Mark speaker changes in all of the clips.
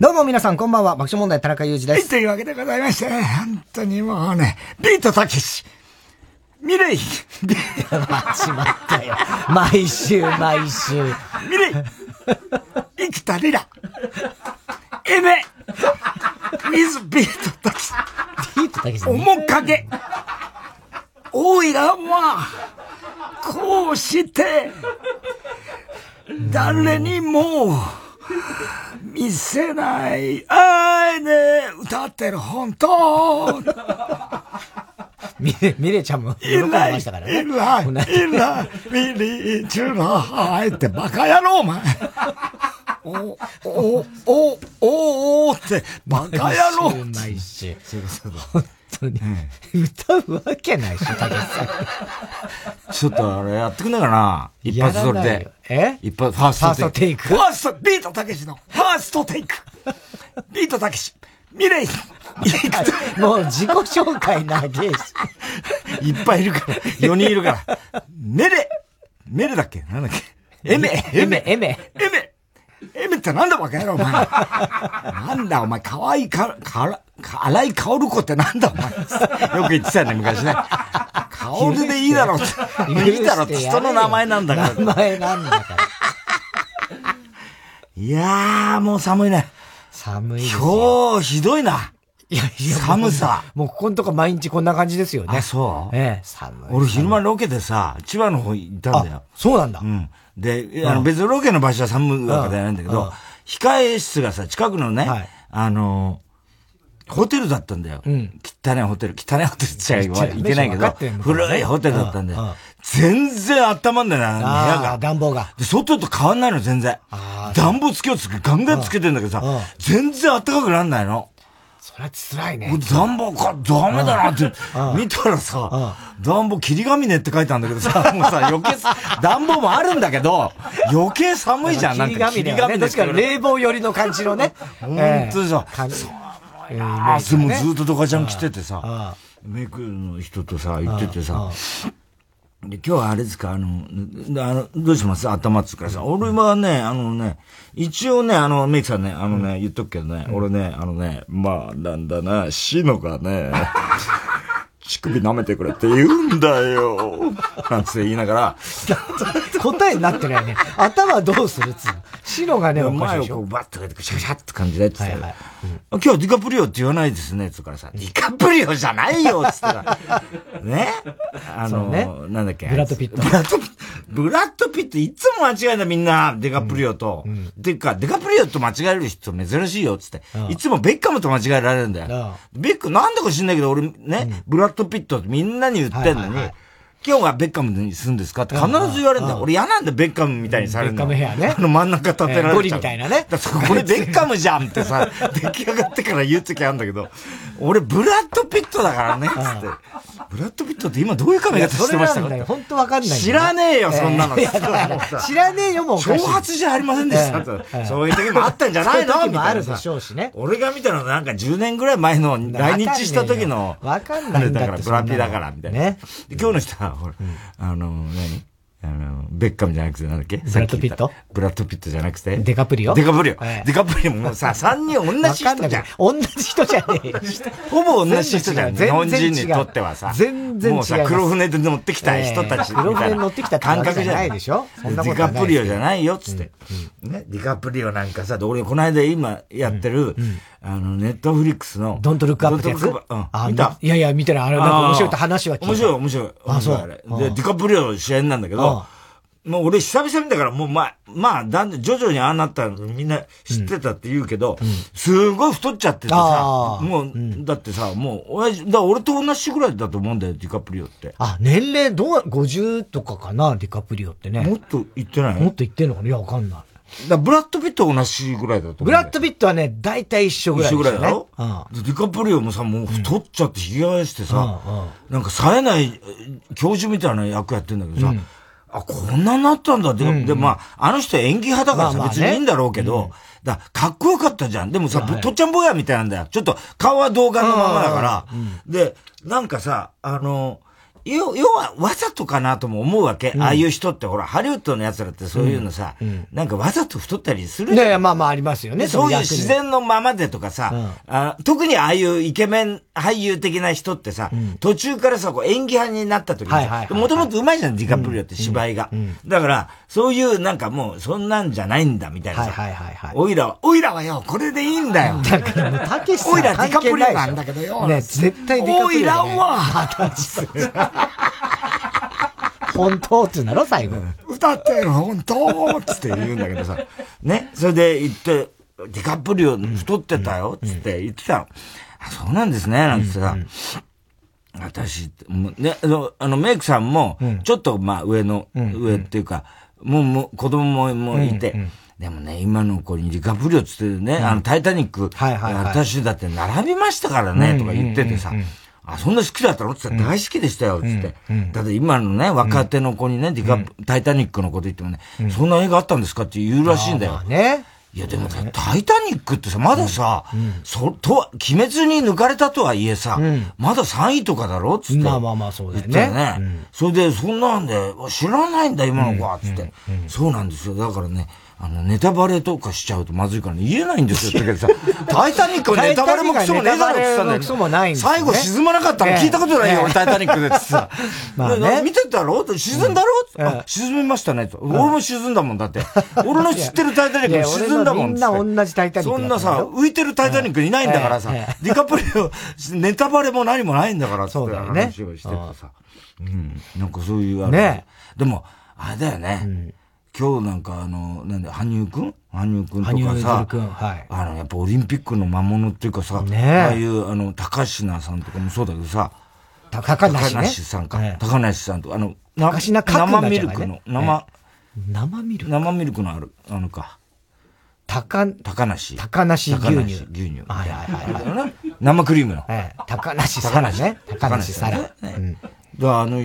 Speaker 1: どうも皆さん、こんばんは。爆笑問題、田中裕二で
Speaker 2: はい、
Speaker 1: す。
Speaker 2: というわけでございましてね、本当にもうね、ビートたけし、ミレイ、ビ
Speaker 1: しまったよ。毎週、毎週。
Speaker 2: ミレイ、生田リラ、エメ、ウィズビートたけし、
Speaker 1: ピートだけじゃね
Speaker 2: 面影、おいらは、こうして、誰にも、見せない愛で歌ってる本当
Speaker 1: ミレ、ミレちゃんも喜
Speaker 2: イ
Speaker 1: んで
Speaker 2: ライ、
Speaker 1: ま
Speaker 2: イ
Speaker 1: したからね。
Speaker 2: ライ、
Speaker 1: こんな
Speaker 2: イライ、ミリチュラハイってバカ野郎、お前。お、お、お、お、おって、バカ野郎。
Speaker 1: 毎週、毎週。本当に。歌うわけないし、たけしさん。
Speaker 3: ちょっとあれやってくんないかな一発撮り
Speaker 1: やらない
Speaker 3: で
Speaker 1: よ。え
Speaker 3: 一発、ファー
Speaker 1: ファース
Speaker 3: ス
Speaker 1: ト
Speaker 3: トテイ
Speaker 1: テイ
Speaker 3: ク。
Speaker 2: フ
Speaker 1: ク。
Speaker 2: ァースト、ビートたけしの、ファーストテイク。ビートたけし、ミレイ、
Speaker 1: もう自己紹介長いし。
Speaker 3: いっぱいいるから。4人いるから。
Speaker 2: メレ、
Speaker 3: メルだっけなんだっけ
Speaker 2: エメ、
Speaker 1: エメ、エメ。
Speaker 2: エメ、エメってなんだバカ野郎、お前。なんだ、お前、可愛いか、から、か荒い薫子ってなんだ、お前。
Speaker 3: よく言ってたよね、昔 ね。
Speaker 2: 薫でいいだろうって。
Speaker 3: いいだろって人の名前なんだか ら
Speaker 1: 名前なんだから。
Speaker 3: いやー、もう寒いね。
Speaker 1: 寒いですよ。
Speaker 3: 今日、ひどいな。
Speaker 1: いやいや
Speaker 3: 寒さ。
Speaker 1: もうここのとこ毎日こんな感じですよね。
Speaker 3: あそう
Speaker 1: ええ、寒い。
Speaker 3: 俺、昼間ロケでさ、千葉の方行ったんだよ
Speaker 1: あ。、そうなんだ。
Speaker 3: うん。で、あの、別にロケの場所は寒いわけではないんだけ
Speaker 1: うん
Speaker 3: ど、控え室がさ、近くの
Speaker 1: は
Speaker 3: ね
Speaker 1: い、
Speaker 3: あの、ホテルだったんだよ。汚いホテル、汚いホテルっちゃい
Speaker 1: 汚い
Speaker 3: けない
Speaker 1: わ
Speaker 3: けど
Speaker 1: かってん、の
Speaker 3: 古いホテルだったんだ
Speaker 1: うんうん
Speaker 3: よ。全然温まんないな、部屋
Speaker 1: ああー、。
Speaker 3: が
Speaker 1: 暖房が。
Speaker 3: で、外と変わんないの、全然
Speaker 1: あ。
Speaker 3: 暖房つけようつけ、ガンガンつけてんだけど
Speaker 1: うんうん
Speaker 3: さ、全然暖かくなんないの。
Speaker 1: それは辛いね
Speaker 3: これ。暖房か、ダメだなって、見たらさ、暖房、霧ヶ峰って書いてあるんだけどさ、 もうさ、余計さ、暖房もあるんだけど、余計 寒いじゃん、なん
Speaker 1: 霧ヶ
Speaker 3: か
Speaker 1: 峰
Speaker 3: 霧
Speaker 1: は
Speaker 3: ヶ
Speaker 1: ね。
Speaker 3: 峰
Speaker 1: 確かに冷房寄りの感じのね。
Speaker 3: 本
Speaker 1: ええ
Speaker 3: 当にさ、
Speaker 1: 感じ。ええイメ
Speaker 3: あ
Speaker 1: ー
Speaker 3: ーで
Speaker 1: ジが
Speaker 3: も
Speaker 1: ね
Speaker 3: ずっとドカちゃん来ててさ
Speaker 1: あ、
Speaker 3: メイクの人とさ、行っててさ、で今日はあれですか、あの、んあのどうします頭っつうからさ、俺はね、あのね、一応ね、あの、メイクさんね、あのね、言っとくけどね、俺ね、あのね、まあ、なんだな、シノがね、 乳首舐めてくれって言うんだよ、なんつって言いながら、
Speaker 1: 答えになってないね。頭どうするっつうの白がね、おかし
Speaker 3: 前
Speaker 1: い
Speaker 3: を
Speaker 1: でし
Speaker 3: こ
Speaker 1: ょ。
Speaker 3: うバッとかけてシャシャって感じでって言ってた
Speaker 1: はい
Speaker 3: ら
Speaker 1: は
Speaker 3: 今日はディカプリオって言わないですね、つうからさ、ディカプリオじゃないよっつったら、ねあ
Speaker 1: そ
Speaker 3: の、
Speaker 1: うね
Speaker 3: なんだっけ
Speaker 1: ブラッドピット
Speaker 3: ブラッドピット。ブラッドピット、いつも間違えんだみんな、ディカプリオと。てか、ディカプリオと間違える人珍しいよっつって、いつもベッカムと間違えられるんだよ。ベッカム、なんだか知んないけど、俺ね、ブラッドピットってみんなに言ってんの
Speaker 1: はいはいは
Speaker 3: に
Speaker 1: い、
Speaker 3: 今日はベッカムにするんですかって必ず言われるんだよ。俺嫌なんだよ、ベッカムみたいにされるの。
Speaker 1: ベッカムヘアね
Speaker 3: あの真ん中立てられちゃう
Speaker 1: えーゴリみたいなね
Speaker 3: だからこれベッカムじゃんってさ、出来上がってから言うときあるんだけど、俺ブラッド・ピットだからね、つって。ブラッド・ピットって今どういう髪型してま
Speaker 1: な
Speaker 3: した
Speaker 1: ん
Speaker 3: か
Speaker 1: だよ。本当わかんないんだよ。
Speaker 3: 知らねえよ、そんなの。
Speaker 1: いやだから知らねえよもうおかしい
Speaker 3: 挑発じゃありませんでした
Speaker 1: ええええ
Speaker 3: と。そういう時もあったんじゃないの
Speaker 1: そういう時も
Speaker 3: み
Speaker 1: あ
Speaker 3: たいな
Speaker 1: るで
Speaker 3: さ
Speaker 1: しょうしね。
Speaker 3: 俺が見たのなんか10年ぐらい前の来日した時の、
Speaker 1: わかんないんだって
Speaker 3: あれだから、ブラピだから、みたいな。
Speaker 1: ね
Speaker 3: で今日の人は、ほら、あの、何あの、ベッカムじゃなくて、なんだっけ
Speaker 1: ブラッドピット
Speaker 3: さっき言ったブラッドピットじゃなくて。
Speaker 1: デカプリオ
Speaker 3: デカプリオ。
Speaker 1: ええ
Speaker 3: デカプリオもさ、3人同
Speaker 1: わ
Speaker 3: じ
Speaker 1: かんない
Speaker 3: 人じゃん。
Speaker 1: 同じ人じゃねえよ。
Speaker 3: ほぼ同じ人じゃん。
Speaker 1: 全然違う
Speaker 3: 日本人にとってはさ。
Speaker 1: 全然違い
Speaker 3: も
Speaker 1: ま
Speaker 3: う
Speaker 1: す
Speaker 3: さ、黒船で乗ってきた人たちみたいな。
Speaker 1: ええ黒船に乗ってきたってわ
Speaker 3: 感
Speaker 1: けじ
Speaker 3: 覚じ
Speaker 1: ゃ
Speaker 3: ゃ
Speaker 1: な
Speaker 3: ないい
Speaker 1: でしょそんな
Speaker 3: デ
Speaker 1: こ
Speaker 3: ィ
Speaker 1: とは
Speaker 3: カ
Speaker 1: ないで
Speaker 3: プ
Speaker 1: す
Speaker 3: リ
Speaker 1: よ
Speaker 3: オじゃないよ、つって。ね、ディカプリオなんかさ、で俺この間今やってる、あの、ネットフリックスの。
Speaker 1: ドントルックアップってやつ
Speaker 3: ドントルックアップうん。見
Speaker 1: あ
Speaker 3: た
Speaker 1: いやいや、見てない。あれ、なんか面白いって話は聞いた。
Speaker 3: 面白い、面白い。
Speaker 1: あそう
Speaker 3: 面白いれ
Speaker 1: うん
Speaker 3: で、ディカプリオ主演なんだけど、もう俺久々にだから、もうまあ、まあ、だんだん徐々にああなったのみんな知ってたって言うけど、すごい太っちゃっててさ
Speaker 1: あ、ー
Speaker 3: もう、だってさ、もう、親父、だから俺と同じぐらいだと思うんだよ、ディカプリオって。
Speaker 1: あ、年齢どう、50とかかな、ディカプリオってね。
Speaker 3: も
Speaker 1: も
Speaker 3: っと言ってない
Speaker 1: っと言ってんのかないや、わかんない。
Speaker 3: だからブラッド・ピットは同じぐらいだと思う
Speaker 1: ブ
Speaker 3: んだ
Speaker 1: ラ
Speaker 3: よ。
Speaker 1: ッド・ピットはね、大体一緒ぐらい、
Speaker 3: 一緒ぐらいだろ、
Speaker 1: うん。
Speaker 3: でディカプリオもさ、もう太っちゃってひげ生やしてさ、
Speaker 1: うんうん
Speaker 3: なんか冴えないえー教授みたいな役やってんだけどさ、あ、こんなになったんだ。で、で、まあ、あの人演技派だからさ、
Speaker 1: まあまあね
Speaker 3: 別にいいんだろうけど、だかっこよかったじゃん。でもさ、ぶとっちゃん坊やみたいなんだよ。ちょっと顔は童顔のままだから。で、なんかさ、あの、要要は、わざとかなとも思うわけ。ああいう人って、ほら、ハリウッドの奴らってそういうのさ、なんかわざと太ったりするじゃん
Speaker 1: いやいや、まあまあありますよね。
Speaker 3: そういう
Speaker 1: の役に
Speaker 3: 自然のままでとかさ、あ特にああいうイケメン俳優的な人ってさ、途中からさ、こう演技派になった時
Speaker 1: はいはいはい
Speaker 3: に、もともと上手いじゃん、ディカプリオって芝居が。だから、そういうなんかもう、そんなんじゃないんだ、みたいな
Speaker 1: はい
Speaker 3: さ。
Speaker 1: はいはいはい。
Speaker 3: おいらは、おいらはよ、これでいいんだよ。
Speaker 1: だからもう、たけしさん
Speaker 3: おいら
Speaker 1: 関係
Speaker 3: ディカプリ
Speaker 1: な
Speaker 3: オ
Speaker 1: いでしょ
Speaker 2: なんだけどよ
Speaker 1: ね、絶対ディカ
Speaker 3: お
Speaker 1: プリオ
Speaker 3: い
Speaker 1: だ
Speaker 3: ら
Speaker 1: よね。
Speaker 3: は、
Speaker 1: 本当って言うんだろ、最後。
Speaker 2: 歌ってる、本当
Speaker 3: つって言うんだけどさ、ね、それで行って、ディカプリオ太ってたよ、つって言ってたの。あ、そうなんですね、なんてさ、私、もうね、あの、あのメイクさんも、ちょっと、まあ、上の、上っていうか、もう、もう、子供も、もういて、でもね、今の子にディカプリオつってね、あの、タイタニック、
Speaker 1: はいはいはい
Speaker 3: 私だって並びましたからね、とか言っててさ、あ、そんな好きだったのって言ったら大好きでしたよ、つって。だって今のね、若手の子にね、ディカプタイタニックのこと言ってもね、そんな映画あったんですかって言うらしいんだよ
Speaker 1: まあ。ね。
Speaker 3: いやでもさ、タイタニックってさ、まださ、そ、とは、鬼滅に抜かれたとはいえさ、まだ3位とかだろつって。
Speaker 1: まあまあまあそうだよね
Speaker 3: 言ったよね。それで、そんなんで、知らないんだ、今の子は、つって、そうなんですよ。だからね、あの、ネタバレとかしちゃうとまずいからね、言えないんですよ。だけどさ、タイタニックはネタバレもクソもねえだろって言ったんだ
Speaker 1: タイタニックはネタバレもクソもないん
Speaker 3: よ。
Speaker 1: ですね
Speaker 3: 最後沈まなかったの
Speaker 1: ね
Speaker 3: 聞いたことないよ、俺タイタニックでってさ。
Speaker 1: まあね
Speaker 3: で見てたろ沈んだろ
Speaker 1: うん
Speaker 3: あ沈みましたね、と。俺も沈んだもんだって。俺の知ってるタイタニック
Speaker 1: いや
Speaker 3: 沈んだもん
Speaker 1: 俺のみんな同じタイタニック
Speaker 3: そ
Speaker 1: だ
Speaker 3: ん
Speaker 1: った
Speaker 3: なん
Speaker 1: だ
Speaker 3: さ
Speaker 1: よ、
Speaker 3: 浮いてるタイタニックいないんだからさ
Speaker 1: ええええ、
Speaker 3: ディカプリオ、ネタバレも何もないんだからって
Speaker 1: そうだよね
Speaker 3: 話をしててさ。うん。なんかそういうあれ。
Speaker 1: ね
Speaker 3: でも、あれだよね。今日なんかあの、なんで、羽生くん羽生くんとか
Speaker 1: 羽生結
Speaker 3: さ
Speaker 1: 弦、君はい
Speaker 3: あの、やっぱオリンピックの魔物っていうかさ、
Speaker 1: ねえ
Speaker 3: ああいう、あの、高階さんとかもそうだけどさ、
Speaker 1: 高梨
Speaker 3: 高
Speaker 1: ね。
Speaker 3: 梨さんか、
Speaker 1: ええ
Speaker 3: 高梨さんとか、あの、な
Speaker 1: 高階角
Speaker 3: 生
Speaker 1: 田
Speaker 3: ミ
Speaker 1: じゃ
Speaker 3: ル
Speaker 1: ない
Speaker 3: クの
Speaker 1: ね、
Speaker 3: 生、
Speaker 1: 生ミルク。
Speaker 3: 生ミルクのある、あのか、
Speaker 1: 高、
Speaker 3: 高梨。
Speaker 1: 高梨牛乳。
Speaker 3: 高梨牛乳
Speaker 1: はいはいはいはい。
Speaker 3: 生クリームの。
Speaker 1: ええ高梨
Speaker 3: 高
Speaker 1: サラ
Speaker 3: 梨
Speaker 1: ね。高梨
Speaker 3: さ
Speaker 1: サ
Speaker 3: ん
Speaker 1: ラ。
Speaker 3: ね。だあの、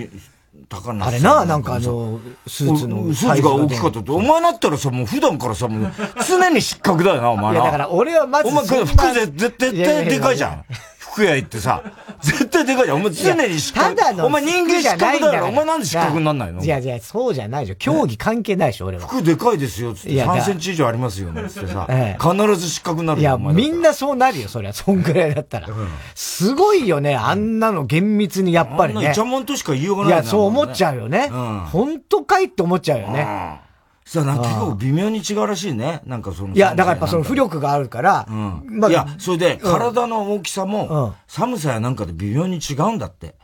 Speaker 3: 高梨さん
Speaker 1: あれな、なんかあ、の、ス
Speaker 3: お
Speaker 1: ー
Speaker 3: ス
Speaker 1: ツの。
Speaker 3: ーツが大きかったって。お前なったらさ、もう普段からさ、もう常に失格だよな、お前
Speaker 1: い
Speaker 3: な。
Speaker 1: や、だから俺はまず
Speaker 3: お前、
Speaker 1: そんな。
Speaker 3: 服で、絶対、絶対でかいじゃ
Speaker 1: いやいやいや
Speaker 3: ん。服屋行ってさ、絶対でかいじゃん。お前常に失格。
Speaker 1: ただの
Speaker 3: お前人間失格だよな。お前なんで失格になんないの
Speaker 1: いやいや、そうじゃないでしょ。競技関係ないでしょ、俺は。
Speaker 3: 服でかいですよ、つって。
Speaker 1: いやだ
Speaker 3: 3センチ以上ありますよ、ねつってさ。
Speaker 1: ええ
Speaker 3: 必ず失格になる
Speaker 1: い
Speaker 3: よ
Speaker 1: や、
Speaker 3: お前だっ
Speaker 1: み
Speaker 3: たら
Speaker 1: んなそうなるよ、そりゃ。そんぐらいだったら。すごいよね、あんなの厳密にやっぱり
Speaker 3: あんな
Speaker 1: ね
Speaker 3: イチ。ャモンとしか言いようが
Speaker 1: い
Speaker 3: ない
Speaker 1: や、そう思っち
Speaker 3: ゃ
Speaker 1: ゃうよね。
Speaker 3: うん
Speaker 1: 本当かいって思っちゃうよね。
Speaker 3: ね。さあ、なんか結構微妙に違うらしいね。なんかその。
Speaker 1: いや、だからやっぱその不
Speaker 3: 良
Speaker 1: 力があるから、
Speaker 3: うん
Speaker 1: まあ、
Speaker 3: いや、それで、体の大きさ
Speaker 1: うん
Speaker 3: も、寒さやなんかで微妙に違うんだって。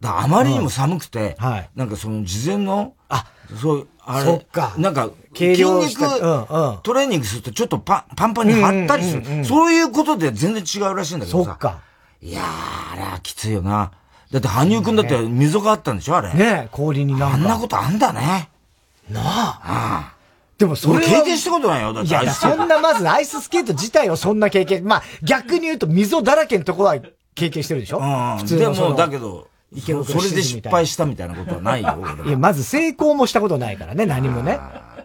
Speaker 3: だからあまりにも寒くて、
Speaker 1: うんはい
Speaker 3: なんかその事前の、
Speaker 1: あ、
Speaker 3: そう、あれ、
Speaker 1: そっか
Speaker 3: なんか、
Speaker 1: 計
Speaker 3: 筋
Speaker 1: 量
Speaker 3: 肉
Speaker 1: した、うんうん
Speaker 3: トレーニングするとちょっとパンパンパンに張ったりする、そういうことで全然違うらしいんだけ
Speaker 1: そ
Speaker 3: ど
Speaker 1: っ
Speaker 3: さ。
Speaker 1: か。
Speaker 3: いやー、あれはきついよな。だって、羽生くんだって溝があったんでしょあれ。
Speaker 1: ねえ、氷になん
Speaker 3: あ
Speaker 1: か。
Speaker 3: んなことあんだね。
Speaker 1: なあ。でもそれ
Speaker 3: 俺
Speaker 1: は
Speaker 3: 経験したことないよ。だっ
Speaker 1: い
Speaker 3: て、
Speaker 1: や、だからそんな、まずアイススケート自体をそんな経験。まあ、逆に言うと溝だらけのとこは経験してるでしょ
Speaker 3: うん。
Speaker 1: 普通
Speaker 3: で
Speaker 1: のその
Speaker 3: も、だけど、
Speaker 1: 池
Speaker 3: そ
Speaker 1: 袋
Speaker 3: それで
Speaker 1: 七時み
Speaker 3: 失
Speaker 1: たいな
Speaker 3: 敗したみたいなことはないよ。 俺はい
Speaker 1: や、まず成功もしたことないからね、何もね。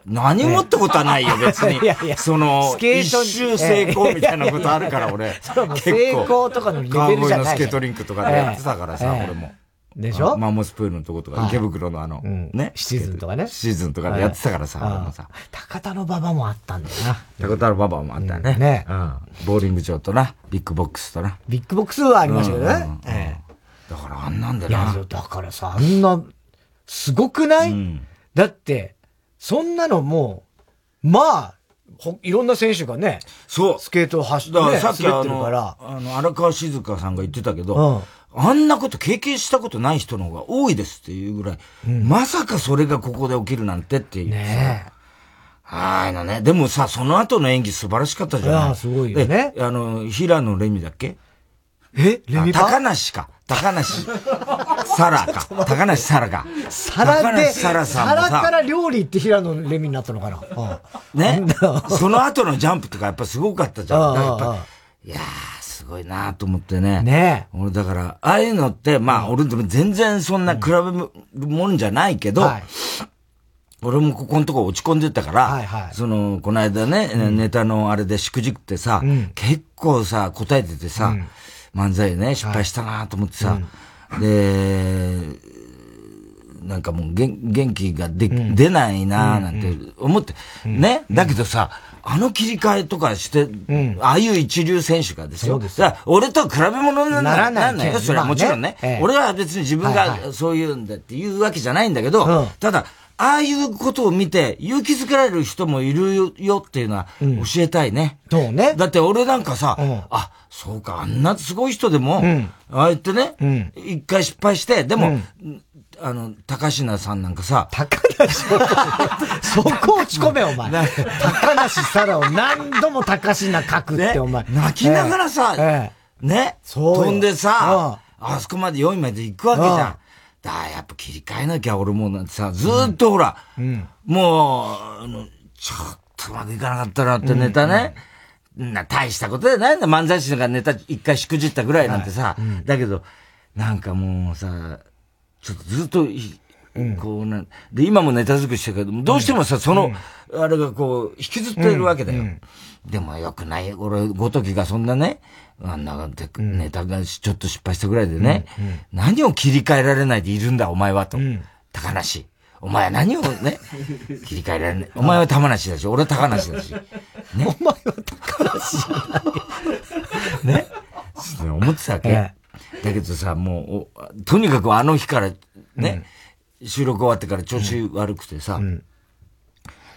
Speaker 3: 何もってことはないよ、別に。
Speaker 1: いやいや
Speaker 3: その
Speaker 1: ス、ケ
Speaker 3: 一
Speaker 1: ートに
Speaker 3: 周成功みたいなことあるか ら、俺。
Speaker 1: それはもう成功とかのレベルじゃないじゃん
Speaker 3: 川越のスケートリンクとかでやってたからさ、
Speaker 1: ええ
Speaker 3: 俺も。
Speaker 1: でしょ
Speaker 3: マンモスプールのとことか、池袋のあの、
Speaker 1: ん
Speaker 3: ね。
Speaker 1: シーズンとかね
Speaker 3: シーズンとかでやってたからさ、
Speaker 1: ああ
Speaker 3: 俺もさ。
Speaker 1: 高田の馬場もあったんだよな。
Speaker 3: タコタロババアもあったよね。
Speaker 1: うんね
Speaker 3: うん。ボーリング場とな、ビッグボックスとな。
Speaker 1: ビッグボックスはありましたけど
Speaker 3: うんうんうん
Speaker 1: ね。え
Speaker 3: だからあんなんだ
Speaker 1: えいや
Speaker 3: な。、
Speaker 1: だからさ、あんな、すごくない、
Speaker 3: うん。
Speaker 1: だって、そんなのもう、まあ、ほいろんな選手がね、
Speaker 3: そう。
Speaker 1: スケートを走って、
Speaker 3: だから
Speaker 1: ね、
Speaker 3: さっき
Speaker 1: 滑
Speaker 3: あ
Speaker 1: ってる
Speaker 3: の、
Speaker 1: から。
Speaker 3: あの荒川静香さんが言ってたけど、あんなこと経験したことない人の方が多いですっていうぐらい、まさかそれがここで起きるなんてっていう。
Speaker 1: ね
Speaker 3: ああいうのね。でもさ、その後の演技素晴らしかったじゃない
Speaker 1: いやーすごいよね
Speaker 3: であの、平野レミだっけ
Speaker 1: え。えレミ
Speaker 3: あ高
Speaker 1: パ
Speaker 3: 梨か。高 梨。サラか。高梨サラか。
Speaker 1: 皿
Speaker 3: 高
Speaker 1: で、
Speaker 3: 梨サ
Speaker 1: 皿
Speaker 3: ラさんもさ
Speaker 1: から料理って平野レミになったのかな。うん
Speaker 3: ね。その後のジャンプとかやっぱすごかったじゃん。
Speaker 1: ああ
Speaker 3: だからやっ
Speaker 1: ああ
Speaker 3: ぱいやー、すすごいなと思ってね。
Speaker 1: ね
Speaker 3: 俺だから、ああいうのって、まあ、俺でも全然そんな比べるもんじゃないけど、
Speaker 1: はい
Speaker 3: 俺もここのとこ落ち込んでたから、
Speaker 1: はいはい
Speaker 3: その、この間ね、ネタのあれでしくじくってさ、結構さ、答えててさ、漫才ね、失敗したなと思ってさ、で、なんかもう元元気がで、出ないななんて思って、ね、だけどさ、あの切り替えとかして、ああいう一流選手がですよ。
Speaker 1: そうです
Speaker 3: だから俺とは比べ物にな
Speaker 1: ならない
Speaker 3: んないよ。それはもちろんね。
Speaker 1: まあねええ
Speaker 3: 俺は別に自分
Speaker 1: はいは
Speaker 3: がそういうんだっていうわけじゃないんだけど、
Speaker 1: うん
Speaker 3: ただ、ああいうことを見て勇気づけられる人もいるよっていうのは教えたいね。
Speaker 1: そうね
Speaker 3: だって俺なんかさ、
Speaker 1: うん
Speaker 3: あ、 そうか、あんなすごい人でも、ああやってね、一回失敗して、でも、あの、高階さんなんかさ、
Speaker 1: 高梨を、そこ落ち込め、お前。高梨沙羅を何度も高梨な書くって、お前。
Speaker 3: 泣きながらさ、
Speaker 1: ええええ
Speaker 3: ね、
Speaker 1: そうよ
Speaker 3: 飛んでさ、あそこまで4位まで行くわけじゃん。
Speaker 1: うん
Speaker 3: だからやっぱ切り替えなきゃ俺もなんてさ、ずーっとほら、もう、あの、ちょっとまでいかなかったなってネタね。な大したことじゃないんだ。漫才師がネタ一回しくじったぐらいなんてさ。だけど、なんかもうさ、ちょっとずっとい、こうなん、で、今もネタ作りしてるけど、どうしてもさ、その、あれがこう、引きずってるわけだよ。でもよくない。俺、ごときがそんなね、あんなでネタがしちょっと失敗したぐらいでね、何を切り替えられないでいるんだ、お前はと。高梨。お前は何を ね、切り替えられない。お前は玉梨だし、俺は高梨だ し。ね。
Speaker 1: お前は 高梨。
Speaker 3: ね。そう思ってたわけ。
Speaker 1: え
Speaker 3: だけどさ、もうお、とにかくあの日からね、収録終わってから調子悪くてさ、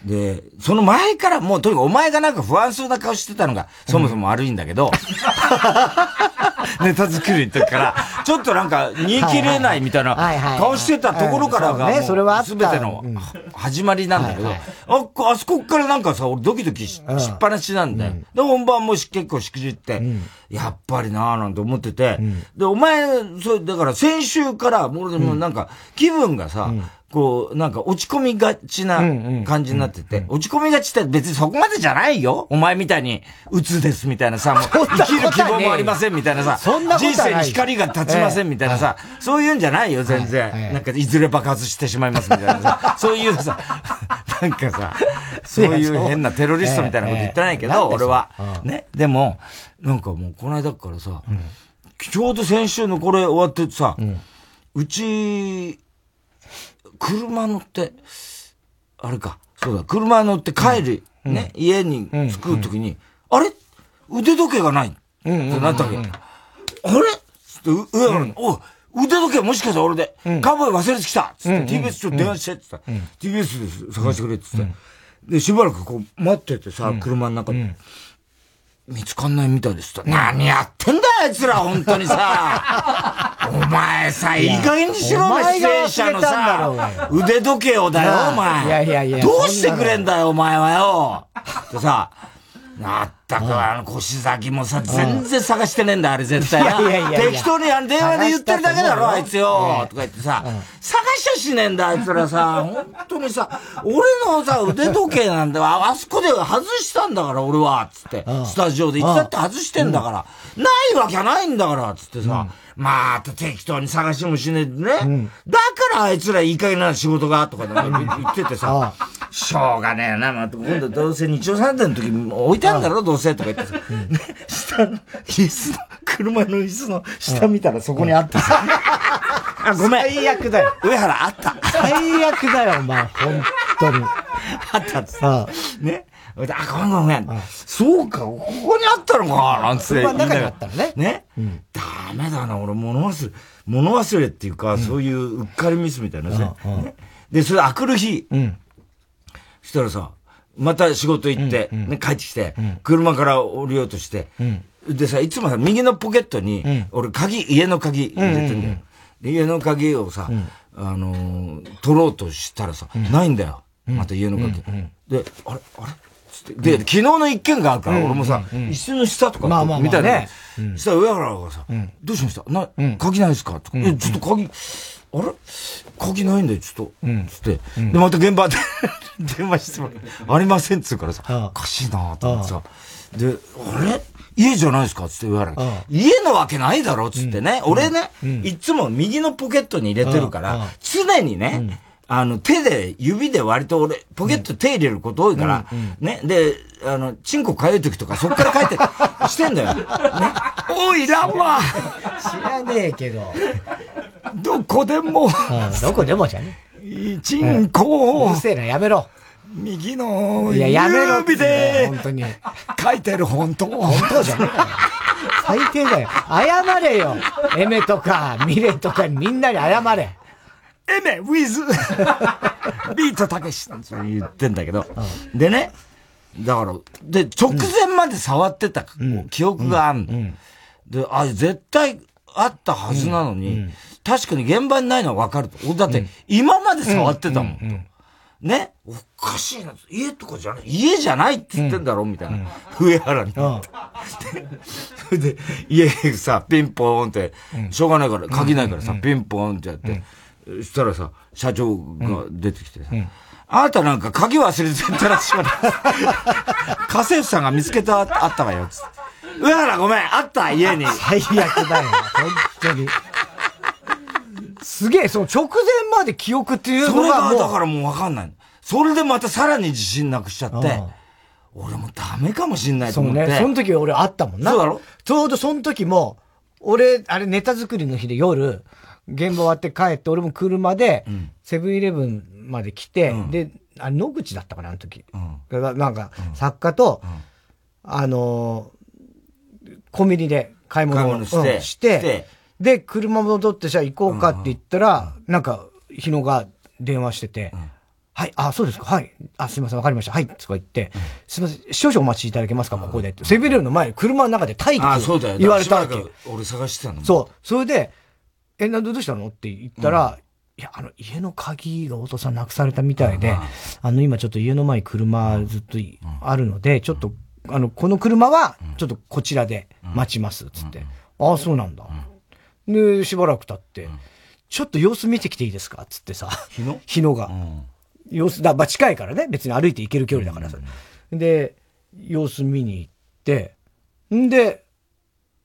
Speaker 3: で、その前からもうとにかくお前がなんか不安そうな顔してたのが、そもそも悪いんだ けど、ネタ作りの時から、ちょっとなんか、煮え切れないみたいな
Speaker 1: はいはい
Speaker 3: 顔してたところからが、
Speaker 1: うんそうねそれはあった
Speaker 3: すべての
Speaker 1: うん
Speaker 3: 始まりなんだけど、
Speaker 1: はい
Speaker 3: あっこあそこからなんかさ、俺ドキドキし,、
Speaker 1: ん
Speaker 3: っぱなしなんだよ。で、本番もし結構しくじって、やっぱりなぁなんて思ってて、で、お前、そう、だから先週から、もうでもなんか、気分がさ、こう、なんか落ち込みがちな感じになってて、落ち込みがちって別にそこまでじゃないよ。お前みたいに、鬱ですみたいなさ、もう
Speaker 1: そんなことはね
Speaker 3: 生き
Speaker 1: え
Speaker 3: る希望もありませんみたいなさ、
Speaker 1: そんなことは
Speaker 3: 人
Speaker 1: ない
Speaker 3: 生に光が立ちませんみたいなさ、そういうんじゃないよ、全然。
Speaker 1: はいはい
Speaker 3: なんか、いずれ爆発してしまいますみたい なさ、そういうさ、なんかさ、そういう変なテロリストみたいなこと言ってないけ
Speaker 1: ええええ
Speaker 3: ど、
Speaker 1: なんで
Speaker 3: 俺
Speaker 1: そう
Speaker 3: は。ね。でも、なんかもう、この間からさ、ちょうど先週のこれ終わってさ、うち、車乗って、あれか、そうだ、車乗って帰る、ね、家に着くときに、あれ腕時計がないってなったわけ。あれつって、う上から、おい腕時計もしかしたら俺で、カウボーイ忘れてきたつって、TBS ちょっと電話してって言ったら TBS で探してくれって言って、で、しばらくこう待っててさ、車の中で。見つかんないみたいですと。何やってんだよ、あいつら、本当にさ。お前さ、いい加減にしろ、お
Speaker 1: お
Speaker 3: 前、
Speaker 1: 前
Speaker 3: 出
Speaker 1: が
Speaker 3: 演者の
Speaker 1: 忘れたんだ
Speaker 3: さ、腕時計をだよ、お前。
Speaker 1: いやいやいや
Speaker 3: どうしてくれんだよ、お前はよ。ってさ、なったく、あの、腰先もさ、全然探してねえんだ、あれ絶対な。
Speaker 1: いやいやいやいや
Speaker 3: 適当にあの電話で言ってるだけだろ、あ
Speaker 1: 探
Speaker 3: い
Speaker 1: し
Speaker 3: つ
Speaker 1: たと思うよ
Speaker 3: よ。とか言ってさ、探しゃしねえんだ、あいつらさ、本当にさ、俺のさ、腕時計なんだよああそこで外したんだから、俺は、つって、スタジオでいつだって外してんだから、ないわけないんだから、つってさ、また適当に探しもしねえでね、だからあいつらいい加減な仕事が、とかなんか言っててさ、しょうがねえな、まあ、今度どうせ日曜サンデーの時も置いてあんだろ、どうせ、とか言ってさ、ね下の、椅子の、車の椅子の下見たらそこにあったさ、あ、ごめん。
Speaker 1: 最悪だよ。
Speaker 3: 上原あった。
Speaker 1: 最悪だよ、お前。本当に。
Speaker 3: あったっつって
Speaker 1: あ
Speaker 3: ね。それであ、ごめんごめん。そうか、ここにあったのか、なんつって。
Speaker 1: 車の中にあったのね
Speaker 3: ね。ダメだな、俺物忘れ、物忘れっていうか、そういううっかりミスみたいなね。ねで、それ明くる日。そしたらさ、また仕事行って、ね、帰ってきて、車から降りようとして、でさ、いつもさ、右のポケットに、俺鍵、家の鍵入れてんだよ。で、家の鍵をさ、あのー取ろうとしたらさ、ないんだよ。また家の鍵。で、あれあれつって、で、昨日の一件があるから、俺もさ、椅子の下とか、
Speaker 1: まあまあまあ
Speaker 3: みたいな
Speaker 1: ね。
Speaker 3: そしたら上原がさ、どうしましたな、鍵ないですかとか、え、ちょっと鍵、あれ鍵ないんだよ、ちょっと。つって。で、また現場で 電話してもらってありませんっつうからさ、
Speaker 1: ん
Speaker 3: おかしいなと思ってさ。で、あれ家じゃないですかつって言われる。家のわけないだろつってね。俺ね、いつも右のポケットに入れてるか
Speaker 1: うんうん
Speaker 3: ら、常にね、あの、手で、指で割と俺、ポケット手入れること多いから、ね、で、あの、チンコかゆい時とかそっから帰 って、してんだよ。ね。おい、いらんわ
Speaker 1: 知らねえけど。
Speaker 3: どこでも、
Speaker 1: うん、どこでもじゃね。
Speaker 3: チンコ
Speaker 1: う
Speaker 3: を
Speaker 1: る、せえな、やめろ。
Speaker 2: 右の
Speaker 1: いや、やめろって言うん
Speaker 2: 指
Speaker 1: だよ。
Speaker 2: で
Speaker 1: 本当に。
Speaker 2: 書いてる本当。
Speaker 1: そうじゃねえから最低だよ。謝れよ。エメとか、ミレとか、みんなに謝れ。
Speaker 2: エメ、ウィズ、ビートたけし。
Speaker 3: 言ってんだけど。でね、だから、で、直前まで触ってた、記憶があるの、で、あ、絶対あったはずなのに、確かに現場にないのはわかると。だって、今まで触ってたもん。ねおかしいな。家とかじゃない。家じゃないって言ってんだろ、みたいな。上原に。
Speaker 1: うん。
Speaker 3: それ で、家さ、ピンポーンって、しょうがないから、鍵ないからさ、ピンポーンってやって、そしたらさ、社長が出てきてさ、あなたなんか鍵忘れてたらしいわね。 家政婦さんが見つけた、あったわよ、つって。上原ごめん、あった、家に。
Speaker 1: 最悪だよ。本当に。すげえ、その直前まで記憶っていう
Speaker 3: そ
Speaker 1: の
Speaker 3: れ
Speaker 1: が
Speaker 3: が、
Speaker 1: もう。
Speaker 3: だからもうわかんないの。それでまたさらに自信なくしちゃって、俺もうダメかもしんないと
Speaker 1: そう
Speaker 3: 思って。
Speaker 1: ね。その時俺あったもんな。
Speaker 3: そうだろ
Speaker 1: ちょうどその時も、俺、あれネタ作りの日で夜、現場終わって帰って、俺も車で、セブンイレブンまで来て、で、あれ野口だったかな、あの時。だからなんか、作家と、あのーコンビニで買い物
Speaker 3: 買い
Speaker 1: を
Speaker 3: 物して
Speaker 1: うん
Speaker 3: して
Speaker 1: で、車戻ってじゃあ行こうかって言ったら、なんか、日野が電話してて、はい、あ、そうですか、はい、あ、すいません、わかりました、はい、とか言って、すいません、少々お待ちいただけますか、ここでって。セブンイレブンの前、車の中で待機
Speaker 3: あ、そうだよ。
Speaker 1: 言われたわ
Speaker 3: だ
Speaker 1: け
Speaker 3: からし。ばらく俺探してたの。
Speaker 1: そう。それで、え、なんでどうしたのって言ったら、いや、あの、家の鍵がお父さんなくされたみたいで、あの、今ちょっと家の前に車ずっといあるので、ちょっと、あの、この車は、ちょっとこちらで待ちます、つって。ああ、そうなんだ。で、しばらく経って、ちょっと様子見てきていいですかつってさ。
Speaker 3: 日野
Speaker 1: 日野が。様子、だ、まあ、近いからね。別に歩いて行ける距離だからさ。で、様子見に行って、んで、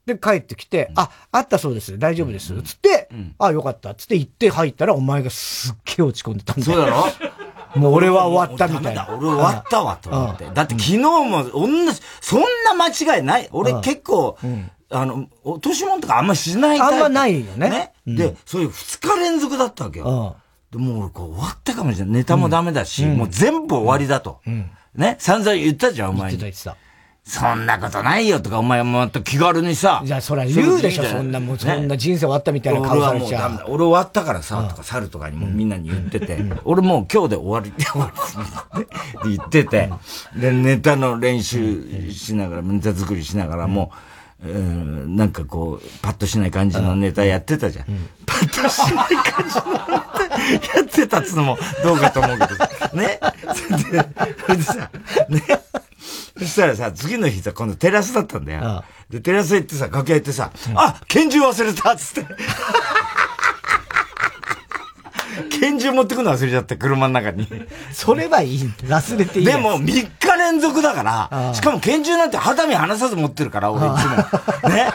Speaker 1: で、帰ってきて、あ、あったそうです。大丈夫です。つって、あ、よかった。つって行って入ったら、お前がすっげえ落ち込んでたんだ
Speaker 3: そう
Speaker 1: よ。
Speaker 3: だろ
Speaker 1: もう俺は終わったみたい
Speaker 3: ダメだ
Speaker 1: な。
Speaker 3: 俺終わったわ、と思って。だって昨日も、同じ、そんな間違いない。俺結構、あの、落とし物とかあんましないタイプ
Speaker 1: あんまないよね
Speaker 3: で、そういう二日連続だったわけよ。で、もう俺こう終わったかもしれない。ネタもダメだし、もう全部終わりだと。ね、散々言ったじゃん、お
Speaker 1: 言っ
Speaker 3: 前
Speaker 1: てた
Speaker 3: に。
Speaker 1: 言ってた。
Speaker 3: そんなことないよとか、お前もまた気軽にさ。
Speaker 1: じゃあ、そりゃ言うでしょ。
Speaker 3: そう
Speaker 1: そ
Speaker 3: いうこと言
Speaker 1: んな、もう
Speaker 3: じゃ
Speaker 1: そんな人生終わったみたいな
Speaker 3: 俺
Speaker 1: 顔さ
Speaker 3: は
Speaker 1: れ
Speaker 3: もう
Speaker 1: ち
Speaker 3: ダメ
Speaker 1: ゃ
Speaker 3: だ。俺終わったからさ、とか、猿とかにもみんなに言ってて、俺もう今日で終わり、終わりって言ってて、で、ネタの練習しながら、ネタ作りしながらも、うんなんかこう、パッとしない感じのネタやってたじゃん。パッとしない感じのネタやってたっつのもどうかと思うけどさ、ね。それでそれでさ、ね。そしたらさ、次の日さ、今度テラスだったんだよ。
Speaker 1: ああ
Speaker 3: で、テラス行ってさ、楽屋行ってさ、あ拳銃忘れたっつって。拳銃持ってくの忘れちゃって、車の中に。
Speaker 1: う。それはいい。忘れていいや
Speaker 3: で
Speaker 1: つ。
Speaker 3: も、3日連続だから、しかも拳銃なんて肌身離さず持ってるから、俺いつも。ね。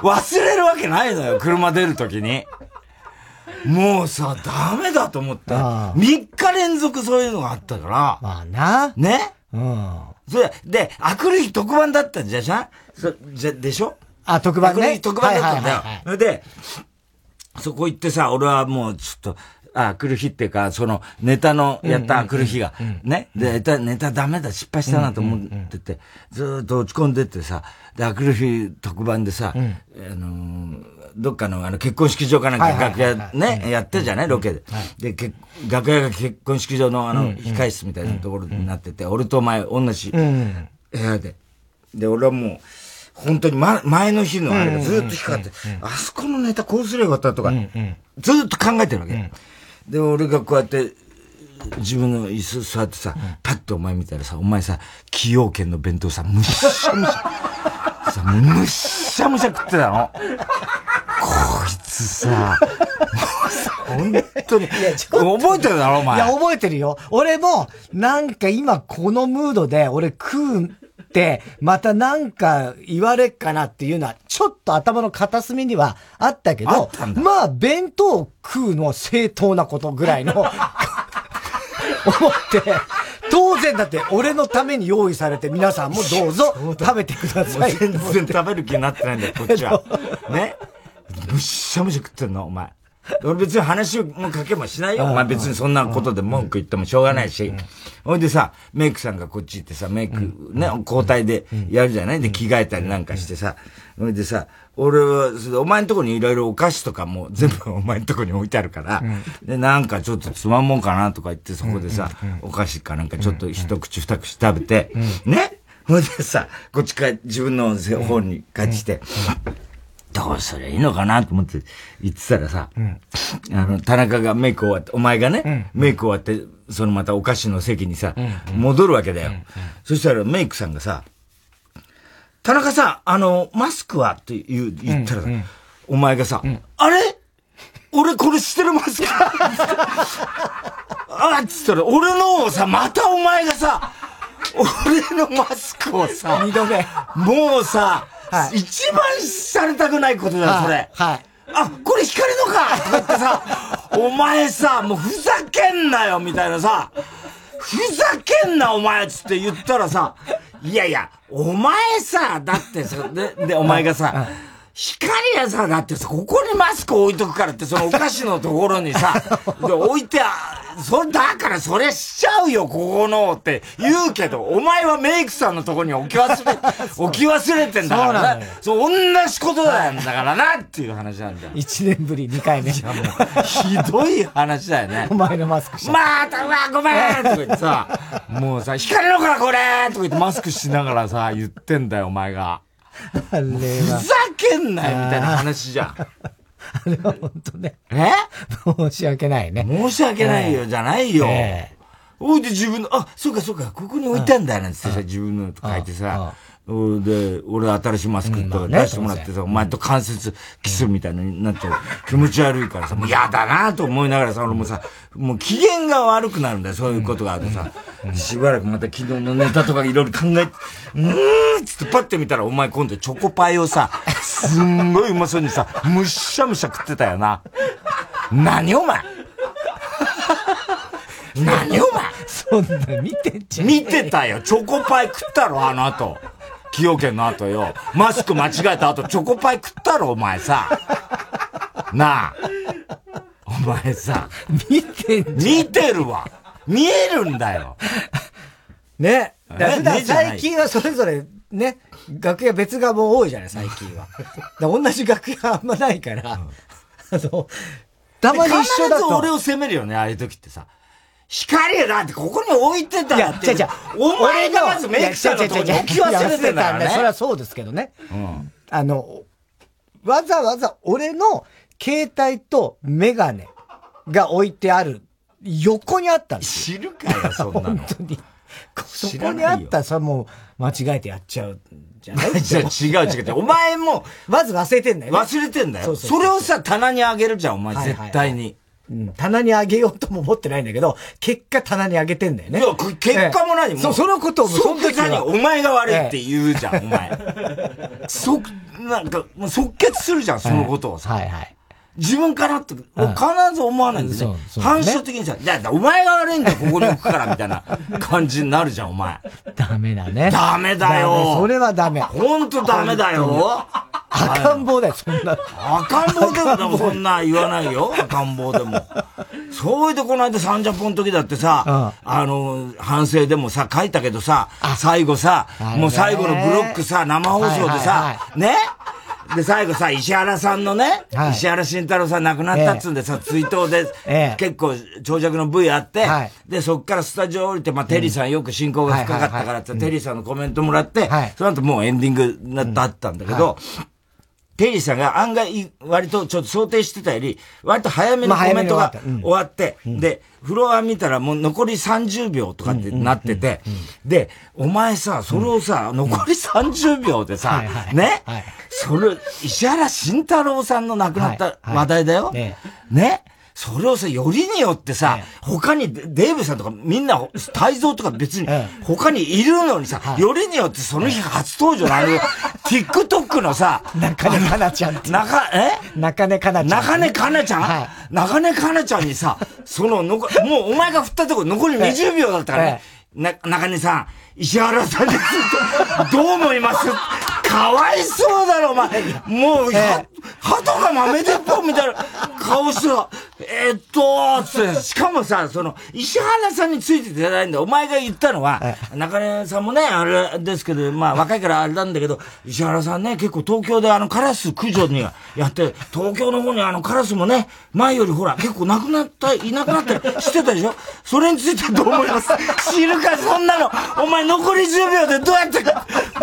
Speaker 3: 忘れるわけないのよ、車出るときに。もうさ、ダメだと思って。
Speaker 1: ああ
Speaker 3: 3日連続そういうのがあったから、
Speaker 1: まあな。
Speaker 3: ね。
Speaker 1: うん。
Speaker 3: それで、あくる日特番だったんじゃじゃんそじゃ、でしょ
Speaker 1: あ、特番
Speaker 3: これ
Speaker 1: ね。
Speaker 3: 特番だったんだよ。
Speaker 1: はいはいはい
Speaker 3: それで、そこ行ってさ、俺はもうちょっと、あ、来る日っていうか、その、ネタの、やった、来る日が、ね。で、ネタ、ネタダメだ、失敗したなと思ってて、ずーっと落ち込んでってさ、で、あ、来る日特番でさ、あのー、どっかの、あの、結婚式場かなんか
Speaker 1: はいはい
Speaker 3: 楽
Speaker 1: はいはい
Speaker 3: 屋ね、やってるじゃない、ロケで。で、結楽屋が結婚式場の、あの、控室みたいなところになってて、俺とお前、同じ部屋で。で、俺はもう、本当に、ま、前の日のあれがずっと光って、あそこのネタこうすればよかったとか、ずっと考えてるわけ。で、俺がこうやって、自分の椅子座ってさ、パッとお前見たらさ、お前さ、崎陽軒の弁当さ、むっしゃむしゃ、さ、むっしゃむしゃ食ってたの。こいつ さ、もうさ、本当に、覚えてるだろ、お前。
Speaker 1: いや、覚えてるよ。俺も、なんか今このムードで、俺食うって、またなんか言われっかなっていうのは、ちょっと頭の片隅にはあったけど、まあ、弁当を食うのは正当なことぐらいの、思って、当然だって俺のために用意されて皆さんもどうぞ食べてください。
Speaker 3: 全然食べる気になってないんだよ、こっちは。ね。むっしゃむしゃ食ってんの、お前。俺別に話をもうかけもしないよ。お前別にそんなことで文句言ってもしょうがないし。ほいでさ、メイクさんがこっち行ってさ、メイクね、交代でやるじゃないで、着替えたりなんかしてさ。ほいでさ、俺は、それでお前んとこにいろいろお菓子とかも全部お前んとこに置いてあるから、で、なんかちょっとつまんもんかなとか言ってそこでさ、お菓子かなんかちょっと一口二口食べて、ね ほいでさ、こっちから自分の方に帰ってきて、どうすりゃいいのかなと思って言ってたらさ、あの、田中がメイク終わって、お前がね、メイク終わって、そのまたお菓子の席にさ、戻るわけだよ。そしたらメイクさんがさ、田中さん、あの、マスクはって言う言ったらさ、お前がさ、あれ俺これしてるマスクあっつったら、俺のをさ、またお前がさ、俺のマスクをさ、
Speaker 1: 二度目。
Speaker 3: もうさ、
Speaker 1: はい
Speaker 3: 一番されたくないことだよ、それ。
Speaker 1: はい。
Speaker 3: あ、これ光のかとか言ってさ、お前さ、もうふざけんなよみたいなさ、ふざけんなお前つって言ったらさ、いやいや、お前さ、だってさ、で、で、お前がさ、光やさ、だってさ、ここにマスク置いとくからって、そのお菓子のところにさ、で置いてあ、そ、だからそれしちゃうよ、ここのって言うけど、お前はメイクさんのとこに置き 忘れ、置き忘れてんだか
Speaker 1: そうな
Speaker 3: ら
Speaker 1: の
Speaker 3: な
Speaker 1: よ。
Speaker 3: そう、同じことなんだからなっていう話なんだよ。
Speaker 1: 一年ぶり二回目。
Speaker 3: ひどい話だよね
Speaker 1: お。前のマスクし
Speaker 3: また、うわ、ごめんとか言ってさ、もうさ、光るのか、これとか言ってマスクしながらさ、言ってんだよ、お前が。
Speaker 1: た。あれ
Speaker 3: ふ
Speaker 1: は、
Speaker 3: ざけんなよ、みたいな話じゃん。
Speaker 1: あれは本当ね、
Speaker 3: え
Speaker 1: 申し訳ないね。
Speaker 3: 申し訳ないよ、じゃないよ。
Speaker 1: ええ
Speaker 3: おいで自分の、あ、そうかそうか、ここに置いたんだ、なんつってさ、自分のと書いてさ、おいで、俺新しいマスクと
Speaker 1: う
Speaker 3: か
Speaker 1: んまあね
Speaker 3: 出してもらってさ、お前と関節キスみたいのになって、気持ち悪いからさ、もう嫌だなと思いながらさ、俺もさ、もう機嫌が悪くなるんだよ、そういうことがあってさ、しばらくまた昨日のネタとかいろいろ考えて、うーんっつってパッて見たら、お前今度チョコパイをさ、すんごいうまそうにさ、むっしゃむしゃ食ってたよな。何お前何お前
Speaker 1: そんな見てんじゃん。
Speaker 3: 見てたよ。チョコパイ食ったろ、あの後。崎陽軒の後よ。マスク間違えた後、チョコパイ食ったろ、お前さ。なあ。お前さ、
Speaker 1: 見てんじゃん。
Speaker 3: 見てるわ。見えるんだよ。
Speaker 1: ね。だから
Speaker 3: ね
Speaker 1: 普段
Speaker 3: ねじゃない
Speaker 1: 最近はそれぞれ、ね、楽屋別がもう多いじゃない、最近 は。だから同じ楽屋あんまないから、あの、たまに
Speaker 3: 必
Speaker 1: 一緒だ
Speaker 3: ず俺
Speaker 1: と。
Speaker 3: を責めるよね、ああいう時ってさ。光よだってここに置いてた
Speaker 1: い
Speaker 3: よ
Speaker 1: や
Speaker 3: っ、
Speaker 1: 違
Speaker 3: て。
Speaker 1: う違う。
Speaker 3: お前がまずメイクさんの
Speaker 1: 俺
Speaker 3: と
Speaker 1: の
Speaker 3: こ
Speaker 1: い
Speaker 3: に
Speaker 1: や違う違う違う
Speaker 3: 置き
Speaker 1: いや忘
Speaker 3: 忘れてんだから
Speaker 1: れてたんだそれは
Speaker 3: ね。
Speaker 1: そうですけどね。
Speaker 3: うん
Speaker 1: あの、わざわざ俺の携帯とメガネが置いてある横にあったんです
Speaker 3: 知るかよ、そんなの。
Speaker 1: 本当に。そ
Speaker 3: 知
Speaker 1: こ
Speaker 3: ら
Speaker 1: に
Speaker 3: ないよ
Speaker 1: あったさ、もう間違えてやっちゃうんじゃない
Speaker 3: じゃあ違う違う違う。お前も、
Speaker 1: まず忘れてんだよね。
Speaker 3: 忘れてんだよ。
Speaker 1: そ
Speaker 3: そう
Speaker 1: そうそう
Speaker 3: れをさ、棚にあげるじゃん、お前、
Speaker 1: はいはいはい
Speaker 3: 絶対に。
Speaker 1: うん、棚にあげようとも思ってないんだけど、結果棚にあげてんだよね。
Speaker 3: いやこれ結果も何も
Speaker 1: そう、そのことをもう
Speaker 3: そ
Speaker 1: の
Speaker 3: ん
Speaker 1: 時
Speaker 3: なに
Speaker 1: は
Speaker 3: お前が悪いって言うじゃん、お前。そ、なんか、もう即決するじゃん、そのことをさ。
Speaker 1: はいはい。
Speaker 3: 自分からって、必ず思わないんだよね。
Speaker 1: そうそう
Speaker 3: 反射的にさ、だってお前が悪いんだよ、ここに置くから、みたいな感じになるじゃん、お前。
Speaker 1: ダメだね。
Speaker 3: ダメだよ
Speaker 1: ダメそれはダメ。
Speaker 3: ほんとダメだよ。
Speaker 1: 赤ん坊だよ、そんな。
Speaker 3: 赤ん坊でもでもそんな言わないよ、赤ん坊でも。そういうとこの間サンジャポの時だってさ、あの、反省でもさ、書いたけどさ、最後さ
Speaker 1: あれ、ね
Speaker 3: もう最後のブロックさ、生放送で
Speaker 1: はいはい
Speaker 3: さ、ねで、最後さ、石原さんのね、
Speaker 1: はい
Speaker 3: 石原慎太郎さん亡くなったっつうんでさ、追悼で、
Speaker 1: ええ
Speaker 3: 結構長尺の V あって、
Speaker 1: はい
Speaker 3: で、そっからスタジオ降りて、まあ、テリーさんよく進行が深かったからって、テリーさんのコメントもらって、
Speaker 1: はい
Speaker 3: その後もうエンディングになったったんだけど、テリーさんが案外、割とちょっと想定してたより、割と早めの
Speaker 1: まあ
Speaker 3: コメントが
Speaker 1: 早めに
Speaker 3: 終わって、で、フロア見たらもう残り30秒とかってなってて、で、お前さ、それをさ、残り30秒でさ
Speaker 1: はいは、い
Speaker 3: ね
Speaker 1: はい、
Speaker 3: それ、石原慎太郎さんの亡くなっ
Speaker 1: はい
Speaker 3: た
Speaker 1: はい
Speaker 3: 話題だよ
Speaker 1: ね。
Speaker 3: ねそれをさ、よりによってさ、他にデデーブさんとかみんな、泰造とか別に、他にいるのにさ、よりによってその日初登場のあの、TikTok のさ、
Speaker 1: 中根かなちゃんって。
Speaker 3: 中、え
Speaker 1: 中根かなちゃん。
Speaker 3: 中根かなちゃん、
Speaker 1: は
Speaker 3: 中根かなちゃんにさ、その、のこもうお前が振ったとこ残り20秒だったからね。
Speaker 1: はい
Speaker 3: な、中根さん、石原さんですって、どう思いますかわいそうだろ、お前。もう、は、鳩が豆鉄砲みたいな顔してさ、えーっと、つって しかもさ、その、石原さんについててないんだ。お前が言ったのは、中根さんもね、あれですけど、まあ、若いからあれなんだけど、石原さんね、結構東京であの、カラス駆除にやって、東京の方にあの、カラスもね、前よりほら、結構なくなった、いなくなったり してたでしょそれについてどう思います知るか、そんなの。お前残り10秒でどうやって、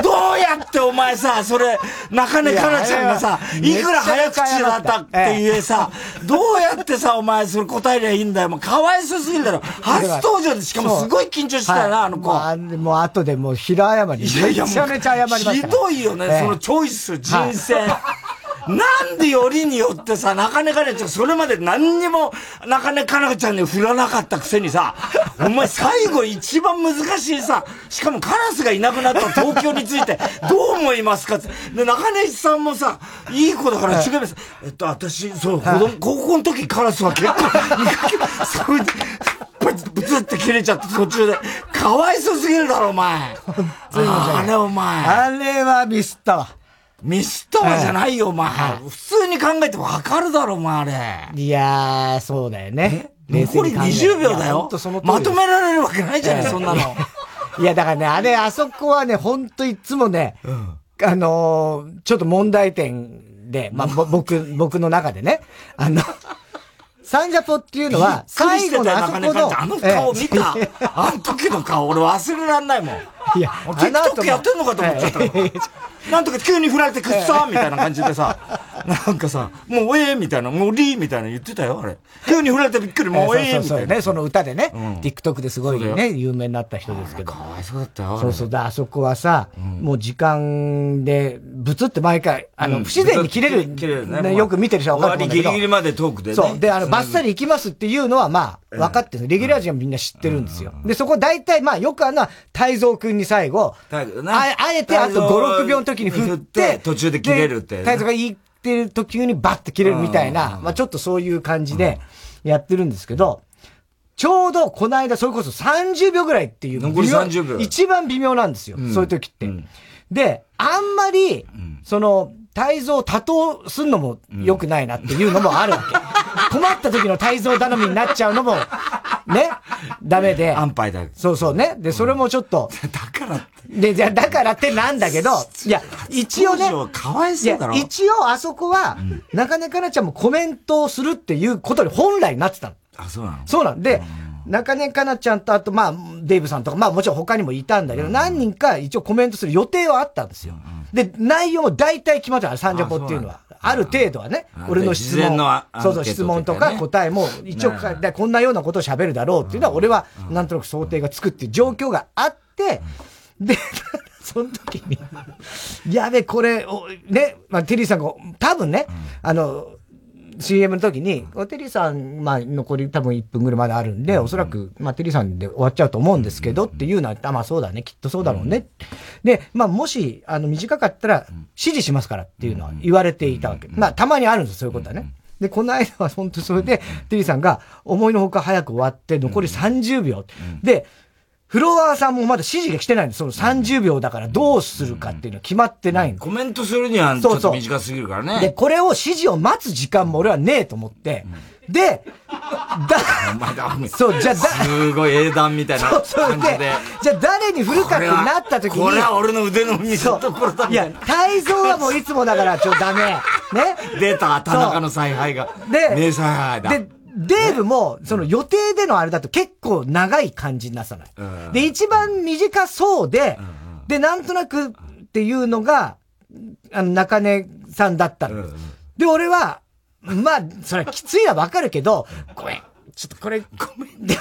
Speaker 3: どうやってお前さ、それ、中根かなちゃんがさ、
Speaker 1: い
Speaker 3: い
Speaker 1: や
Speaker 3: くら早口だったって言えさ、どうやってさ、お前それ答えりゃいいんだよ。もうかわいそうすぎるだろ。初登場でしかもすごい緊張してたよな、あの子。
Speaker 1: はいもう、あもう後でもう平謝り。めちゃめちゃ謝りましたから。
Speaker 3: ひどいよね、
Speaker 1: ええ
Speaker 3: そのチョイス、人選。 なんでよりによってさ、中根かなちゃん、それまで何にも中根かなちゃんに振らなかったくせにさ、 お前最後一番難しいさ、しかもカラスがいなくなった東京について、 どう思いますかって。で、中根さんもさ、いい子だから違います。えっと、私、そう、子供、高校の時カラスは結構、それで、ブツブツって切れちゃって途中で、かわいそうすぎるだろ、お前。あれ、お前。
Speaker 1: あれはミスったわ。
Speaker 3: ミスターじゃないよ、お前。普通に考えてわかるだろ、お前、あれ。
Speaker 1: いやー、そうだよね。冷静
Speaker 3: 残
Speaker 1: に
Speaker 3: り
Speaker 1: 考えて
Speaker 3: 20秒
Speaker 1: い
Speaker 3: だ
Speaker 1: やほ
Speaker 3: よ
Speaker 1: んとその。通り
Speaker 3: ま
Speaker 1: です
Speaker 3: とめられるわけないじゃない、そんなの。
Speaker 1: いや、だからね、あれ、あそこはね、ほんといつもね、あのーちょっと問題点で、まあ、 ぼ僕、僕の中でね、あの、サンジャポっていうのは、
Speaker 3: 最
Speaker 1: 最後
Speaker 3: 後の
Speaker 1: の
Speaker 3: あ
Speaker 1: あ
Speaker 3: そ
Speaker 1: そ
Speaker 3: こ
Speaker 1: こ
Speaker 3: の。
Speaker 1: の、
Speaker 3: あの顔見た
Speaker 1: え。
Speaker 3: あの時の顔、俺忘れらんないもん。
Speaker 1: えいや、
Speaker 3: 俺 TikTok やってんのかと思っちゃった
Speaker 1: ええ
Speaker 3: もんなんとか急に振られてくっさーみたいな感じで さ、なんかさ、もうええみたいな、もうリーみたいなの言ってたよ、あれ。急に振られてびっくり、もうええ
Speaker 1: そう
Speaker 3: み
Speaker 1: そうそう
Speaker 3: たいな
Speaker 1: ね、。その歌でね、
Speaker 3: うん
Speaker 1: TikTok ですごい
Speaker 3: そうだ
Speaker 1: ね、有名になった人ですけど
Speaker 3: か。わいそうだったよ、あれ
Speaker 1: そうそうだ、あそこはさ、もう時間で、ぶつって毎回、あの、不自然に切れる、
Speaker 3: 切れるね
Speaker 1: ねよく見てる人は分かると思うんだけ
Speaker 3: 終わりギ
Speaker 1: ど。
Speaker 3: リギリまでトークでね
Speaker 1: そう。で、あの、バッサリ行きますっていうのは、まあ、分かってる。レギュラー陣はみんな知ってるんですよ。で、そこ大体、まあ、よくあるのは、太蔵くんに最後、
Speaker 3: だけどな
Speaker 1: ああえてあと
Speaker 3: 太蔵
Speaker 1: 5、6秒の時に振っ
Speaker 3: 振って
Speaker 1: て、
Speaker 3: 途中で切れるって
Speaker 1: で太蔵が言ってる途中にバッて切れるみたいな、まあ、ちょっとそういう感じでやってるんですけど、ちょうどこの間、それこそ30秒ぐらいっていう。
Speaker 3: 残り
Speaker 1: 微妙
Speaker 3: 30秒
Speaker 1: 一番微妙なんですよ。そういう時って。で、あんまり、その、泰造を多頭すんのも良くないなっていうのもあるわ け。困った時の泰造頼みになっちゃうのも、ね、ダメで。
Speaker 3: 安牌だけど
Speaker 1: そうそうね。で、それもちょっと、
Speaker 3: だからって。
Speaker 1: で、じゃあだからってなんだけど、いや、一応ね、
Speaker 3: 当時はかわい
Speaker 1: い
Speaker 3: そうだ
Speaker 1: や
Speaker 3: ろ。
Speaker 1: 一応あそこは、中根かなちゃんもコメントをするっていうことに本来なってたの。
Speaker 3: あ、そうなの
Speaker 1: そうなんで、中根かなちゃんと、あと、まあ、デイブさんとか、まあ、もちろん他にもいたんだけど、何人か一応コメントする予定はあったんですよ。で、内容も大体決まってた、サンジャポっていうのは。ある程度はね
Speaker 3: あ、
Speaker 1: 俺の質
Speaker 3: 事前
Speaker 1: 問
Speaker 3: のア、
Speaker 1: そうそ
Speaker 3: アン
Speaker 1: う、
Speaker 3: ケートというかね
Speaker 1: 質問とか答えも、一応か、でこんなようなことを喋るだろうっていうのは、俺は、なんとなく想定がつくっていう状況があって、で、 その時に、やべ、これ、おね、まあ、テリーさんが、多分ね、あの、CM の時に、テリーさん、まあ、残り多分1分ぐらいまであるんで、おそらく、まあ、テリーさんで終わっちゃうと思うんですけど、っていうのは、あまあ、そうだね、きっとそうだろうね。で、まあ、もし、あの、短かったら、指示しますからっていうのは言われていたわけ。まあ、たまにあるんですよ、そういうことはね。で、この間は本当それで、テリーさんが、思いのほか早く終わって、残り30秒。で、フロアさんもまだ指示が来てないんです。その30秒だからどうするかっていうのは決まってないんで
Speaker 3: コメントするにはちょっと短すぎるからね。
Speaker 1: で、これを指示を待つ時間も俺はねえと思って、で、だ、
Speaker 3: まだ、
Speaker 1: そう、じゃあだ、
Speaker 3: すごい英断みたいな
Speaker 1: そう、それ
Speaker 3: 感じ
Speaker 1: で
Speaker 3: で。、
Speaker 1: じゃあ誰に振るかってなった時に、
Speaker 3: こ れは俺の腕の見せ
Speaker 1: そう
Speaker 3: 所だ。
Speaker 1: いや、泰造はもういつもだから、ちょ、ダメ。ね。
Speaker 3: 出た、田中の采配が。
Speaker 1: で、
Speaker 3: 名采配だ。
Speaker 1: で、デーブも、その予定でのあれだと結構長い感じになさない。
Speaker 3: うん
Speaker 1: で、一番短そうで、で、なんとなくっていうのが、あの、中根さんだったの。
Speaker 3: うんうん
Speaker 1: で、俺は、まあ、それはきついのはわかるけど、ごめん、ちょっとこれ、
Speaker 3: ごめんだよ。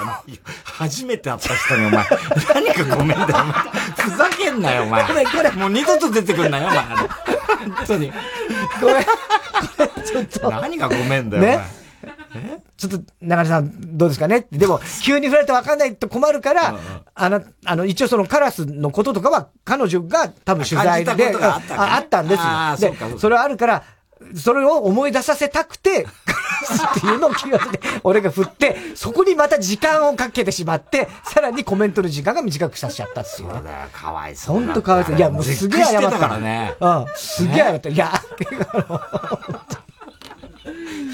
Speaker 3: 初めて会った人にお前、何かごめんだよ。お前ふざけんなよ、お前。
Speaker 1: これこれ
Speaker 3: もう二度と出てくんなよ、お前。本当に。
Speaker 1: ごめん、
Speaker 3: 何がごめんだよ、お
Speaker 1: ね
Speaker 3: 前。
Speaker 1: ちょっと、中根さん、どうですかねでも、急に振られてわかんないと困るから、あの、あの、一応そのカラスのこととかは、彼女が多分取材
Speaker 3: あ感じた
Speaker 1: で、
Speaker 3: ことがあったんだね
Speaker 1: ああったんですよ。
Speaker 3: あーそうかそうか
Speaker 1: で、それはあるから、それを思い出させたくて、 カラスっていうのを切り分けて、俺が振って、そこにまた時間をかけてしまって、さらにコメントの時間が短くさせちゃったっていうね。
Speaker 3: そうだよ、かわいそうだ
Speaker 1: ほ
Speaker 3: った。
Speaker 1: んとかわいそう。いや、もうすげえ謝
Speaker 3: 絶
Speaker 1: っ
Speaker 3: 句
Speaker 1: た。
Speaker 3: してからね。
Speaker 1: うん。すげえ謝った。い や、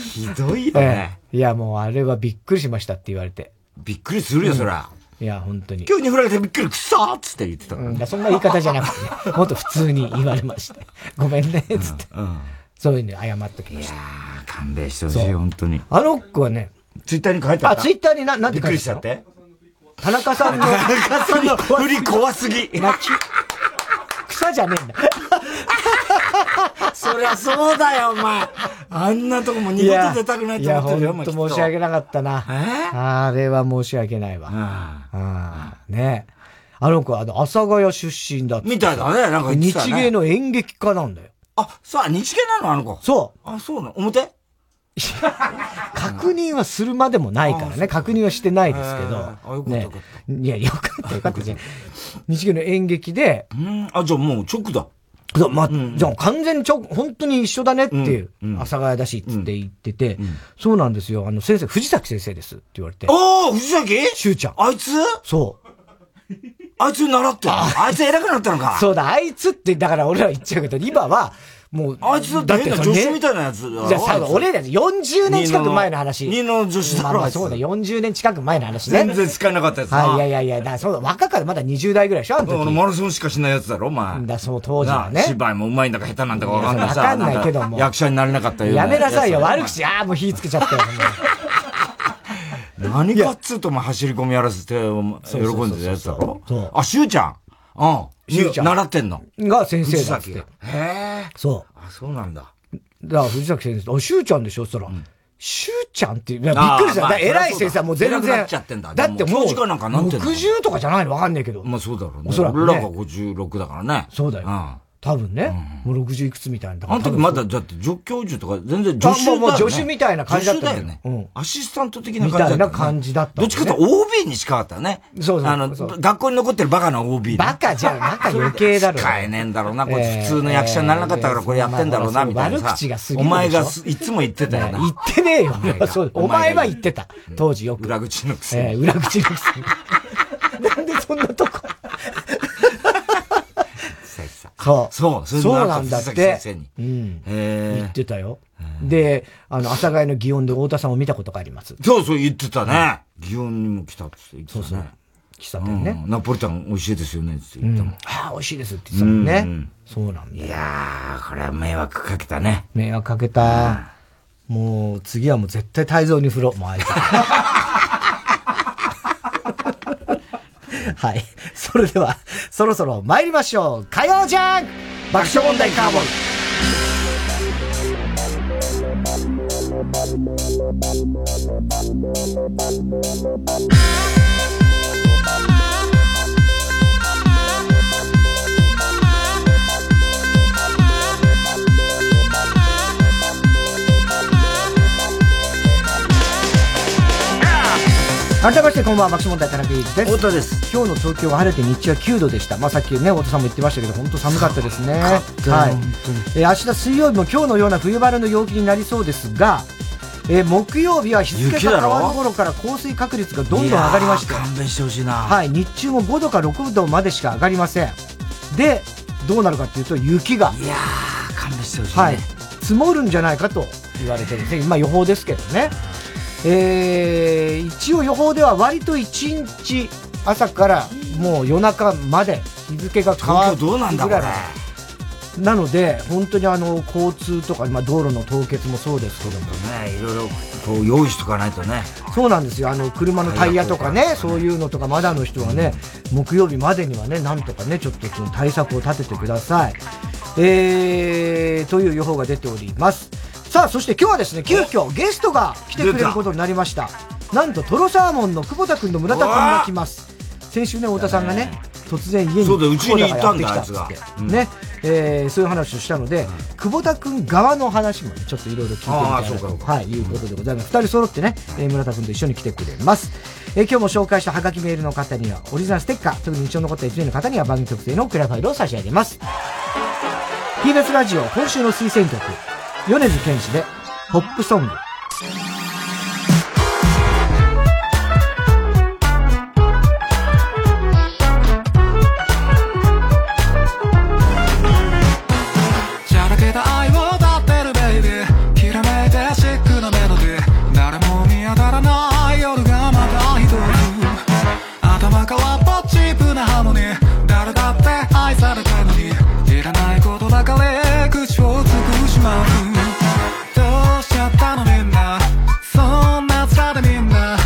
Speaker 3: ひどいよ
Speaker 1: え
Speaker 3: ね。
Speaker 1: えいや、もうあれはびっくりしましたって言われて。
Speaker 3: びっくりするよ、そりゃ。
Speaker 1: いや、本当に。
Speaker 3: 急に振られてびっくり、くそーっつって言ってたから
Speaker 1: うん、だそんな言い方じゃなくて、ね、もっと普通に言われまして。 ごめんね、つって。そういうの謝っときました。
Speaker 3: あー勘弁してほしい、本当に。
Speaker 1: あの子はね、
Speaker 3: ツイッターに書いてあっ
Speaker 1: あ、
Speaker 3: た。
Speaker 1: ツイッターにな、なんて
Speaker 3: びっ
Speaker 1: 書
Speaker 3: く
Speaker 1: い
Speaker 3: り
Speaker 1: て
Speaker 3: しちゃ
Speaker 1: たの
Speaker 3: って。
Speaker 1: 田中さんの
Speaker 3: 中さんの振り怖すぎ。
Speaker 1: 草じゃねえんだ。
Speaker 3: そりゃそうだよ、お前。あんなとこも二度と出たくないと思ってるよ、お
Speaker 1: いや
Speaker 3: 前。
Speaker 1: ほんと申し訳
Speaker 3: な
Speaker 1: な
Speaker 3: い。
Speaker 1: かったな。
Speaker 3: え
Speaker 1: あれは申し訳ないわ。
Speaker 3: あ
Speaker 1: ああ、ねあの子、あの、阿佐ヶ谷出身だっ
Speaker 3: ー
Speaker 1: て。
Speaker 3: みたいだね、なんか言ってた
Speaker 1: 日
Speaker 3: ね
Speaker 1: 芸。の演劇家なんだよ。
Speaker 3: あ、そう、あ日芸なの、あの子。
Speaker 1: そう。
Speaker 3: あ、そうなの表
Speaker 1: 確認はするまでもないからね。確認はしてないですけど。
Speaker 3: へーあよかったよ
Speaker 1: ね
Speaker 3: かっ。
Speaker 1: いや、よかったよかったじゃん。日芸の演劇で、
Speaker 3: うん。あ、じゃあもう直だ。
Speaker 1: そうまあ、じゃあ完全にちょ、本当に一緒だねっていう、阿佐ヶ谷だしっつって言ってて、そうなんですよ。あの、先生、藤崎先生ですって言われて。
Speaker 3: おー、藤崎
Speaker 1: しゅうちゃん。
Speaker 3: あいつ
Speaker 1: そう。
Speaker 3: あいつに習ってる。あいつ偉くなったのか。
Speaker 1: そうだ、あいつって、だから俺ら言っちゃうけど、今は、もう、
Speaker 3: あいつだって変な
Speaker 1: その
Speaker 3: 女
Speaker 1: ね
Speaker 3: 子みたいなやつだろ。
Speaker 1: じゃあ最後、俺ら40年近く前の話。
Speaker 3: 二の女子だ
Speaker 1: まあ
Speaker 3: ろ。
Speaker 1: ま
Speaker 3: あ
Speaker 1: あ
Speaker 3: いつ
Speaker 1: そうだ、40年近く前の話ね。
Speaker 3: 全然使えなかったやつな。
Speaker 1: はい、いやいやいや、だからそうだ、若かったまだ20代ぐらいでしょ、あの
Speaker 3: 俺
Speaker 1: 時。
Speaker 3: マラソンしかしないやつだろ、お前。
Speaker 1: だそう、当時
Speaker 3: な
Speaker 1: は
Speaker 3: あ
Speaker 1: ね。
Speaker 3: 芝居もうまいんだか下手なんだかわかんないさ。
Speaker 1: いやわかんないけども
Speaker 3: んか役者になれなかったよう
Speaker 1: やめなさいよ、
Speaker 3: やつだろ
Speaker 1: 悪。口、ああ、もう火つけちゃったよ。も
Speaker 3: 何かっつうと、お前走り込みやらせて、お前喜
Speaker 1: うそうん
Speaker 3: でたやつだろ
Speaker 1: そうそう。
Speaker 3: あ、しゅうちゃん。うん。
Speaker 1: しゅうちゃん
Speaker 3: 習ってんの。
Speaker 1: うが先生
Speaker 3: 藤
Speaker 1: だっつ
Speaker 3: 崎
Speaker 1: って
Speaker 3: が。。へえ。
Speaker 1: そ
Speaker 3: あ、そうなんだ。
Speaker 1: う。だから藤崎先生、お、しゅうちゃんでしょそしたら、しゅうちゃんっていう、いやびっくりした。
Speaker 3: あーま
Speaker 1: だか
Speaker 3: あ
Speaker 1: ら偉い先生はもう全然。
Speaker 3: 偉くなっちゃってんだ
Speaker 1: だってもう、
Speaker 3: 教授かなんかなってんの
Speaker 1: 60とかじゃないのわかんないけど。
Speaker 3: まあそうだろうね。
Speaker 1: おそらくね
Speaker 3: 俺らが56だからね。
Speaker 1: そうだよ。
Speaker 3: ん。
Speaker 1: 多分ね、もう60いくつみたいな。だか
Speaker 3: あ
Speaker 1: ら
Speaker 3: の時まだ、だって、助教授とか、全然助手
Speaker 1: あ
Speaker 3: だよ、ね。
Speaker 1: もうもう助手みたいな感じだった
Speaker 3: 助
Speaker 1: んだ
Speaker 3: 手
Speaker 1: よ
Speaker 3: だよね。
Speaker 1: うん
Speaker 3: アシスタント的な感じ
Speaker 1: みたいな感じだったんだ
Speaker 3: ど
Speaker 1: よ
Speaker 3: っ
Speaker 1: ね
Speaker 3: ちかというと OB に近かったね。
Speaker 1: そうそう
Speaker 3: あの、
Speaker 1: そう
Speaker 3: 学校に残ってるバカな OB
Speaker 1: バカじゃん、バカ余計だろ。
Speaker 3: 使えねえんだろうな、こい
Speaker 1: ええ
Speaker 3: つ普通の役者にならなかったからこれやってんだろう
Speaker 1: ま
Speaker 3: な、
Speaker 1: あまあ
Speaker 3: みたいなさ。
Speaker 1: 悪口が過ぎるでしょ
Speaker 3: お前がすいつも言ってたよな。
Speaker 1: 言ってねえよ。 そうお前は言ってた。当時よく。
Speaker 3: 裏口のくせに。
Speaker 1: えー、裏口のくせ になんでそんなとこ。
Speaker 3: さっきさ
Speaker 1: そう。
Speaker 3: そう、
Speaker 1: そう
Speaker 3: れで
Speaker 1: なんだっ
Speaker 3: 藤崎
Speaker 1: て。
Speaker 3: 先生
Speaker 1: う
Speaker 3: に。
Speaker 1: ん。言
Speaker 3: え
Speaker 1: っ
Speaker 3: え。
Speaker 1: てたよ。で、あの、阿佐ヶ谷の祇園で太田さんを見たことがあります。
Speaker 3: そうそう言ってたね。祇園にも来たって言ってたね。そう
Speaker 1: 喫茶店ね。
Speaker 3: んナポリタン美味しいですよねって言ったもん。
Speaker 1: ああ、美味しいですって言ってたもんね。
Speaker 3: うんうん
Speaker 1: そうなんだ
Speaker 3: い
Speaker 1: よ。
Speaker 3: やー、これは迷惑かけたね。
Speaker 1: 迷惑かけた。もう、次はもう絶対泰造に振ろう。もう あいつ。はい。それでは、そろそろ参りましょう。火曜ジャンク爆笑問題カーボン改めましてこんばんは、爆笑問題田中裕二です。
Speaker 3: 太田です。
Speaker 1: 今日の東京は晴れて日中は9度でした。まあさっきね、太田さんも言ってましたけど、本当寒かったですね。はい。えー明日水曜日も今日のような冬晴れの陽気になりそうですが、えー木曜日は日付が変わる頃から降水確率がどんどん上がりまして
Speaker 3: いや、ー勘弁してほしいな。
Speaker 1: はい、日中も5度か6度までしか上がりません。で、どうなるかっていうと雪が、
Speaker 3: いやー、勘弁してほしい、ね。
Speaker 1: はい、積もるんじゃないかと言われてるんですね。まあ予報ですけどね。えー一応予報では割と1日朝からもう夜中まで日付が変わ
Speaker 3: 東
Speaker 1: る
Speaker 3: 京どうなんだ、こ
Speaker 1: ぐら
Speaker 3: れ
Speaker 1: い。なので本当にあの交通とか、まあ、道路の凍結もそうですけども
Speaker 3: ね、いろいろ、こう、用意しとかないとね。
Speaker 1: そうなんですよあの車のタイヤとかねそういうのとかまだの人はね木曜日までにはねなんとかねちょっとその対策を立ててください、えー、という予報が出ておりますさあそして今日はですね急遽ゲストが来てくれることになりましたなんとトロサーモンの久保田君と村田君が来ます先週ね太田さんがね突然家に
Speaker 3: そうだうちにいたんだ
Speaker 1: 久保田がやってきたっつって
Speaker 3: あいつがうん
Speaker 1: ね、えーそういう話をしたので、久保田君側の話もねちょっといろいろ聞いてみ
Speaker 3: あ
Speaker 1: た
Speaker 3: ー
Speaker 1: い
Speaker 3: そう
Speaker 1: な
Speaker 3: か
Speaker 1: と
Speaker 3: そうか
Speaker 1: はい、いうことでございます。二人揃ってね、えー村田君と一緒に来てくれます。えー今日も紹介したハガキメールの方には、オリジナルステッカー、特に印象に残った1名の方には番組特製のクラファイルを差し上げます。TBS ラジオ、今週の推薦曲、米津玄師で、ポップソング。
Speaker 4: じゃらけた愛を歌ってるベイビーきらめいてシックなメロディー誰も見当たらない夜がまた一つ頭からっぽチープなハーモニー誰だって愛されたいのにいらないことばかり口を尽くしまうどうしちゃったのみんなそんな疲れみんな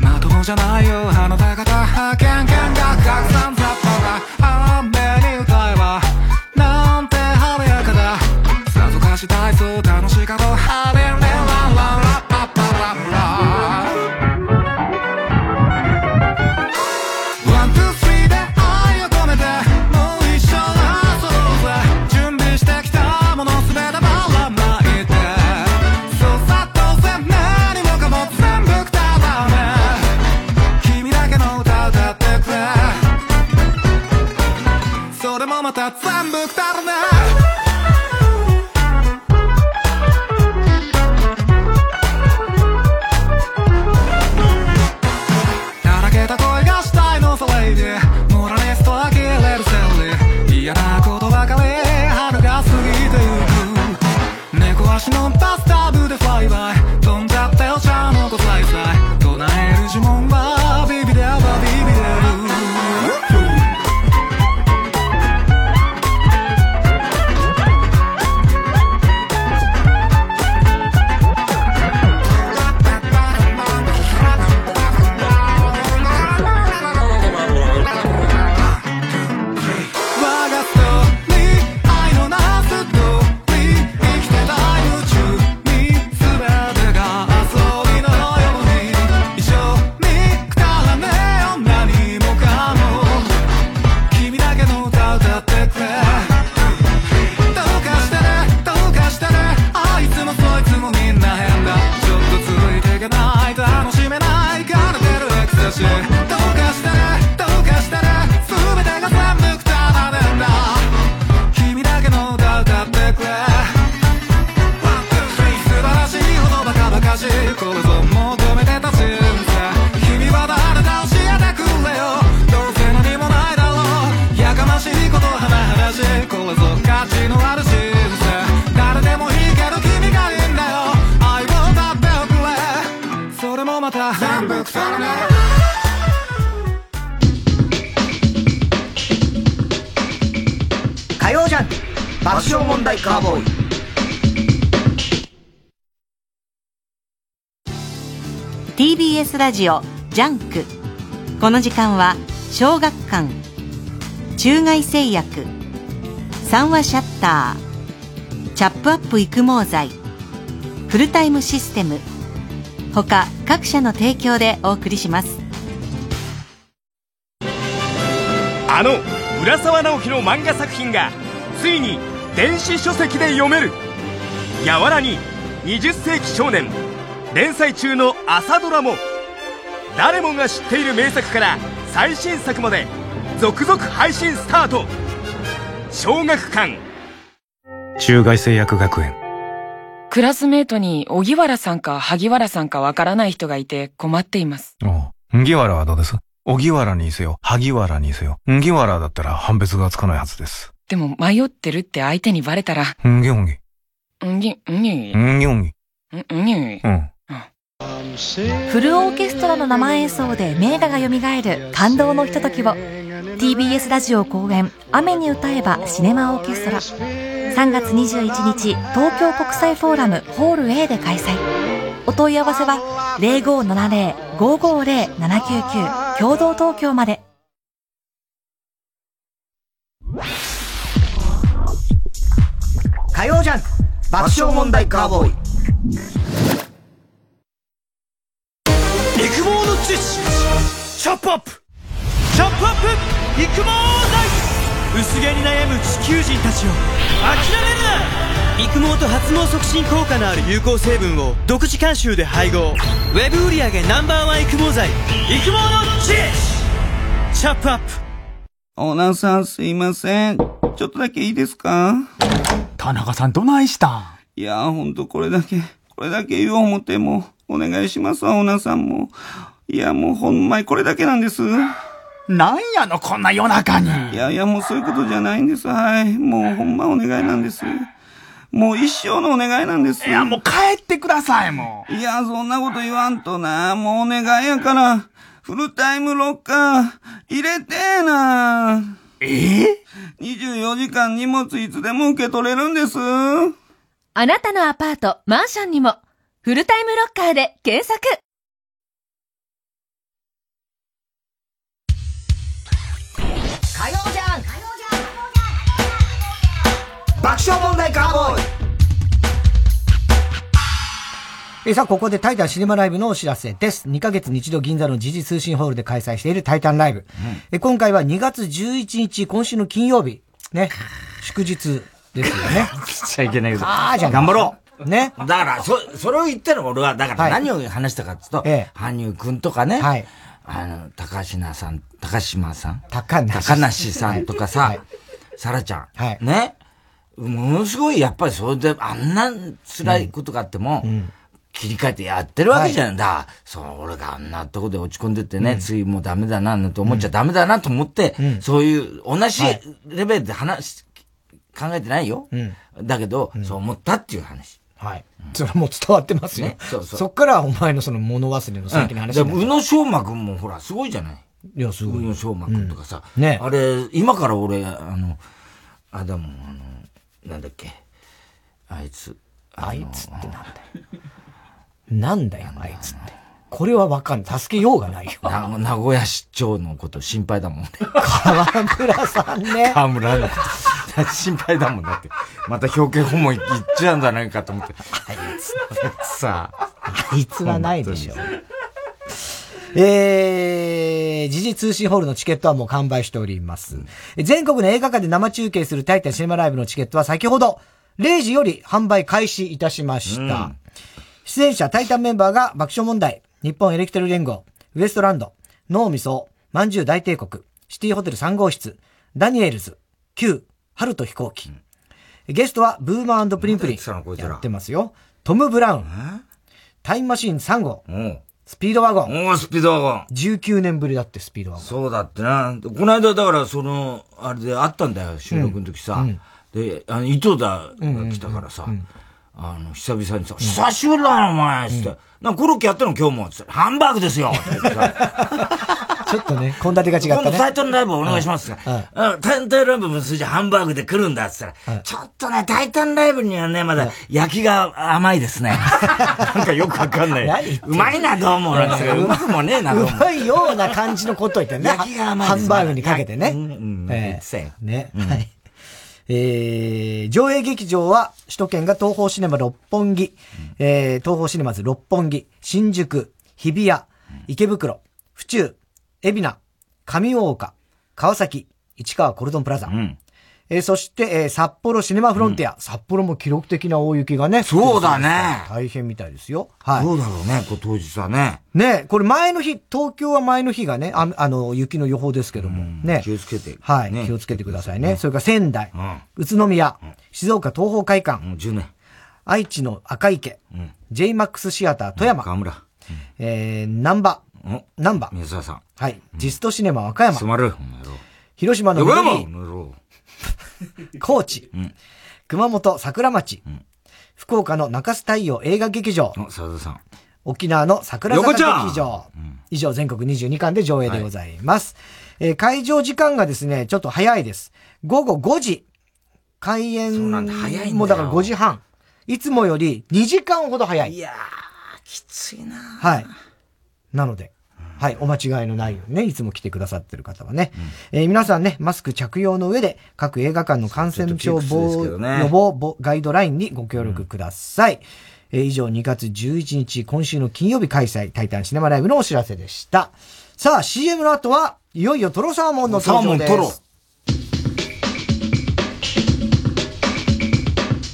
Speaker 4: まともじゃないよあなた方ケンケンガクガクさんざっぱが雨に歌えばなんて晴れやかださぞかし体操楽しかとハレレラララパパララワンツースリーで愛を込めてもう一生遊ぼうぜ準備してきたものすべてばらまいてそうさ当然何もかも全部くたばね君だけの歌歌ってくれそれもまた全部くだらねだらけた恋がしたいのそれでモラリストは消えれるセオリー嫌なことばかり春が過ぎてゆく猫足のバスタブでフライバイ飛んじゃってお茶の子さいさい唱える呪文はビビればビビれる我がストーリー愛のなストーリー生きてた夢中に全てが遊びのように一緒にくだらねえよ何もかも君だけの歌歌ってくれどうかしてねどうかしてねあいつもそいつもみんな変だちょっとついていけない楽しめない枯れてるエクサシーどうかしてねどうかしてね全てが全部くたばねんだ君だけの歌歌ってくれ素晴らしいほどバカバカしいこれぞ求めてた人生君は誰だ教えてくれよどうせ何もないだろうやかましいことはなはだしいこれぞ価値のある人生誰でもいいけど君がいいんだよ愛を歌っておくれそれもまた全部くたらね
Speaker 1: 火曜じゃん爆笑問題カーボーイ
Speaker 5: ー TBS ラジオジャンクこの時間は小学館中外製薬三話シャッターチャップアップ育毛剤フルタイムシステム他各社の提供でお送りします
Speaker 6: あの浦沢直樹の漫画作品がついに電子書籍で読める「やわらに20世紀少年」連載中の朝ドラも誰もが知っている名作から最新作まで続々配信スタート小学館
Speaker 7: 中外製薬学園
Speaker 8: クラスメートに荻原さんか萩原さんかわからない人がいて困っています。
Speaker 7: おう麦わらはどうです荻原にせよ萩原にせよ麦わらだったら判別がつかないはずです
Speaker 8: でも迷ってるって相手にバレたら、
Speaker 7: んぎょんぎ
Speaker 8: んぎ、んぎ、ん
Speaker 7: んぎょんぎ
Speaker 8: ぎ。
Speaker 7: うん
Speaker 9: フルオーケストラの生演奏で名画が蘇る感動のひとときを TBS ラジオ公演「雨に歌えばシネマオーケストラ」3月21日東京国際フォーラムホール A で開催お問い合わせは0570-550-799共同東京まで
Speaker 1: 火曜ジャンク爆笑問題カーボーイ
Speaker 6: 育毛の知識ショップアップショップアップ
Speaker 10: 育毛剤薄毛に悩む地球人たちを諦めるな育毛と発毛促進効果のある有効成分を独自監修で配合ウェブ売上ナンバーワン育毛剤育毛の知恵チャップアップ
Speaker 11: オーナーさんすいません。ちょっとだけいいですか
Speaker 12: 田中さんどないしたん
Speaker 11: いやーほんとこれだけ、これだけ言おう思ても、お願いしますわ、オーナーさんも。いや、もうほんまにこれだけなんです。
Speaker 12: なんやの、こんな夜中に。
Speaker 11: いやいや、もうそういうことじゃないんです。はい。もうほんまお願いなんです。もう一生のお願いなんです。いや、もう帰ってください、もう。いや、そんなこと言わんとな。もうお願いやから、フルタイムロッカー、入れてえな。え ?24 時間荷物いつでも受け取れるんです。
Speaker 13: あなたのアパート、マンションにも、フルタイムロッカーで検索
Speaker 14: 火曜じゃん爆笑問題カーボーイ
Speaker 1: えーさあ、ここでタイタンシネマライブのお知らせです。2ヶ月に一度銀座の時事通信ホールで開催しているタイタンライブ。えー今回は2月11日、今週の金曜日、ね、祝日ですよ ね。
Speaker 3: しちゃいけないけど。
Speaker 1: あーじゃあ
Speaker 3: 頑張ろ
Speaker 1: う。ね。
Speaker 3: だから、そ、それを言ったの俺は、だから何を話したかって言うと、羽生くんとかね、あの、高島さん、高島さん、
Speaker 1: 高梨
Speaker 3: 高梨さんとかさ、さらちゃん、ね。ものすごい、やっぱりそれで、あんな辛いことがあっても、切り替えてやってるわけじゃんだ。そう、俺があんなとこで落ち込んでってね、
Speaker 15: うん
Speaker 3: 次もうダメだな、なんて思っちゃダメだなと思って、そういう、同じレベルで話し、考えてないよ。だけど、そう思ったっていう話。
Speaker 1: はい。それはもう伝わってますよ。
Speaker 3: ねそうそう
Speaker 1: っからお前のその物忘れの先の話
Speaker 3: う
Speaker 1: に
Speaker 3: ん
Speaker 1: な
Speaker 3: で
Speaker 1: る
Speaker 3: も宇野昌磨君もほら、すごいじゃない。
Speaker 1: いや、すごい。
Speaker 3: 宇野昌磨君とかさ、
Speaker 1: うんね
Speaker 3: あれ、今から俺、あの、あ、でも、あの、なんだっけ、あいつ。あいつってなんだよ。
Speaker 1: なんだよ、あいつって。これはわかんない。助けようがないよ。
Speaker 3: な名古屋市長のこと心配だもんね。
Speaker 1: 河村さんね。
Speaker 3: 河村の こと。心配だもんだって。また表敬訪問行っちゃうんじゃないかと思って。あいつ、あいつ さ。
Speaker 1: あいつはないでしょ。えー、時事通信ホールのチケットはもう完売しております。全国の映画館で生中継するタイタンシネマライブのチケットは先ほど0時より販売開始いたしました。出演者タイタンメンバーが爆笑問題、日本エレキテル連合、ウエストランド、脳みそ、まんじゅう大帝国、シティホテル3号室、ダニエルズ、Q、春と飛行機。ゲストはブーマープリンプリン。やってますよ。トム・ブラウン。タイムマシーン3号。スピードワゴン。
Speaker 3: おスピードワゴ
Speaker 1: ン。19年ぶりだって、スピードワゴン。
Speaker 3: そうだってな。でこの間、だから、その、あれで会ったんだよ、収録の時さ。
Speaker 1: うん
Speaker 3: で、あの、井戸田が来たからさ、あの、久々にさ、久しぶりだな、お前つって、なんかコロッケやったの今日もつって、ハンバーグですよって言ってさ
Speaker 1: ちょっとね、献立が違ったね。
Speaker 3: 今度タイトルライブお願いします。
Speaker 1: うんうん
Speaker 3: うん、タイトルライブも数字ハンバーグで来るんだっつったら、ちょっとね、タイタンライブにはね、まだ焼きが甘いで すね。なんかよくわかんな
Speaker 1: 何言
Speaker 3: い
Speaker 1: っ。てん
Speaker 3: う
Speaker 1: の
Speaker 3: まいな、どうも。なんかうまくもねえな、どう
Speaker 1: う
Speaker 3: も。
Speaker 1: まいような感じのことを言ってね。
Speaker 3: 焼きが甘い
Speaker 1: ハ
Speaker 3: です
Speaker 1: ンバーグにかけてね。
Speaker 3: うん 言
Speaker 1: え
Speaker 3: ってたよ
Speaker 1: えね。はい。えー上映劇場は、首都圏が東方シネマ六本木、えー東方シネマズ六本木、新宿、日比谷、池袋、府中、海老名、上大岡、川崎、市川コルドンプラザ。えーそして、えー札幌シネマフロンティア、札幌も記録的な大雪がね。
Speaker 3: そうだね。
Speaker 1: 大変みたいですよ。はい。
Speaker 3: そうだろうね、こう当日はね。
Speaker 1: ねこれ前の日、東京は前の日がね、ああの、雪の予報ですけども、ね。
Speaker 3: 気をつけて。
Speaker 1: はい、気をつけてくださいね。それから仙台、
Speaker 3: うん。
Speaker 1: 宇都宮、静岡東方会館、
Speaker 3: 10年。
Speaker 1: 愛知の赤池、
Speaker 3: うん。
Speaker 1: JMAX シアター富山、
Speaker 3: 河村。
Speaker 1: えー、南波、南波、
Speaker 3: 宮沢さん。
Speaker 1: はい、ジストシネマ和歌山、
Speaker 3: すまる。
Speaker 1: 広島の
Speaker 3: 横
Speaker 1: ベル
Speaker 3: 山
Speaker 1: ギー、高知、熊本桜町、福岡の中洲太陽映画劇場、
Speaker 3: お沢田さん。
Speaker 1: 沖縄の桜坂
Speaker 3: 横ちゃん
Speaker 1: 劇場。以上、全国22巻で上映でございます。えー会場時間がですね、ちょっと早いです。午後5時。開演もうだから5時半。いつもより2時間ほど早い。いや
Speaker 3: きついな。
Speaker 1: はい。なので、はい、お間違いのないようにね、いつも来てくださってる方はね。えー皆さんね、マスク着用の上で、各映画館の感染症
Speaker 3: ちょっと窮屈です
Speaker 1: 防
Speaker 3: けどね
Speaker 1: 予防防ガイドラインにご協力ください。えー以上、2月11日、今週の金曜日開催、タイタンシネマライブのお知らせでした。さあ、CM の後は、いよいよトロサーモンの登場です。
Speaker 14: サーモン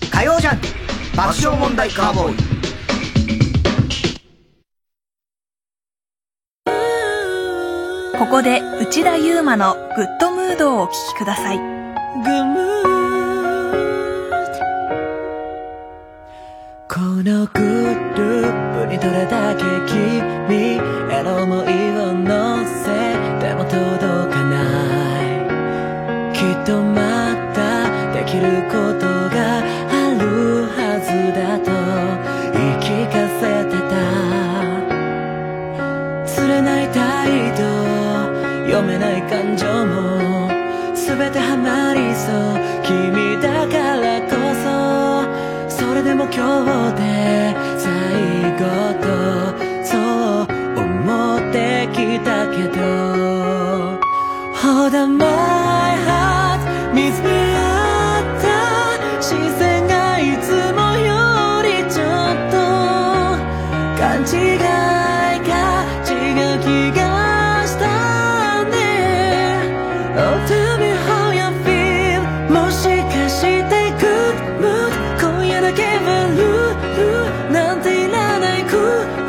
Speaker 14: ト火曜ジャンク爆笑問題カーボーイ
Speaker 2: ここで内田祐馬のグッドムードをお聞きください。
Speaker 16: このグループにどれだけ君への思いを乗せても届かないきっとまたできることがあるはずだと言い聞かせてた連れない態度読めない感情も全てハマりそう君だからこそそれでも今日で最後とそう思ってきたけど Hold on my heart 水に合った視線がいつもよりちょっと勘違いか違う気がしたね Oh tell me how you feel もしかして Good mood 今夜だけはルールなんていらないクー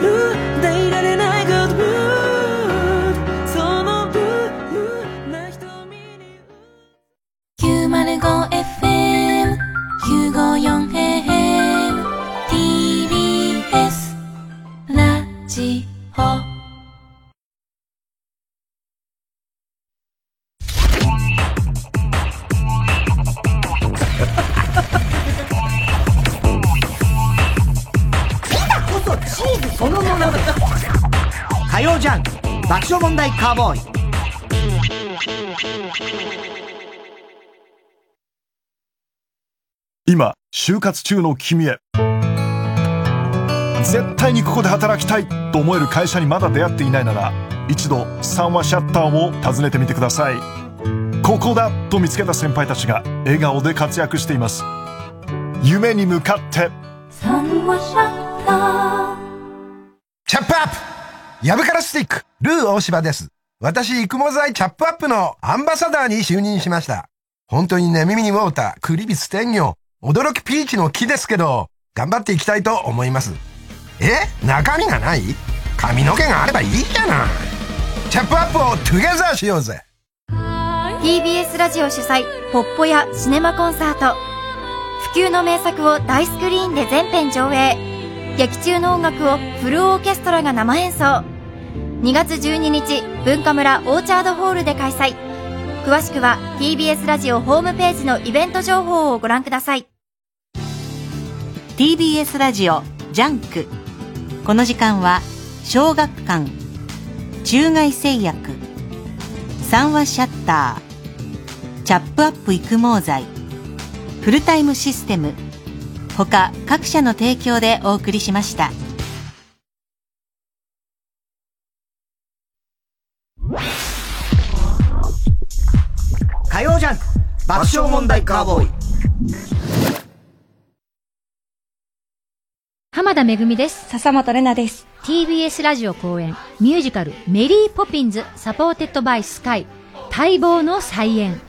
Speaker 16: ルでいられない Good mood そのブルーな瞳に 905FM954AM TBS ラジオ
Speaker 14: だこそチーズそのものだ火曜ジャンク爆笑問題カーボーイ
Speaker 17: 今就活中の君へ絶対にここで働きたいと思える会社にまだ出会っていないなら一度三話シャッターを訪ねてみてくださいここだと見つけた先輩たちが笑顔で活躍しています夢に向かって
Speaker 18: チャップアップヤブカラスティックルー大柴です。私、育毛剤チャップアップのアンバサダーに就任しました。本当にね、耳にウォーター、クリビス天魚、驚きピーチの木ですけど、頑張っていきたいと思います。え中身がない髪の毛があればいいじゃない。チャップアップをトゥゲザーしようぜ
Speaker 19: TBS ラジオ主催ポッポやシネマコンサート不朽の名作を大スクリーンで全編上映劇中の音楽をフルオーケストラが生演奏2月12日文化村オーチャードホールで開催詳しくは TBS ラジオホームページのイベント情報をご覧ください
Speaker 5: TBS ラジオジャンクこの時間は小学館中外製薬三話シャッターチャップアップ育毛剤フルタイムシステム他各社の提供でお送りしました。
Speaker 14: 火曜ジャンク爆笑問題カーボーイ
Speaker 9: 浜田めぐみです。笹本玲奈です。TBS ラジオ公演、ミュージカル、メリーポピンズ、サポーテッドバイスカイ、待望の再演。
Speaker 20: ウ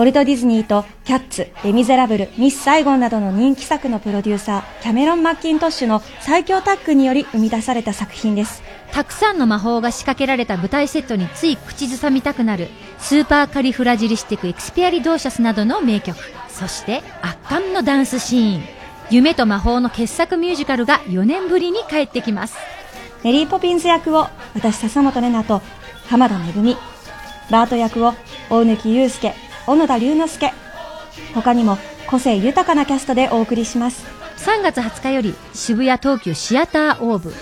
Speaker 20: ォルト・ディズニーとキャッツ、レ・ミゼラブル、ミス・サイゴンなどの人気作のプロデューサー、キャメロン・マッキントッシュの最強タッグにより生み出された作品です。
Speaker 9: たくさんの魔法が仕掛けられた舞台セットについ口ずさみたくなる、スーパーカリフラジリスティック・エクスペアリドーシャスなどの名曲、そして圧巻のダンスシーン。夢と魔法の傑作ミュージカルが4年ぶりに帰ってきます。
Speaker 20: メリー・ポピンズ役を私、笹本玲奈と浜田めぐみ、バート役を大貫勇介、小野田龍之介、他にも個性豊かなキャストでお送りします。
Speaker 9: 3月20日より渋谷東急シアターオーブ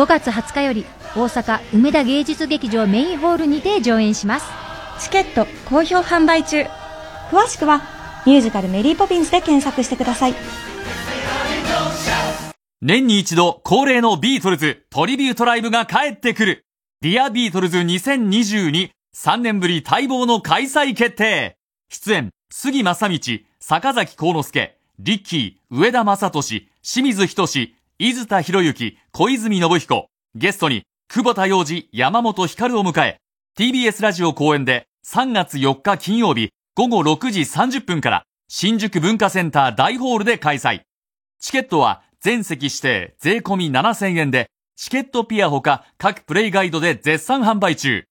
Speaker 9: 5月20日より大阪梅田芸術劇場メインホールにて上演します
Speaker 20: チケット好評販売中詳しくはミュージカルメリーポピンズで検索してください
Speaker 21: 年に一度恒例のビートルズトリビュートライブが帰ってくる。ディアビートルズ2022、3年ぶり待望の開催決定。出演、杉正道、坂崎幸之助、リッキー、上田正俊、清水仁志、伊豆田博之、小泉信彦。ゲストに、久保田洋二、山本光を迎え、TBS ラジオ公演で3月4日金曜日午後6時30分から新宿文化センター大ホールで開催。チケットは全席指定税込み7000円で、チケットピアほか各プレイガイドで絶賛販売中。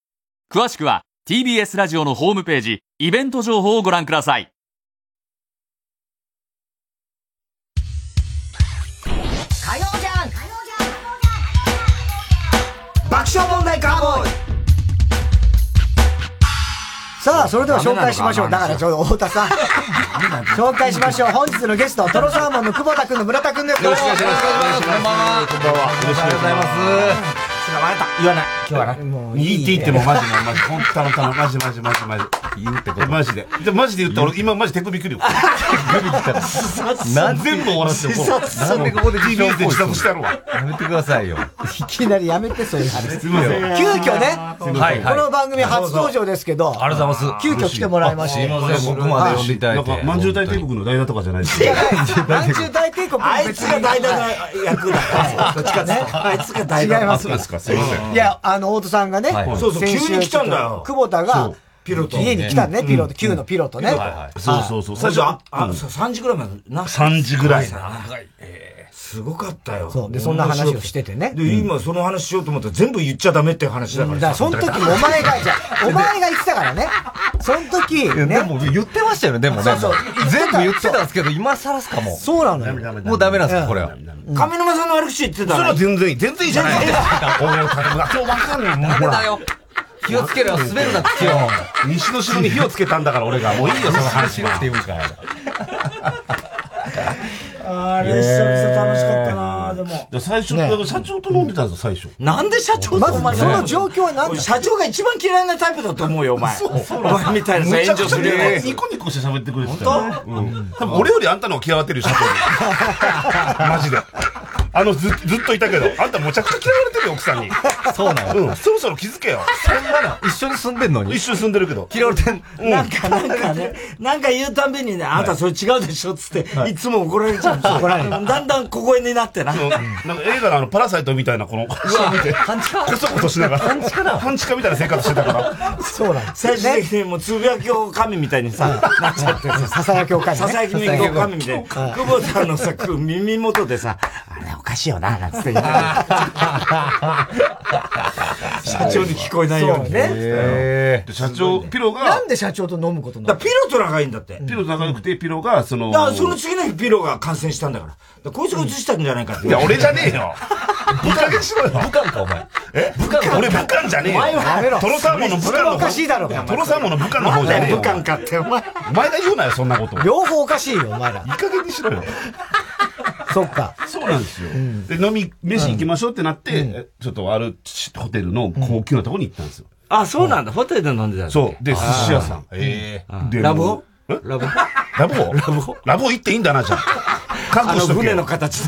Speaker 21: 詳しくは TBS ラジオのホームページ、イベント情報をご覧ください。
Speaker 14: 火曜じゃん爆笑問題カーボーイ
Speaker 1: さあ、それでは紹介しましょう。だから、ちょうど太田さん。紹介しましょう。本日のゲスト、トロサーモンの久保田君の村田君です。
Speaker 22: よろしくお願いします
Speaker 1: こんばんは。こんばんは。よろしくお願いします。
Speaker 22: われた。言わない。今日はな。
Speaker 1: もう
Speaker 22: いいって言っ てもマジな、マジ。
Speaker 1: で。
Speaker 22: 本当頼む頼む。マジマジマジマジ。言うってことマジで。じゃあマジで言ったら俺今マジ手首くるよ。手首くるから。全部終わらせてもう。
Speaker 1: 自殺する
Speaker 22: なんでここで TBS で自殺したるわ。
Speaker 1: やめてくださいよ。いきなりやめて、そういう話。
Speaker 22: すいません
Speaker 1: 急遽ね、
Speaker 22: すいません
Speaker 1: この番組初登場ですけど、
Speaker 22: ありがとうございます。
Speaker 1: 急遽来てもらいました。
Speaker 22: なんか、まんじゅう大帝国の代打とかじゃないです
Speaker 1: よ。まんじゅう大帝国
Speaker 14: あいつが代打の
Speaker 1: 役だから、どっちかね。あいつが
Speaker 22: 代打
Speaker 1: 違います。
Speaker 22: あそうですかすいません
Speaker 1: いや、あの、大戸さんがね、
Speaker 22: はいそうそう
Speaker 1: 先週
Speaker 22: 急に来たんだよ
Speaker 1: 久保田
Speaker 22: そ
Speaker 1: が
Speaker 22: う、ピロト
Speaker 1: 家に来たね、
Speaker 22: うん
Speaker 1: ピロト、旧のピロトね。
Speaker 22: はいはいそうそうそう
Speaker 1: は
Speaker 22: 最
Speaker 1: い
Speaker 22: 初あ
Speaker 1: うん
Speaker 22: 3時ぐらいまでな
Speaker 1: 3時ぐらい
Speaker 22: なすごかったよ。
Speaker 1: そうでそんな話をしててね
Speaker 22: で、今その話しようと思ったら全部言っちゃダメって話だから
Speaker 1: だ
Speaker 22: さ。
Speaker 1: からその時もお前が、じゃあお前が言ってたからね。その時、
Speaker 6: いや
Speaker 1: ね。
Speaker 6: でも言ってましたよね、でもね。
Speaker 1: そうそう
Speaker 6: 全部言ってたんですけど、今更っすかもう。
Speaker 1: そうなのよ。
Speaker 6: もうダメなんですか、これは。
Speaker 22: 上沼さんの悪口言ってたそれは全然いい。全然いいじゃない。そう、わかんない。もうほら
Speaker 6: ダメだよ。気をつけろよ、滑るな、気を。
Speaker 22: 西の城に火をつけたんだから俺が。もういいよ、その話
Speaker 6: 西の城
Speaker 22: は。
Speaker 6: って言うんか
Speaker 22: あ
Speaker 14: あれ久々楽しかったなでも
Speaker 22: 最初、だから社長と飲んでたぞ、最初。
Speaker 14: なんで社長とお前
Speaker 22: まずね
Speaker 1: 況は何
Speaker 14: 社長が一番嫌いなタイプだと思うよお前
Speaker 22: そうそう
Speaker 14: お前みたいなさ
Speaker 22: むち
Speaker 14: 炎上
Speaker 22: ゃくちゃ
Speaker 14: するようなやつ
Speaker 22: ニコニコして喋ってくれてたよねうん多分俺よりあんたの方が嫌われてるよ社 長マジであのずずっといたけどあんたむちゃくちゃ嫌われてるよ奥さんにそうなのそろそろ気づけよそんなの一緒に住んでんのに一緒に住んでるけど嫌われてん
Speaker 14: なんか、なんかね、なんか言うたんびにね、あなたそれ違うでしょっつって、い、つも怒られちゃうんですよ。
Speaker 22: 怒られる
Speaker 14: だんだん小声になってな。
Speaker 22: そうなんか映画のあのパラサイトみたいなこのう
Speaker 14: わ
Speaker 22: 見て
Speaker 14: 半地下
Speaker 22: こそこそしながら
Speaker 14: 半
Speaker 22: 地下だ半地下みたいな生活してたから
Speaker 1: そうなんです
Speaker 14: 最終的にもうつぶやきおかみみたいにさ、なっちゃってさ、
Speaker 1: ささやきおかみね
Speaker 14: ささやきおかみみたいな。
Speaker 1: ささやき
Speaker 14: 久保田のさ、く耳元でさ、あれおかしいよな、なんつ って言いながら社長に聞こえないように
Speaker 22: そうね
Speaker 14: ね。
Speaker 22: で社長ピロが
Speaker 1: なんで社長と飲むことにな
Speaker 14: ピロと仲いいんだって。
Speaker 22: ピロと仲良くてピロがその
Speaker 14: だからその次の日ピロが感染したんだから。だからこいつが移したんじゃないかって。
Speaker 22: いや俺じゃねえよ部下げしろよ武漢かお前え武漢俺武漢じゃねえよ
Speaker 14: お前はやめろ
Speaker 22: トロサーモンの武
Speaker 14: そ
Speaker 22: 漢
Speaker 14: れ
Speaker 22: の
Speaker 14: は
Speaker 22: 方
Speaker 14: おかしいだろ
Speaker 22: トロサーモンの武漢の方じゃねえよ
Speaker 14: なんだよ武漢かってお前
Speaker 22: 前が言うなよそんなこと
Speaker 1: 両方おかしいよお前らいい
Speaker 22: 加減にしろよ
Speaker 1: そっか
Speaker 22: そうなんですよで飲み飯行きましょうってなって、えちょっとあるホテルの高級なとこに行ったんですよ、
Speaker 14: あ、そうなんだ。ホテルで飲んでたんだ
Speaker 22: そうで寿司屋さん
Speaker 14: え
Speaker 22: で
Speaker 14: ラブホ
Speaker 22: え
Speaker 14: ラブホ
Speaker 22: ラブホラブホラブホ行っていいんだなじゃあ覚悟しとけ
Speaker 14: あの船の 形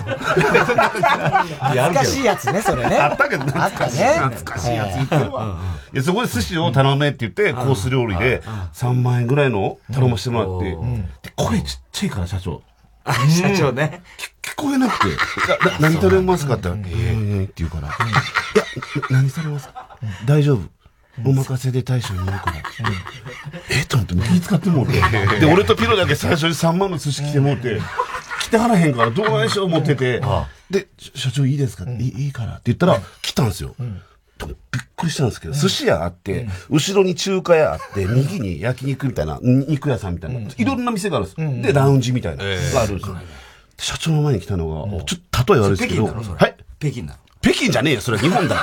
Speaker 1: 懐かしいやつねそれね
Speaker 22: あったけど懐
Speaker 1: あ
Speaker 22: か
Speaker 1: っ
Speaker 22: しい
Speaker 1: たね
Speaker 22: 懐かしいやつ言ってるわいやそこで寿司を頼めって言ってコース料理で3万円ぐらいの頼ましてもらってで声ちっちゃいから社長
Speaker 14: 社長ね。
Speaker 22: 聞こえ なくて「な何食べますか?」って言ったら「ええええって言うから「いやな何されますか大丈夫お任せで大将に言うから」えっと思って気使ってもうてで俺とピロだけ最初に3万の寿司来てもうて来てはらへんからどうないしよう思っててで「社長いいですか?」いいいいから」って言ったら来たんですよびっくりしたんですけど、寿司屋あって、後ろに中華屋あって、右に焼肉みたいな、に肉屋さんみたいな、いろんな店があるんですよ。で、ラウンジみたいな、があるんですよ。社長の前に来たのが、ちょっと例え悪いですけど、
Speaker 14: それ北京だろそれ
Speaker 22: はい
Speaker 14: 北京だろ。
Speaker 22: 北京じゃねえよ、それは日本だよ。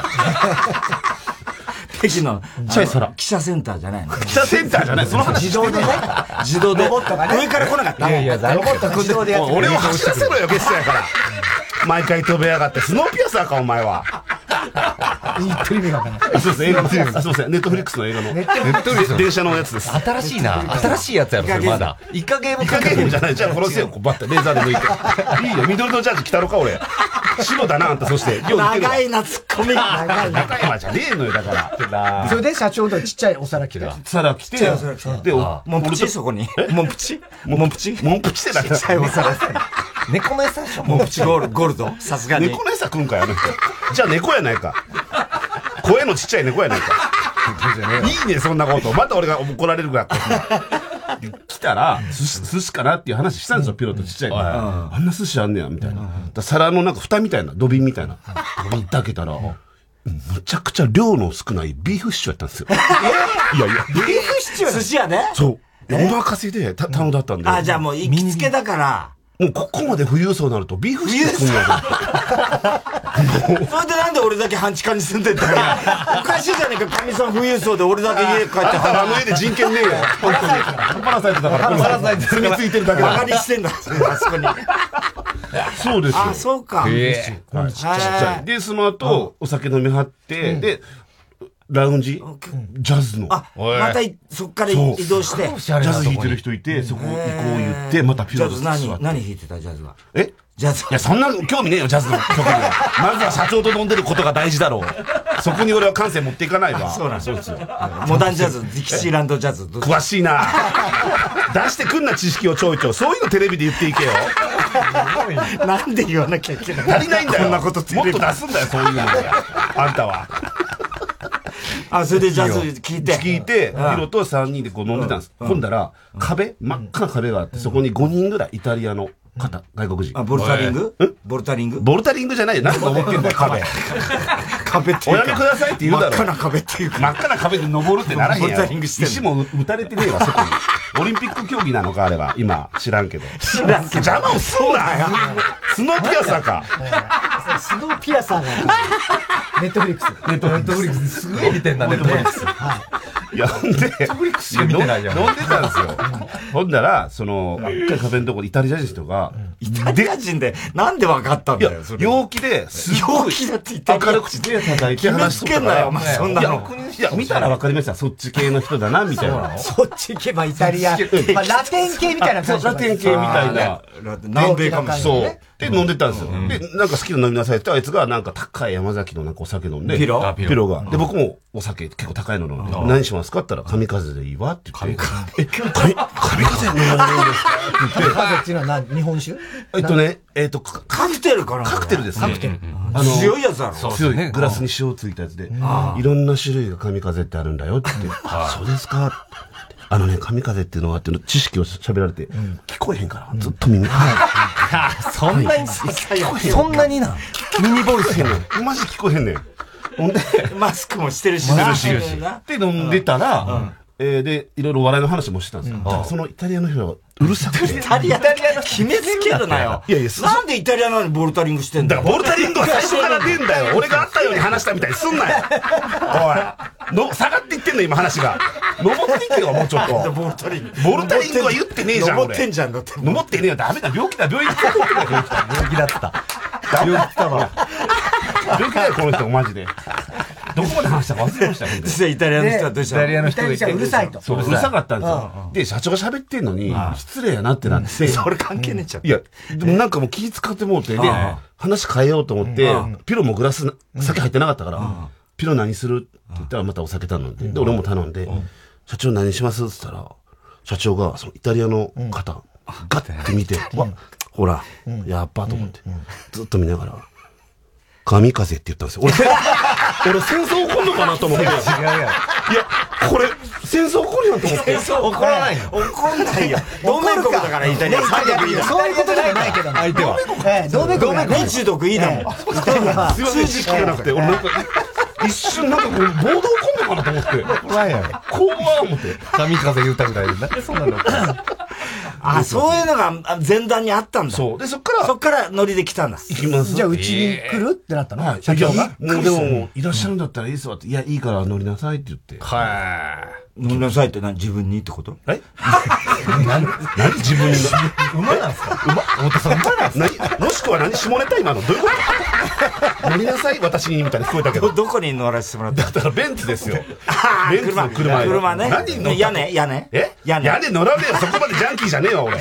Speaker 14: 北京の、
Speaker 22: チャイサラ
Speaker 14: 記者センターじゃ ないの。
Speaker 22: 北センターじゃない、その話。
Speaker 14: 自動でね。自動で。
Speaker 22: ロボットがね
Speaker 14: 上から来なかった。
Speaker 22: いやいや 残念
Speaker 14: ロボットが自動でやってくれ
Speaker 22: 俺を走らせろよ、ゲストやから。毎回飛べやがって、スノーピアサーか、お前は。
Speaker 1: 言ってる意味がわかんない
Speaker 22: あすいません、映画の、すいません、ネットフリックスの映画の。
Speaker 1: ネットフリックス
Speaker 22: で電車のやつです。
Speaker 6: 新しいな。新しいやつやろ、それまだ。
Speaker 22: イカゲームイカゲームじゃない。じゃあ殺せよ、こうバッてレーザーで 抜いて。いいよ、緑のジャージ着たろか、 俺。白だな、あんた、そして。よう似てるわ
Speaker 14: 長いな、ツッコミ。長いな。
Speaker 22: 高山じゃねえのよ、だから。
Speaker 1: それで社長とちっちゃいお皿着て
Speaker 22: 皿来て
Speaker 14: ちっちゃいお皿来て、
Speaker 22: で、お
Speaker 14: モンプチそこに。モンプチモンプチ
Speaker 22: モンプチでだ
Speaker 14: ちっちゃいお皿。
Speaker 22: 猫の餌でしょ
Speaker 14: モンプチゴール、ゴールド。さすがに。
Speaker 22: 猫の餌食うんかよ、あの人。じゃあ猫やないか。声のちっちゃい猫やねんか。いいね、そんなこと。また俺が怒られるからって。来たら、寿司、寿司かなっていう話したんですよ、ピロとちっちゃいのあんな寿司あんねや、みたいな。だから皿のなんか蓋みたいな、土瓶みたいな。ドビンって開けたら、むちゃくちゃ量の少ないビーフシチューやったんですよ。いやいや。
Speaker 3: ビーフシチュー寿司 屋ね。
Speaker 22: そう。お任せでた頼んだったんで。
Speaker 3: あ、じゃあもう行きつけだから。
Speaker 22: もうここまで富裕層になるとビーフシチュー食うんやな
Speaker 3: それでなんで俺だけ半地下に住んでんだよ。 おかしいじゃねえか、神さん富裕層で俺だけ家帰って
Speaker 22: あんたらあの家で人権ねえよ本当にパラサイトだから
Speaker 3: パラサイトだから
Speaker 22: 住み着いてるだけだ
Speaker 3: バカにしてんだ。あそこに。
Speaker 22: そうですよ。
Speaker 3: あそうか
Speaker 22: へえはいちっちゃい。で、その後、お酒飲み張って、
Speaker 3: うん
Speaker 22: で、ラウンジ、ジャズの。あ、
Speaker 3: またいそっから移動して。
Speaker 22: ジャズ弾いてる人いて、そこ行こう言って、またピ
Speaker 3: ジ
Speaker 22: ロ
Speaker 3: ャ
Speaker 22: ー
Speaker 3: ズ
Speaker 22: ズ
Speaker 3: 何
Speaker 22: 座って
Speaker 3: 何弾いてたジャズは。
Speaker 22: えジャズ。いや、そんな興味ねえよ、ジャズの曲に は。まずは社長と飲んでることが大事だろう。そこに俺は感性持っていかないわ。そうなんですよ。
Speaker 3: モダンジャズ、ディキシーランドジャズ。
Speaker 22: 詳しいな出してくんな知識をちょいちょい。そういうのテレビで言っていけよ。
Speaker 3: なんで言わなきゃいけない
Speaker 22: 足りないんだよ。
Speaker 3: こんなこと
Speaker 22: もっと出すんだよ、そういうの。あんたは。
Speaker 3: あ、それでジャズ聞いて。
Speaker 22: 聞いて、
Speaker 3: うん
Speaker 22: ヒロと3人でこう飲んでたんです。
Speaker 3: うん
Speaker 22: ほんだら、壁、真っ赤な壁があって、そこに5人ぐらいイタリアの方、外国人。
Speaker 3: あボルタリング
Speaker 22: うん
Speaker 3: ボルタリング
Speaker 22: ボルタリングじゃないよ。何か思ってんだよ、壁。
Speaker 3: 壁っていう
Speaker 22: お
Speaker 3: か
Speaker 22: やめくださいって言うだ
Speaker 3: 真
Speaker 22: ろ。
Speaker 3: っ赤な壁っていうか。
Speaker 22: 真っ赤な壁で登るってならへんや
Speaker 3: ボル
Speaker 22: ろ。
Speaker 3: ダリングしてんの
Speaker 22: 石も打たれてねえわ、そこに。オリンピック競技なのか、あれは。今、知らんけど。
Speaker 3: 知らんけど
Speaker 22: 邪魔をすんなよ。スノーピアサーか。
Speaker 14: スノーピア サーが、ネットフリックス。
Speaker 22: ネットフリックス。
Speaker 14: すごい似てんな、ネットフリック ス。
Speaker 22: いや、ほんで、
Speaker 14: しか見てないじゃん
Speaker 22: 飲んでたんですよ。ほんだら、その、真っ赤い壁のところイタリア人の人が、イタリア人で、なんでわかったんだよ、陽気で、すごい、明る口で叩いて話しとっ
Speaker 3: 決め
Speaker 22: たか
Speaker 3: つけんなよ
Speaker 22: ら
Speaker 3: お前そんなの
Speaker 22: いや僕にいや、見たらわかりました、そっち系の人だな、みたいな。
Speaker 14: そっち行けばイタ リア。まあ、ラテン系みたいな
Speaker 22: そう
Speaker 14: 感じ。
Speaker 22: ラテン系みたいな
Speaker 14: あ。
Speaker 3: 南米かもしれないね
Speaker 22: そう。で、飲んでたんですよ。で、なんか好きなの飲みなさいって言って、あいつがなんか高い山崎のなんかお酒飲んで。
Speaker 3: ピロ
Speaker 22: あピロが。で、僕もお酒結構高いの飲んで、
Speaker 3: うん
Speaker 22: 何しますかって言ったら、神風でいいわって言って。え、神、神風飲まれるんですかって言
Speaker 14: ー
Speaker 22: って。
Speaker 14: カフェっていうのは何日本酒
Speaker 22: えっと。ね、えっと、カカクテルかなカクテルですね。
Speaker 14: カクテル
Speaker 22: あの
Speaker 14: 強いやつだろそうです
Speaker 22: 強
Speaker 14: ね
Speaker 22: い。グラスに塩ついたやつで
Speaker 14: あ、
Speaker 22: いろんな種類が神風ってあるんだよって言って。あそうですか。あのね、神風っていうのはっていうの知識を喋られて、聞こえへんから、ずっと耳。
Speaker 14: そんなに、そんなにな。
Speaker 22: ミニボイスへんねん。マジ聞こえへんねん。ほんで、マスクもしてる
Speaker 3: し
Speaker 22: して
Speaker 3: な
Speaker 22: るし。で、飲んでたら、えーで、いろいろ笑いの話もしてたんですよ。だからそのイタリアの人は、うるさくて。
Speaker 3: イタリア、決めつけるなよ。
Speaker 22: いやいや、
Speaker 3: なんでイタリアなのにボルタリングしてんだよ。
Speaker 22: だからボルタリングは最初から出ん だよ俺があったように話したみたいにすんなよおいの下がっていってんの今話が登っていけよもうちょっと
Speaker 3: ボルタリング。
Speaker 22: ボルタリングは言ってねえじゃん
Speaker 3: 登ってんじゃん、だ
Speaker 22: 俺
Speaker 3: って。
Speaker 22: 登ってねえよダメだ病気だ病院行ってない病気だった病気だわ病気だよこの人マジでどこまで話したか忘れました
Speaker 3: 実際イタリアの人はどうしたの
Speaker 22: イタリアの人がいて
Speaker 3: イタリアの人はうるさいと
Speaker 22: そううるさかったんですよで社長が喋ってんのに失礼やなってなって
Speaker 3: それ関係ねえじゃん。
Speaker 22: いや、でもなんかもう気使ってもうて、で
Speaker 3: ああ、
Speaker 22: 話変えようと思って
Speaker 3: うん、
Speaker 22: ピロもグラス、酒入ってなかったから、ピロ何するって言ったらまたお酒頼んで、で、俺も頼んで、社長何しますって言ったら、社長がそのイタリアの方、ガッて見て、わ、ほら、やっぱと思って、ずっと見ながら、神風って言ったんですよ。 俺、俺戦争起こんのかなと思って。
Speaker 3: 違うや
Speaker 22: いや、これ、戦争起こるやんと思って。
Speaker 3: 戦争起こらないよ怒んないよ。同盟国だからイタリア。
Speaker 14: いやいやそういうことじゃないけどね
Speaker 22: 相手は。
Speaker 14: ええ同盟国だね
Speaker 3: 日独いいだもん。
Speaker 22: すいません、知識がなくて、俺なんか、一瞬なんかこれ、暴動起こんのかなと思って。怖いや怖い思って。神風言うたみたいで、なんでそんなの
Speaker 3: あ、そういうのがあ前段にあったんだ。
Speaker 22: そう。で、そっから。
Speaker 3: そっからノリで来たんだ。
Speaker 22: 行きます
Speaker 14: じゃあ、うちに来るってなったの社
Speaker 22: いや
Speaker 14: 長が。
Speaker 22: もうでももう、いらっしゃるんだったらいいですわって、いや、いいから乗りなさいって言って。はい。
Speaker 3: 乗りなさいって何自分にってこと
Speaker 22: え 何何自分に馬なんすか馬太田さん馬なんすかもしくは何下ネタ今のどういうこと乗りなさい私にみたいに聞こえたけど
Speaker 3: どこに乗らせてもらった
Speaker 22: だからベンツです よ
Speaker 3: あ
Speaker 22: ベンツの車よ
Speaker 3: 車ね。
Speaker 22: 何に乗った
Speaker 3: 屋根、屋根。
Speaker 22: え
Speaker 3: 屋
Speaker 22: 屋
Speaker 3: 根
Speaker 22: 根乗らねえよそこまでジャンキーじゃねえ わ俺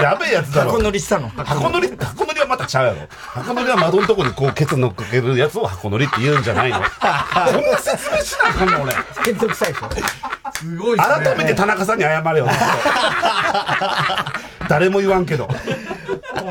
Speaker 22: やべえやつだろ
Speaker 3: 箱乗りしたの。
Speaker 22: 箱乗り箱乗りはまたちゃうやろ箱乗りは窓のとこにこうケツ乗っかけるやつを箱乗りって言うんじゃないのそんな説明しなあかんの俺
Speaker 14: 面倒くさいでしょ。
Speaker 22: すご い改めて田中さんに謝れよ誰も言わんけど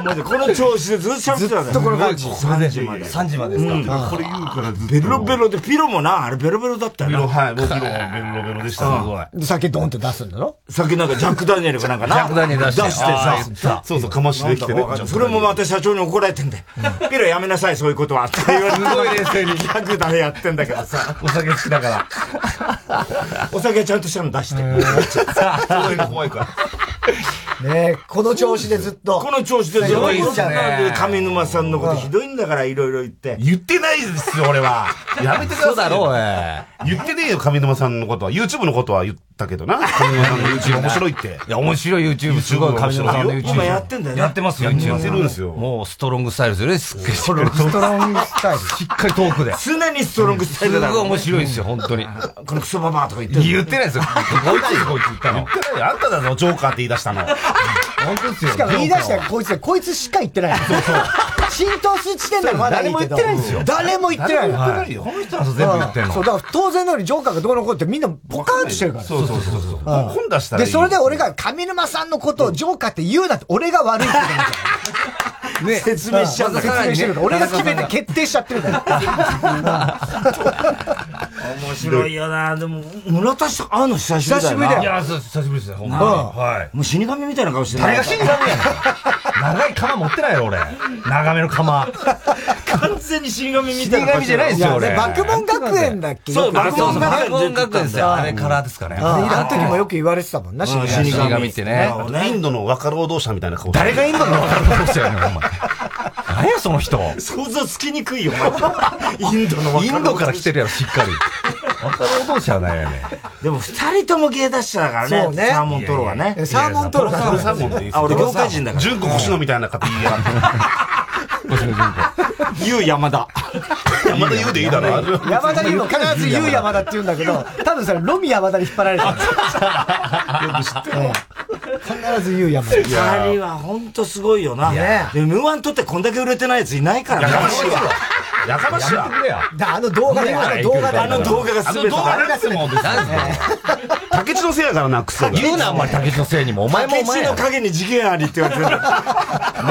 Speaker 3: マジでこの調子でずっと喋ってた
Speaker 22: ずっとこの感じ
Speaker 3: 3時まで。
Speaker 22: 3時まで
Speaker 3: で
Speaker 22: ですす
Speaker 3: か
Speaker 22: か
Speaker 3: こ
Speaker 22: こ
Speaker 3: れ
Speaker 22: れ
Speaker 3: 言
Speaker 22: 言
Speaker 3: う
Speaker 22: う
Speaker 3: から
Speaker 22: ずっと
Speaker 3: ベロベロで、ピロもな、あれベロベロだったよな。
Speaker 22: ピロはいもうピロベロベロでしたすごい
Speaker 3: い。酒ドンって出すんだろ酒なんかジャックダニエルかなんかな。
Speaker 22: ジャックダニエル出してあー
Speaker 3: 出してさ。
Speaker 22: そうそうかましてきて
Speaker 3: なん
Speaker 22: ね
Speaker 3: だかわかんないそれもまた社長に怒られてんだよ。ピロやめなさい、そういうことは。って言われて。
Speaker 22: すごい冷静に
Speaker 3: ギャグだねやってんだけどさ。
Speaker 22: お酒好きだから。
Speaker 3: お酒ちゃんとしたの出して。
Speaker 22: そういうの怖いから。
Speaker 3: ねこの調子でずっと。この調子でずっと。
Speaker 22: そうですね
Speaker 3: 上沼さんのことひどいんだから、いろいろ言って。
Speaker 22: 言ってないですよ、俺は。 やめてください。
Speaker 3: そうだろう
Speaker 22: 言ってねえよ、上沼さんのことは。YouTube のことは言ったけどな。上沼さんの YouTube 面白いって。
Speaker 6: いや、面白い YouTube、すごい、上沼さんの YouTube。
Speaker 22: 今やってんだよね
Speaker 6: やってますよ、
Speaker 22: やって
Speaker 6: YouTube。
Speaker 22: るんですよ
Speaker 6: もう、ストロングスタイルですよね、すっげえ。ストロング
Speaker 3: ストロングスタイル。
Speaker 6: しっかりトークで。
Speaker 3: 常にストロングスタイルだ
Speaker 6: すごい面白いですよ、本当に。
Speaker 3: このクソババアとか言って
Speaker 6: 言ってないですよ。こいつこいつ言ったの。
Speaker 22: 言ってないよあんただぞ、ジョーカーって言い出したの。
Speaker 6: 本当ですよ。
Speaker 1: しかも言い出したらこいつで、こいつしか言ってない。そうそう。浸透する時点ではまだいいけど。
Speaker 22: そう誰も言ってないんですよ
Speaker 1: 誰も言ってないの。
Speaker 22: 誰も言ってないよ
Speaker 1: はい
Speaker 22: この人らこそ全部言ってんの
Speaker 1: そう、だから当然のようにジョーカーがどうのこうのってみんなボカーンとしてるから。
Speaker 22: そうそうそうそう。
Speaker 1: うん
Speaker 22: 本出したらいい
Speaker 1: で、それで俺が上沼さんのことをジョーカーって言うなって、俺が悪いってこと
Speaker 6: ね
Speaker 3: 説明しちゃうんだ
Speaker 1: 説明してるから。俺が決めて決定しちゃってるから。
Speaker 3: 面白いよな。でも、村田さん、会うの久しぶりだよな。
Speaker 22: いや、そう久しぶりですね、ほんまに。
Speaker 3: うん
Speaker 22: はい。
Speaker 3: もう死神みたいな顔してるな
Speaker 22: 誰が死 神やねん。長い鎌持ってないよ、俺。長めの鎌。
Speaker 3: 完全に死神み
Speaker 22: み
Speaker 3: た
Speaker 22: た
Speaker 3: い
Speaker 22: い
Speaker 3: な顔
Speaker 22: な顔
Speaker 3: し
Speaker 22: してて
Speaker 3: る
Speaker 22: る
Speaker 3: いや
Speaker 22: 俺
Speaker 1: 爆問学園だっけ
Speaker 3: そう
Speaker 1: よくわかんない
Speaker 6: そうそう爆問学園ですよ。あれカラーですかね。あれ
Speaker 1: あの時もよく言われてたもんな、
Speaker 22: 死神
Speaker 1: 死神
Speaker 6: ってね
Speaker 22: インドの若労働者みたいな顔
Speaker 6: 誰がインドの若者同士やねん、お前。 何や、その人。
Speaker 3: 想像つきにくいよ、 マジでインドの若
Speaker 6: イ
Speaker 3: 者
Speaker 6: ンドから来てるやろ、しっかり。若者同士はないやねん。
Speaker 3: でも二人とも芸達者だからね。
Speaker 22: そうね
Speaker 3: サーモントローはね。
Speaker 22: サーモントロー
Speaker 3: サ
Speaker 22: サ
Speaker 3: ー
Speaker 22: ー
Speaker 3: モ
Speaker 22: モ
Speaker 3: ントロ
Speaker 22: ンっていいっす
Speaker 3: ー。あ、俺業界人だから。
Speaker 22: 純子星野みたいな方言いやがって。
Speaker 3: 言う山田。
Speaker 22: 山田言うでいいだろ。
Speaker 1: 山田にも必ず言う山田って言うんだけど、多分それ、ロミ山田に引っ張られた。よく知って必ず言う山田。
Speaker 3: 二人はほんとすごいよな。
Speaker 1: ね
Speaker 3: で、M1 とってこんだけ売れてないやついないからね。
Speaker 1: やかましいわ
Speaker 22: やかましいわ
Speaker 3: やめてくれよ
Speaker 1: だあの動画で、あの動画で。
Speaker 3: あの動画が全てだ
Speaker 22: あの動画が全てもうです竹内のせいやからな、クソが。
Speaker 6: 言うな、あんまり竹内のせいにも。お前もお前
Speaker 3: 竹
Speaker 6: や
Speaker 3: 内の影に事件ありって言われてる。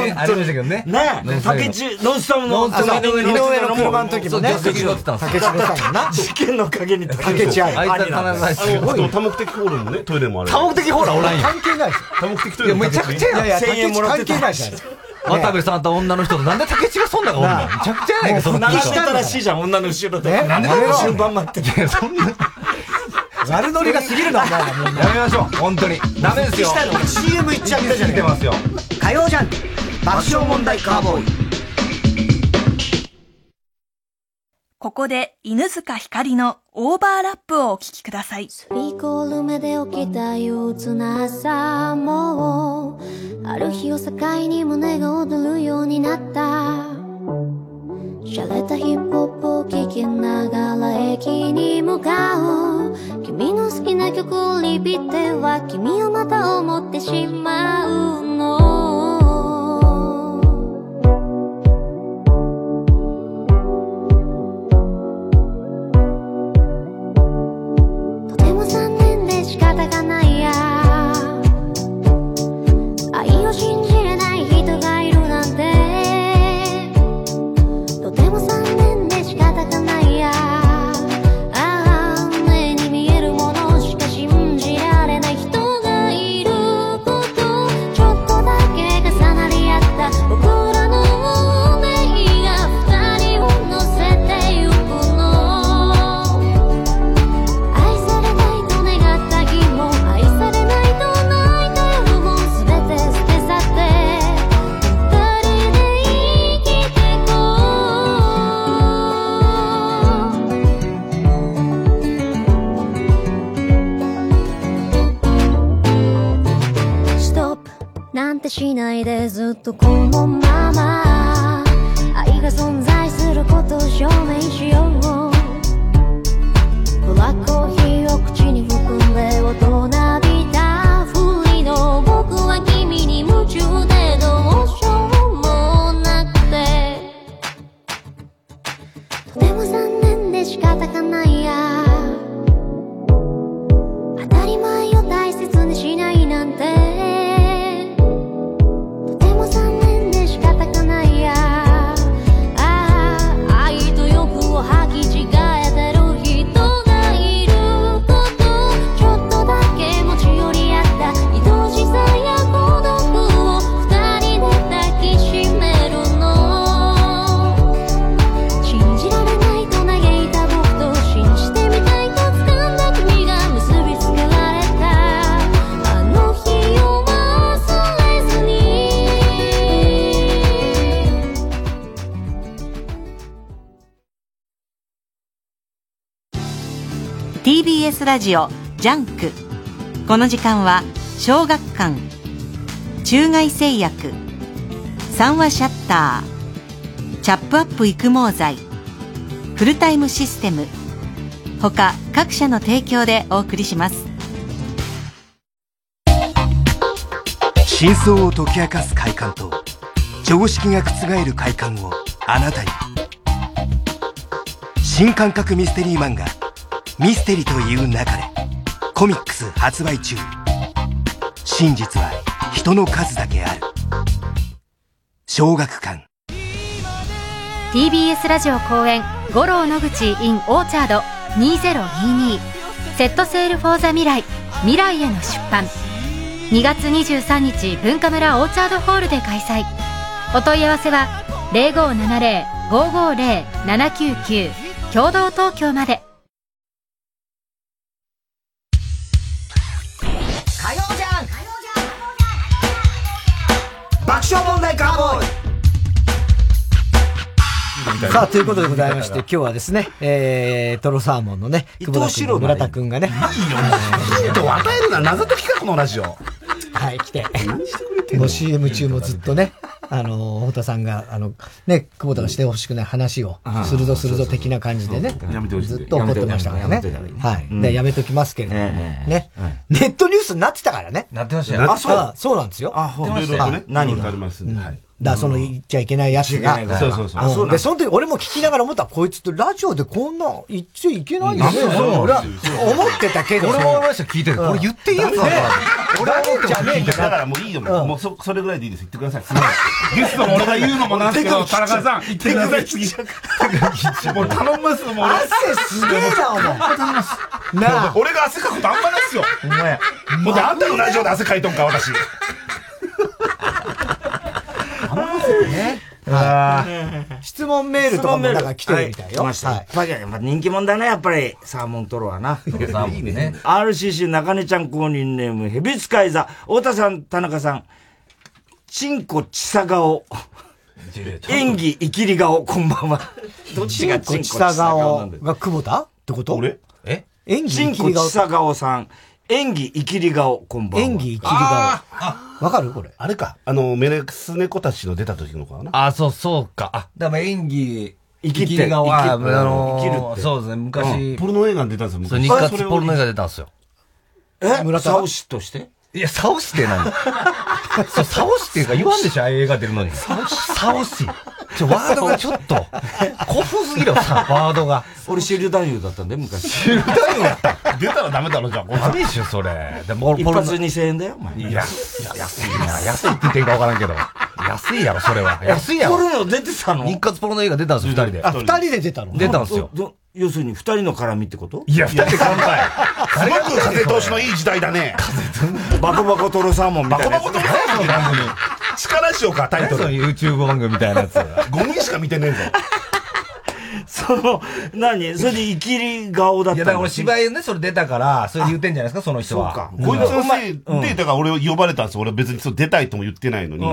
Speaker 6: ね、ありましたけどね。
Speaker 3: ね
Speaker 6: ね
Speaker 3: 竹内、ノンスタムの、
Speaker 6: ノンスタムの
Speaker 3: あ
Speaker 6: 井上の車の
Speaker 3: も
Speaker 6: 時もね
Speaker 3: そう助手席乗ってたんですよ
Speaker 6: 竹内乗ってたもんな
Speaker 3: 事件の影に
Speaker 22: 竹内あり
Speaker 6: あいつは必ずあいつ
Speaker 22: あのあと多目的ホールのね、トイレもある。
Speaker 6: 多目的ホールはおらんよ
Speaker 1: 関係ないです
Speaker 22: 多目的ト
Speaker 6: い
Speaker 22: イレ
Speaker 6: や、
Speaker 22: も
Speaker 6: めちゃくちゃやん。
Speaker 22: 千円もらってた
Speaker 1: 関係ないじゃん。
Speaker 6: 渡部さんと女の人と、なんで竹内がそんなのおんのめちゃくちゃやないか、その
Speaker 3: 並んでたらしいじゃん、女の後ろで。
Speaker 6: ね
Speaker 3: なんで
Speaker 6: やめろ
Speaker 3: 順番待ってる。そんな。
Speaker 1: 悪ノリが過ぎるな、お前ら。
Speaker 6: やめましょう、本当に。ダメですよ。
Speaker 1: CM 行っちゃったじゃん。
Speaker 6: てますよ。
Speaker 1: 火曜じゃん。爆笑問題カーボーイ。
Speaker 2: ここで犬塚ひかりのオーバーラップをお聞きください。
Speaker 23: イコール目で起きた憂鬱な朝もある日を境に胸が躍るようになった洒落たヒップホップを聴きながら駅に向かう君の好きな曲をリピっては君をまた思ってしまうのとても残念で仕方がないや愛を信じれない人がいるなんてとても残念で仕方がないやああ目に見えるものしか信じられない人がいることちょっとだけ重なり合った僕らの運命が二人を乗せてゆくの愛されたいと願った日も愛されないと泣いた夜も全て捨て去って二人で生きてこうストップなんてしないでずっとこのまま愛が存在することを証明しようブラックコーヒーを口に含んで大人びたふりの僕は君に夢中でどうしようもなくてとても残念で仕方がないや当たり前を大切にしないなんてとても残念
Speaker 5: TBS ラジオジャンクこの時間は小学館中外製薬三話シャッターチャップアップ育毛剤フルタイムシステム他各社の提供でお送りします
Speaker 7: 真相を解き明かす快感と常識が覆る快感をあなたに新感覚ミステリー漫画「ミステリという勿れ」コミックス発売中真実は人の数だけある小学館
Speaker 24: TBS ラジオ公演「五郎野口 in オーチャード2022」セットセールフォーザ未来未来への出版2月23日文化村オーチャードホールで開催お問い合わせは0570-550-799共同東京まで
Speaker 25: 火曜じゃん爆笑問題カーボーイ
Speaker 1: さあ、ということでございまして、今日はですね、えー、トロサーモンのね、久保田君、村田君がね、
Speaker 22: ヒントを与えるな、謎解きか、このラジオ。
Speaker 1: はい、来て。 もう CM 中もずっとね、あの、太田さんが、あの、ね、久保田がしてほしくない話を
Speaker 7: うん、
Speaker 1: 鋭鋭的な感じでね
Speaker 7: そうそうそうやめて、ほしい
Speaker 1: ずっと怒ってましたからね
Speaker 7: やめてやめて。
Speaker 1: は
Speaker 7: うん
Speaker 1: い。で、やめときますけれども、ね。ネットニュースになってたからね。なってま
Speaker 7: したよね
Speaker 1: あ、そう
Speaker 7: あ
Speaker 1: そうなんですよ。あ、
Speaker 7: ほんといろいろとね
Speaker 1: 何
Speaker 7: が
Speaker 1: が
Speaker 7: あります
Speaker 1: うんだからその言っちゃいけないやつが
Speaker 7: 言っちゃいけないやつがそうそうそうあそうなん
Speaker 1: ん
Speaker 7: だ
Speaker 1: で、その時俺も聞きながら思った、こいつってラジオでこんな言っちゃいけないよね。
Speaker 7: うん
Speaker 1: 俺は思ってたけど。
Speaker 7: 俺も思いました聞いてる
Speaker 1: うん
Speaker 7: これ言っていいやつなのかな
Speaker 1: ね
Speaker 7: 俺は思っても聞いてる
Speaker 22: だからもういいよ、もうもうそそれぐらいでいいです。言ってください。すごいゲストも俺が言うのもなんですけど、田中さん、言ってください。次もう頼みますよ、もう俺。
Speaker 1: 汗すげえなお前
Speaker 22: 頼みます。
Speaker 1: なあ
Speaker 22: 俺が汗かくことあんまないっすよ。お前。もうであんたのラジオで汗かいとんか、私。
Speaker 1: ね。
Speaker 3: はい
Speaker 1: 質問メールとかもなんか来てるみたいよ。
Speaker 3: は来ました。やっぱりやっぱ人気者だね、やっぱり。サーモントロはな。サ
Speaker 1: ーモンね
Speaker 3: RCC 中根ちゃん公認ネーム、ヘビ使い座、太田さん、田中さん、チンコちさ顔、演技いきり顔、こんばんは。 どっちがチンコちさ顔なんだよ
Speaker 1: が久保田ってこと
Speaker 22: 俺
Speaker 1: え演技
Speaker 3: チンコちさ顔さん、演技いきり顔、こんばんは。演技いきり顔。
Speaker 1: わかるこれ。
Speaker 22: あれか。あの、メレクス猫たちの出た時のかな。
Speaker 6: あ、そう、そうか。あ、だから演技、
Speaker 22: 生きて
Speaker 6: 生顔は、あ
Speaker 22: 生きて
Speaker 6: の
Speaker 22: 生きるっ
Speaker 6: ー、
Speaker 22: て
Speaker 6: そうですね、
Speaker 22: うん
Speaker 6: 昔。
Speaker 22: ポルノ映画に出たんですよ昔
Speaker 6: そう、日活ポルノ映画出たんですよ。
Speaker 3: え
Speaker 6: 村田
Speaker 3: サオシとして
Speaker 6: いや、サオシって何 そう、サオシっていうか言わんでしょ、ああいう映画出るのに。サオシちょ、ワードがちょっと、古風すぎるよ、さワードが。
Speaker 3: 俺、シルダ優だったんで、昔。
Speaker 6: シルダ優だった出たらダメだろ、じゃあ。ダメでしょ、それ。でも
Speaker 3: 一発2000円だよ、お前。
Speaker 6: いや、いや安いな。安いって言っていいか分からんけど。安いやろ、それは。安いやろ。
Speaker 3: ポルノ出てたの
Speaker 6: 日活ポルノ映画出たんですよ、二人で。
Speaker 3: あ二人
Speaker 1: で出たの
Speaker 6: 出たんですよ。
Speaker 3: ど。ど要するに、二人の絡みってこと
Speaker 6: いや、二人で乾杯。
Speaker 22: すごく風通しのいい時代だね。
Speaker 3: バコバコトロサーモンみたいなやつ。
Speaker 22: 力しようか、タイトル。
Speaker 6: YouTube 番組みたいなやつ。
Speaker 22: 5人しか見てねえぞ。
Speaker 3: その、何それで、生きり顔だった
Speaker 6: いや、だから俺芝居ね、それ出たから、それ言ってんじゃないですか、その人は。
Speaker 22: こいつのせいで、
Speaker 6: うん
Speaker 22: だから俺呼ばれたんですよ。俺別にそう出たいとも言ってないのに、
Speaker 6: うん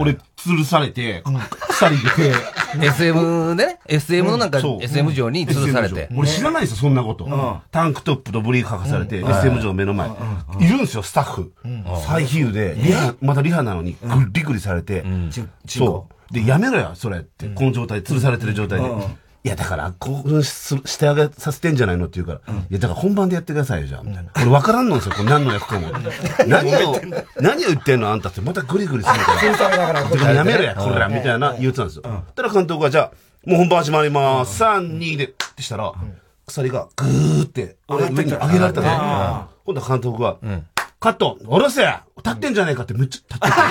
Speaker 22: 俺吊るされて、鎖で。
Speaker 6: SM でね、SM のなんか、
Speaker 22: そう
Speaker 6: SM 上に吊るされ
Speaker 22: SM
Speaker 6: て。
Speaker 22: 上俺知らないですよ、そんなこと。タンクトップとブリーフ履かされて、
Speaker 6: うん
Speaker 22: SM 上目の前。いるんですよ、スタッフ。最ヒールで、リハ、またリハなのに、ぐりぐりされて、そう。で、やめろよ、それって。この状態、吊るされてる状態で
Speaker 6: うん。
Speaker 22: いや、だから、こうすしてあげさせてんじゃないのって言うから、いや、だから本番でやってくださいよ、じゃあ、みたいな。俺分からんのですよ、これ何の役かも。何 を、何を言ってんのあんたって、またグリグリするから。だからやめろや、これら、みたいな言ってたんですよ。たら監督が、じゃあ、もう本番始まります。3、2で、ってしたら、鎖がぐーって、俺上に上げられたのよ。
Speaker 6: あ
Speaker 22: 今度は監督が、カット、下ろせ立ってんじゃねえかって、むっちゃ立って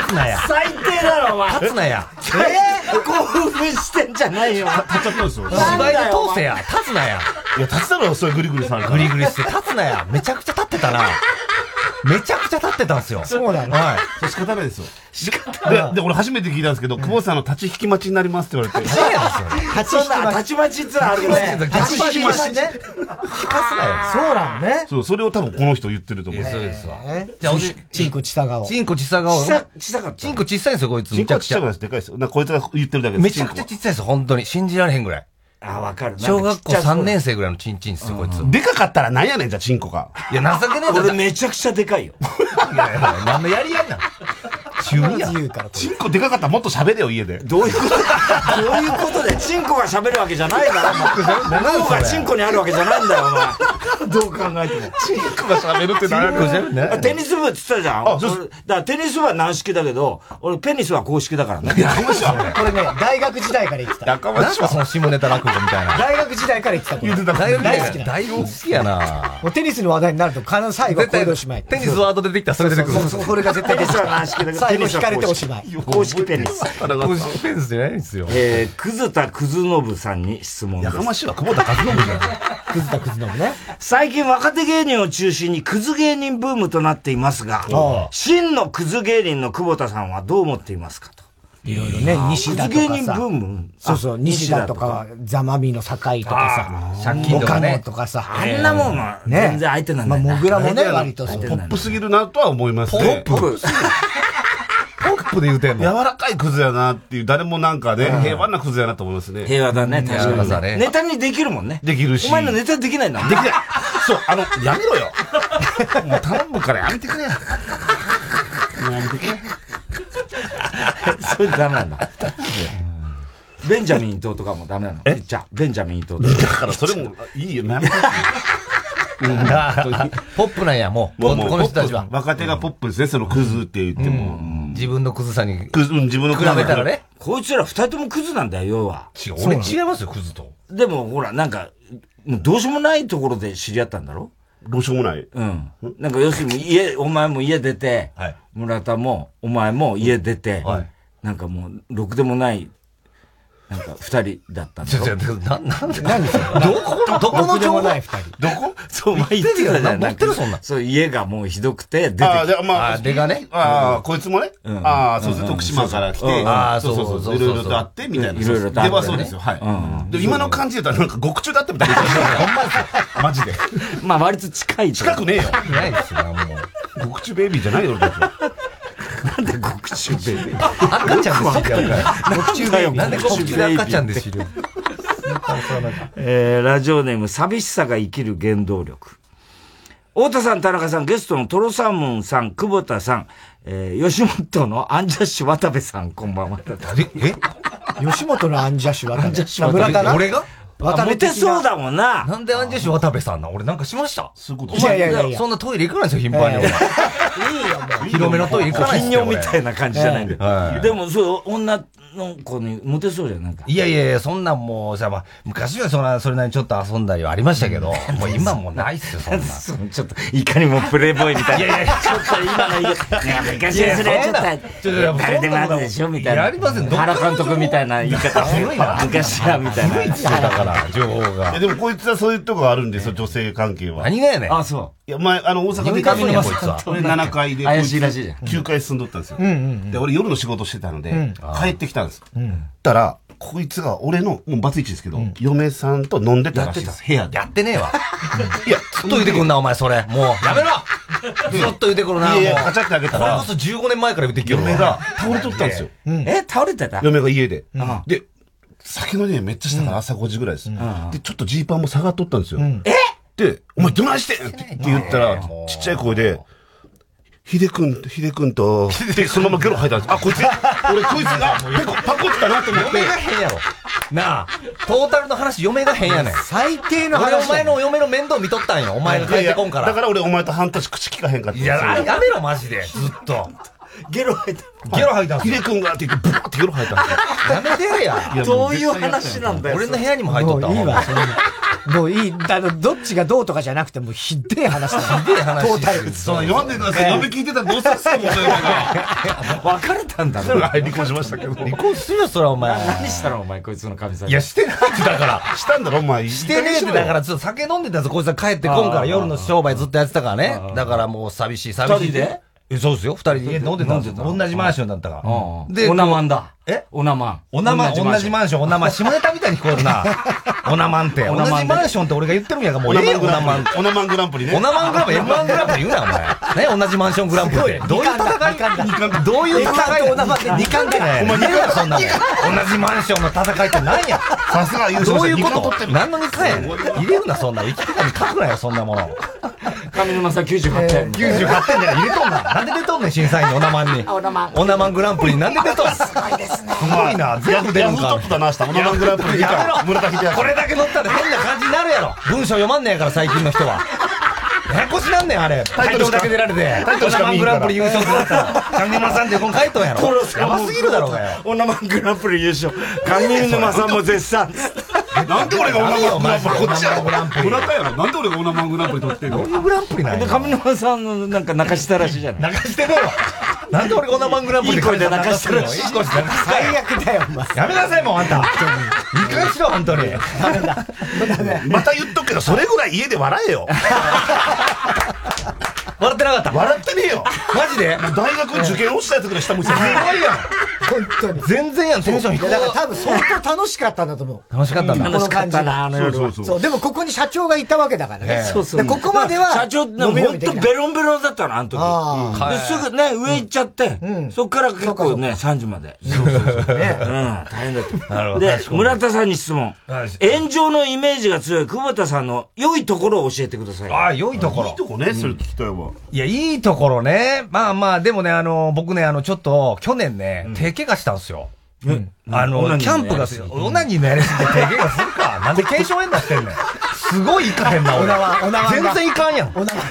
Speaker 22: 立つなや
Speaker 3: 最低だろ、お前。
Speaker 22: 立つなや
Speaker 3: えー興奮してんじゃないよ。
Speaker 22: 立っちゃったんですよ。
Speaker 3: なんだよ芝居の通せや
Speaker 6: 立つなや。
Speaker 22: いや、立つだろ、それグリグリされたら
Speaker 6: グリグリして、立つなや。めちゃくちゃ立ってたな。めちゃくちゃ立ってたんですよ。
Speaker 22: そうなの
Speaker 6: はい。
Speaker 22: それ仕方ないですよ。仕
Speaker 6: 方ない
Speaker 22: で、で俺初めて聞いたんですけど、久保田さんの立ち引き待ちになりますって言われて。
Speaker 6: 立ち引き待ち
Speaker 3: 立ち引き待ち。立ち待ちってのあるよね。
Speaker 22: 立ち引き待ちね。
Speaker 1: そうなのね。
Speaker 22: そう、それを多分この人言ってると思う。
Speaker 6: そうですわ。
Speaker 1: じゃあ、チンコチサ顔。
Speaker 6: チンコ小さ顔。
Speaker 22: ちさ
Speaker 3: 小さかった。
Speaker 6: チンコ小さいんですよ、こいつ。
Speaker 22: チンコちっちゃく
Speaker 6: め
Speaker 22: ないです。でかいですよ。なんかこいつが言ってるだけです。
Speaker 6: めちゃくちゃ小さいです、本当に。信じられへんぐらい。
Speaker 3: あ、わかる。
Speaker 6: 小学校3年
Speaker 3: 生。
Speaker 6: 生ぐらいのチンチンっすよ、こいつ。
Speaker 3: でかかったらなんやねん、じゃ、チンコが。
Speaker 6: いや、情けねえ
Speaker 3: 俺めちゃくちゃでかいよ。
Speaker 6: 何のやりやんなの
Speaker 3: 中二や。
Speaker 22: チンコでかかったらもっと喋れよ、家で。
Speaker 3: どういうことどういうことで、チンコが喋るわけじゃないから、お前。脳がチンコにあるわけじゃないんだよ、お前。どう考えても。チンコが喋るって
Speaker 22: 何やねん
Speaker 3: テニス部って言ってたじゃん。
Speaker 22: あそうっす
Speaker 3: 俺だからテニス部は軟式だけど、俺ペニスは公式だからね。
Speaker 14: これね、大学時代から言ってた。
Speaker 6: なんかその下ネタ落語みたいな。
Speaker 14: 大学時代から言ってた。これ
Speaker 6: 大
Speaker 14: 大好き
Speaker 6: 学
Speaker 14: な。
Speaker 6: 大好きやな
Speaker 14: もうテニスの話題になると、必ず最後はこれでおしまい。
Speaker 6: テニスワード出てきたらそれ出てくる
Speaker 14: そうそうそうこれが絶対出てくる
Speaker 3: テニスは軟式だけど
Speaker 14: 最後引かれておしまい。
Speaker 3: 公式ペニス。
Speaker 6: 公式ペニスじゃないんですよ。
Speaker 3: えー、くずたくずのぶさんに質問です。
Speaker 22: やかましいわ久
Speaker 3: 保田かずのぶじ ゃん。くずたくずのぶね。最近若手芸人を中心にくず芸人ブームとなっていますが
Speaker 14: ああ、
Speaker 3: 真のくず芸人の久保田さんはどう思っていますかと。
Speaker 14: いろいろね、西田とかさ。
Speaker 3: くず芸人ブーム
Speaker 14: そうそう、
Speaker 3: あ
Speaker 14: 西田とか、ザマミの酒井とかさ、岡野とかさ。
Speaker 3: あんなもんは全然相手なん
Speaker 14: ま
Speaker 3: だ
Speaker 14: あ、
Speaker 3: よ
Speaker 14: もぐらもね、割と
Speaker 22: ポ
Speaker 14: そう。
Speaker 22: ップすぎるなとは思いますね。ポップポップで言うてんの柔らかいクズやなっていう、誰もなんかね、平和なクズやなと思いますね。
Speaker 3: 平和だね、確かにね。ネ
Speaker 22: ネタ
Speaker 3: タにできるもんね。
Speaker 22: できるし。
Speaker 3: お前のネタできないんだもん
Speaker 22: できない。そう、あの、やめろよ。もう頼むからやめてくれ。
Speaker 3: それダメなんだ。ベンジャミン伊藤とかもダメなの。えじゃあベンジャミン伊藤とか。だから
Speaker 22: それも、いいよ、やめて。
Speaker 6: ポップなんや、もう。
Speaker 22: もうもう
Speaker 6: この人たちは
Speaker 22: ポッ。プ若手がポップですね、そのクズって言っても。
Speaker 6: 自分のクズさに。
Speaker 22: クズ、うん自分のクズ
Speaker 6: 比べたらね。
Speaker 3: こいつら二人ともクズなんだよ、要は。
Speaker 6: 違う俺違いますよ、クズと。
Speaker 3: でもほら、なんか、もうどうしようもないところで知り合ったんだろ
Speaker 22: どうしようもない。
Speaker 3: うん。なんか要するに家、お前も家出て、村田も、お前も家出て、なんかもう、ろくでもない、なんか二人だったんだろ
Speaker 6: ちょちょななんで
Speaker 3: 何それ
Speaker 6: どこどこの情報
Speaker 3: どこそう、前言ってたじゃん。持ってるそんな。そう、家がもうひどくて、出て
Speaker 22: ああ、で、まあ、
Speaker 3: 出がね
Speaker 22: ああ、こいつもね。
Speaker 3: うん
Speaker 22: ああ、そうです
Speaker 3: う
Speaker 22: ね、
Speaker 3: ん
Speaker 22: 徳島から来
Speaker 3: うんう
Speaker 22: て。
Speaker 3: んああそうそうそう
Speaker 22: いろいろとあって、みたいな。
Speaker 3: いろいろとあってね
Speaker 22: ではそうですよ、は
Speaker 3: うん
Speaker 22: い。で、今の感じで言ったら、なんか極中だってみたいな。マジで。
Speaker 3: まあ、割と近い。
Speaker 22: 近くねえよ。
Speaker 6: ないですよ、も
Speaker 22: う。極中ベイビーじゃないよ、俺た ちは。
Speaker 3: なんで極中ベイビ
Speaker 6: ー赤ちゃんですよ
Speaker 3: 獄中 ベイビー
Speaker 6: なんで獄中で赤ちゃんですよ。
Speaker 3: えー、ラジオネーム、寂しさが生きる原動力。太田さん、田中さん、ゲストのトロサーモンさん、久保田さん、えー、吉本のアンジャッシュ渡部さん、こんばんは。
Speaker 6: え
Speaker 14: 吉本のアンジャッシュ渡
Speaker 3: ンジャッシュ渡
Speaker 14: 部。
Speaker 3: 部
Speaker 14: 田村かな
Speaker 6: 俺が
Speaker 14: 渡部的な
Speaker 3: モテそうだもんな。
Speaker 6: なんでアンジェッシュ渡部さんなん俺なんかしましたそういう
Speaker 3: こと
Speaker 6: いやい
Speaker 3: いやいや
Speaker 6: や
Speaker 3: い
Speaker 6: い
Speaker 3: や
Speaker 6: や、そんなトイレ行かないですよ、頻繁に俺。広めのトイレ行かないっす
Speaker 3: 頻
Speaker 6: よ
Speaker 3: 尿みたいな感じじゃないんだ
Speaker 6: ええは
Speaker 3: よ。
Speaker 6: い
Speaker 3: でも、そう、女の子にモテそうじゃんないか。
Speaker 6: いやいやいや、そんなんもう、さ、まあ、昔はそんな、それなりにちょっと遊んだりはありましたけ ど、もう今もうないっすよ、 そんな。
Speaker 3: ちょっと、いかにもプレイボーイみたいな。
Speaker 6: いやいや、
Speaker 3: ちょっと今の言い方。ね昔はそれはちょっと、誰でもあるでしょみたいな。
Speaker 6: やりませんどっか
Speaker 3: 原監督みたいな言い方する
Speaker 22: 古いな
Speaker 3: 昔はみたいな。
Speaker 22: だから、
Speaker 6: 情報が。
Speaker 22: いや、でもこいつはそういうとこがあるんですよ、女性関係は。。
Speaker 6: 何がやねん。
Speaker 3: あ、そう
Speaker 22: いや、前、あの、大阪で
Speaker 6: 読み上げるやこいつは
Speaker 22: 俺7階で。
Speaker 6: 怪しいらしいじゃん
Speaker 22: 9階住んどったんですよ
Speaker 6: うんうんうん。
Speaker 22: で、俺夜の仕事してたの
Speaker 6: う
Speaker 22: で
Speaker 6: ん、
Speaker 22: 帰ってきたんです。
Speaker 6: うん。
Speaker 22: たら、こいつが俺の、もうバツイチですけど、嫁さんと飲んでたらしいです。部屋で。
Speaker 6: やってねえわ。いや、ずっと言うてくんな、お前、それ。もう、やめろずっと言うてくるな、
Speaker 22: いやいや
Speaker 6: もう
Speaker 22: カチャって開けたら
Speaker 6: これこそ15年前から言うてきよるわ
Speaker 22: 嫁が倒れとったんですよ。
Speaker 3: え、倒れてた
Speaker 22: 嫁が家で
Speaker 3: ん。
Speaker 22: で、酒のね、めっちゃしたから朝5時ぐらいです。で、ちょっとジーパンも下がっとったんですよ。
Speaker 3: え
Speaker 22: で、お前どないしてんってって言ったら、ちっちゃい声で、ひでくん、ひでくんと、で、そのままゲロ吐いたんです。あ、こいつ、俺こいつが、ペコパコったなと思って
Speaker 6: 嫁。が変やろ。なあ、トータルの話、嫁が変やねん。
Speaker 14: 最低
Speaker 6: の話。俺、お前のお嫁の面倒見とったんよ。お前が帰ってこんから。
Speaker 22: いやいやだから俺お前と半年口聞かへんかったん
Speaker 6: い
Speaker 22: ですよ。
Speaker 6: や、やめろ、マジで。ずっと。
Speaker 3: ゲロ吐いた。
Speaker 6: ゲロ吐いたんす
Speaker 22: ヒ
Speaker 6: よ
Speaker 22: デ君がって言って、ブワーってゲロ吐いたんですよ。
Speaker 6: やめてや
Speaker 22: いや
Speaker 6: ど
Speaker 22: も
Speaker 6: う
Speaker 22: う
Speaker 6: いう話なんだよ。俺の部屋にも入っとった
Speaker 14: もういいわ、
Speaker 6: ほ
Speaker 14: そ
Speaker 6: ん
Speaker 14: ん
Speaker 6: ま
Speaker 14: な。もういい。あの、どっちがどうとかじゃなくて、もうひでえ話だよ。
Speaker 6: ひでえ話
Speaker 14: トータル。
Speaker 22: そう、読んでください。読み聞いてたらどうするんすか、もうそれ
Speaker 3: 別れたんだろ。
Speaker 22: はい、離婚しましたけど。離
Speaker 6: 婚するよ、それはお前。
Speaker 3: 何したのお前、こいつの神さん。
Speaker 6: いや、してないってだから。
Speaker 22: したんだろ、お前。
Speaker 6: してねえってだから、ちょっと酒飲んでたぞ、こいつは帰ってこんか
Speaker 3: あ
Speaker 6: ら、
Speaker 3: ー
Speaker 6: 夜の商売ずっとやってたからね。だからもう寂しい、寂しい。
Speaker 3: 二人で
Speaker 6: えそうですよ。二人で家で飲んでたんですよ。同じマンションだったから。で
Speaker 3: オナマンだ。
Speaker 6: え
Speaker 3: オナマン。
Speaker 6: オナマン、同じマンション、オナマン、下ネタみたいに聞こえるな。オナマンって。
Speaker 3: オ
Speaker 6: 同
Speaker 3: ナ
Speaker 6: じ
Speaker 3: マ
Speaker 6: マ
Speaker 3: ンで
Speaker 6: ンションって俺が言ってるんやが、もうええよオナマン。
Speaker 22: オナマン グランプリね。
Speaker 6: オナマングランプリ、
Speaker 22: オ
Speaker 6: M1 グランプリ言うな、お前。ね、同じマンショングランプリって。どういう戦いどういう戦い
Speaker 22: 二冠とオナマンで二冠で
Speaker 6: お
Speaker 22: お
Speaker 6: 前
Speaker 22: 前
Speaker 6: 見るわ、そんなもん。
Speaker 22: 二
Speaker 6: 同じマンションの戦いって何や。
Speaker 22: さすが優勝者
Speaker 6: どういうこ
Speaker 22: 二冠取って
Speaker 6: と
Speaker 22: る
Speaker 6: 何の2回やねん。入れるな、そんなの。生き方に書くなよ、そんなもの。
Speaker 3: 上沼さん98点。
Speaker 6: 98点で入れとんな。なんで出とんねん、審査員に、オナマンに。
Speaker 3: オナマン
Speaker 6: オナマングランプリになんで出とんねん
Speaker 3: すごいですね
Speaker 6: すごいな、全部出るんか。
Speaker 22: ヤフートップだな明日オナマングランプリ以下
Speaker 6: やめろ
Speaker 22: 村田秀明
Speaker 6: これだけ乗ったら変な感じになるやろ。文章読まんねやから、最近の人 は。ややこしなんねん、あれ。
Speaker 22: タ
Speaker 6: タ
Speaker 22: イ
Speaker 6: イ
Speaker 22: ト
Speaker 6: トル
Speaker 22: ルしか
Speaker 6: だけ出られて。
Speaker 22: タイトルし
Speaker 6: オナ
Speaker 22: か
Speaker 6: マン
Speaker 22: 見えん
Speaker 6: グ
Speaker 22: から
Speaker 6: ランプリ優勝ってなったら、上沼さんってこの回答やろ。やばすぎるだろうがよ。
Speaker 22: オナマングランプリ優勝。上沼さんも絶賛。なんで俺がオナマングランプリこっちやろ。村田やろ。なんで俺がオナマングランプリ取ってんの
Speaker 6: グランプリなん
Speaker 3: で、上沼さんのなんか泣かしたらしいじゃない。
Speaker 6: 泣かしてねえわ。なんで俺こんなマングランプリ
Speaker 3: いい声で泣かしてる
Speaker 6: いい声で泣かしてる最悪だよ、やめなさいもう、あんた。いくらしろ、本当に。
Speaker 22: また言っとくけど、それぐらい家で笑えよ。
Speaker 6: 笑ってなかった。
Speaker 22: 笑ってねえよ。
Speaker 6: マジで
Speaker 22: 大学受験落ちたやつぐらい下向いて
Speaker 1: すごいやん
Speaker 6: 本当に。全然やん、テンション低い
Speaker 1: だから多分相当楽しかったんだと思う。
Speaker 6: 楽しかったんだ
Speaker 1: この感じ
Speaker 6: 楽しかったなあの夜はそうそうそう
Speaker 1: でもここに社長がいたわけだからね。
Speaker 3: そうそう
Speaker 1: でここまでは、
Speaker 3: 社長って
Speaker 1: 飲めよ
Speaker 3: 本
Speaker 1: みた
Speaker 3: 当
Speaker 1: いな
Speaker 3: ベロンベロンだったの、あの時。
Speaker 1: あ
Speaker 3: で
Speaker 1: ー
Speaker 3: すぐね、上行っちゃって、そっから結構ね、3時まで。そう そうそう。ねうん、大変だった。
Speaker 6: なるほど
Speaker 3: で
Speaker 6: 確、かに
Speaker 3: 村田さんに質問
Speaker 6: はい。
Speaker 3: 炎上のイメージが強い久保田さんの良いところを教えてください。
Speaker 6: ああ、良いところ。いいと
Speaker 22: こ
Speaker 3: ねそれ聞
Speaker 22: きたいわ。
Speaker 6: いや、いいところね。まあまあ、でもね、あの、僕ね、あの、ちょっと、去年ね、手怪我したんですよ。うんあ
Speaker 3: オナ
Speaker 6: の、
Speaker 3: ニ
Speaker 6: キ
Speaker 3: ーの
Speaker 6: ャンプ
Speaker 3: や
Speaker 6: が
Speaker 3: り
Speaker 6: す
Speaker 3: すぎ
Speaker 6: オナニーのやりすぎて手怪我するか。なんで軽症炎出してんのすごいいかへんな、俺。
Speaker 1: お縄お縄が
Speaker 6: 全然いかんやん。
Speaker 1: お縄が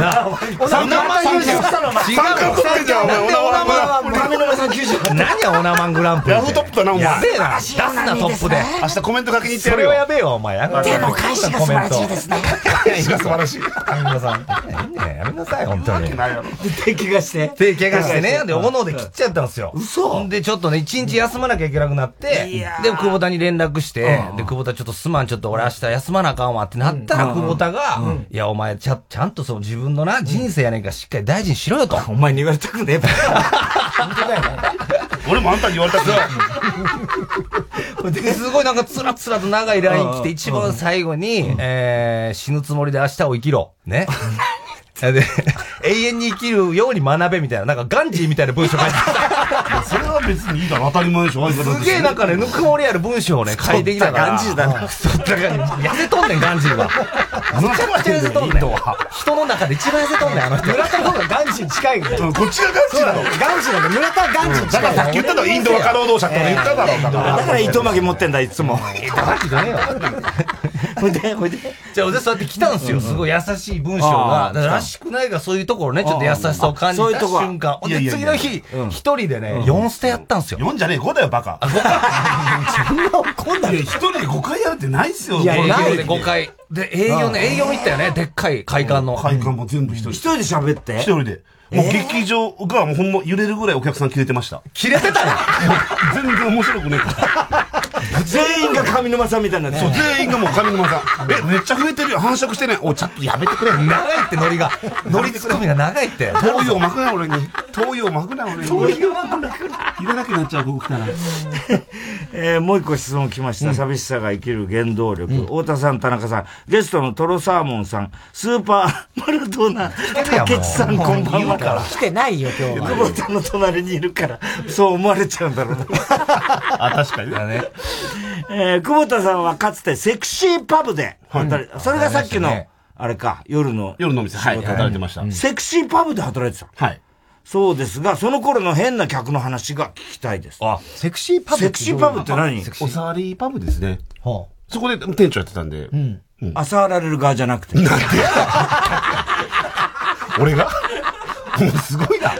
Speaker 6: な
Speaker 1: お
Speaker 6: 三
Speaker 1: 縄が
Speaker 6: 冠
Speaker 1: 優勝したのお縄
Speaker 6: 違う
Speaker 1: 三冠取ってんじゃんお前
Speaker 6: なんで
Speaker 1: お縄が
Speaker 6: お縄が
Speaker 1: 上村さん98
Speaker 6: 何や、オナマングランプリ。
Speaker 22: ヤフートップだな、お前。
Speaker 6: やべえな。出すな、トップで。
Speaker 22: 明日コメント書きに行っ
Speaker 6: そ
Speaker 22: てやる
Speaker 6: れ
Speaker 22: よ
Speaker 6: は。やべえわ、お前。
Speaker 22: でも返しが素晴らしいです
Speaker 6: ね。返しが素晴らしい。上村さん。やめなさい、本当に。
Speaker 3: 手怪我して。
Speaker 6: 手怪我してね。で、
Speaker 3: の
Speaker 6: 斧で切っちゃったんですよ。嘘で、ちょっとね、一日休まなきゃいけなくなって、で、久保田に連絡して、で、久保田ちょっとすまん、ちょっと俺明日休まなあかんわってなったら、
Speaker 3: うん
Speaker 6: 久保田が、いや、お前ちゃ、ちゃんとその自分のな、人生やねんからしっかり大事にしろよと。お前に言われたくねえ。
Speaker 22: 俺もあんたに言われたくな い。
Speaker 6: ですごいなんかつらつらと長いライン来て、一番最後に、えー死ぬつもりで明日を生きろ。ね。で、永遠に生きるように学べみたいな、なんかガンジーみたいな文章書いて
Speaker 22: それは別にいいだろ、当たり前でしょ、相方として
Speaker 6: すげえなんかね、ぬくもりある文章をね、書いてきたから。
Speaker 22: ガンジーだな
Speaker 6: な。痩せとんねん、ガンジーは。むちゃくちゃ痩せとんねん。人の中で一番痩せとんねん、あの人。
Speaker 1: 村田の方がガンジーに近いぐらい。
Speaker 22: こっちがガンジーだ
Speaker 1: そうガ
Speaker 22: ろ
Speaker 1: ンジーだけど、村田はガンジーに
Speaker 22: だか
Speaker 1: 近
Speaker 22: ら
Speaker 1: い。
Speaker 22: さっき言ったのインド若労働者って俺言っただろうから。
Speaker 3: だから糸巻き持ってんだ、いつも。
Speaker 6: ほいで、ほいで。じゃあ、俺そうやって来たんですよ。
Speaker 3: うん
Speaker 6: すごい優しい文章が。
Speaker 3: あー
Speaker 6: だかららしくないが、そういうところね、ちょっと優しさを感じ
Speaker 3: あそういう
Speaker 6: た
Speaker 3: とこは
Speaker 6: 瞬間。ほんで、
Speaker 3: いやい
Speaker 6: 次の
Speaker 3: やいや
Speaker 6: 日、一人でね、4ステやったんですよ。4
Speaker 22: じゃねえ、5だよ、バカ。
Speaker 6: そんな怒ん
Speaker 22: いや一人で5回やるってないっすよ、
Speaker 6: いや、
Speaker 22: こん
Speaker 6: 営業で
Speaker 22: の
Speaker 6: 5回。で、営業
Speaker 22: うん
Speaker 6: ね、営業行ったよね。でっかい会館の。
Speaker 22: 会館も全部一人。一
Speaker 3: 人で喋って
Speaker 22: 一人で。もう劇場がもうほんま揺れるぐらいお客さん切れてました。
Speaker 6: 切れてたの
Speaker 22: 全然面白くねえから。
Speaker 3: 全員が上沼さんみたいになって
Speaker 22: そう、全員がもう上沼さん。え、めっちゃ増えてるよ。繁殖してない。お、ちょっとやめてくれ。
Speaker 6: 長いってノリ が。ノリツッコミが長いって。
Speaker 22: 灯油を巻くな、俺に。灯油を巻くな、俺に。
Speaker 3: 灯油
Speaker 22: を巻くないらなくなっちゃう、ここから。
Speaker 3: えーもう一個質問来ました。寂しさが生きる原動力。太田さん、田中さん、ゲストのトロサーモンさん、スーパーマラドーナ、竹内さん、こんばんは。
Speaker 1: 来てないよ、今日
Speaker 3: 久保
Speaker 1: は。
Speaker 3: 田の隣にいるから、そう思われちゃうんだろうな。
Speaker 22: あ、確かに。
Speaker 6: だね。
Speaker 3: えー久保田さんはかつてセクシーパブで働いて、
Speaker 22: はい
Speaker 3: それがさっきの、
Speaker 22: はい
Speaker 3: あれか、夜の。
Speaker 22: 夜のお店はい働いてましたうん
Speaker 3: セクシーパブで働いてた。
Speaker 22: はい。
Speaker 3: そうですが、その頃の変な客の話が聞きたいです。
Speaker 6: あ、
Speaker 3: セクシーセクシーパブって何
Speaker 22: おさわりパブですね。そこで店長やってたんで。
Speaker 3: あさわられる側じゃなくて。
Speaker 22: 俺がもうすごいな。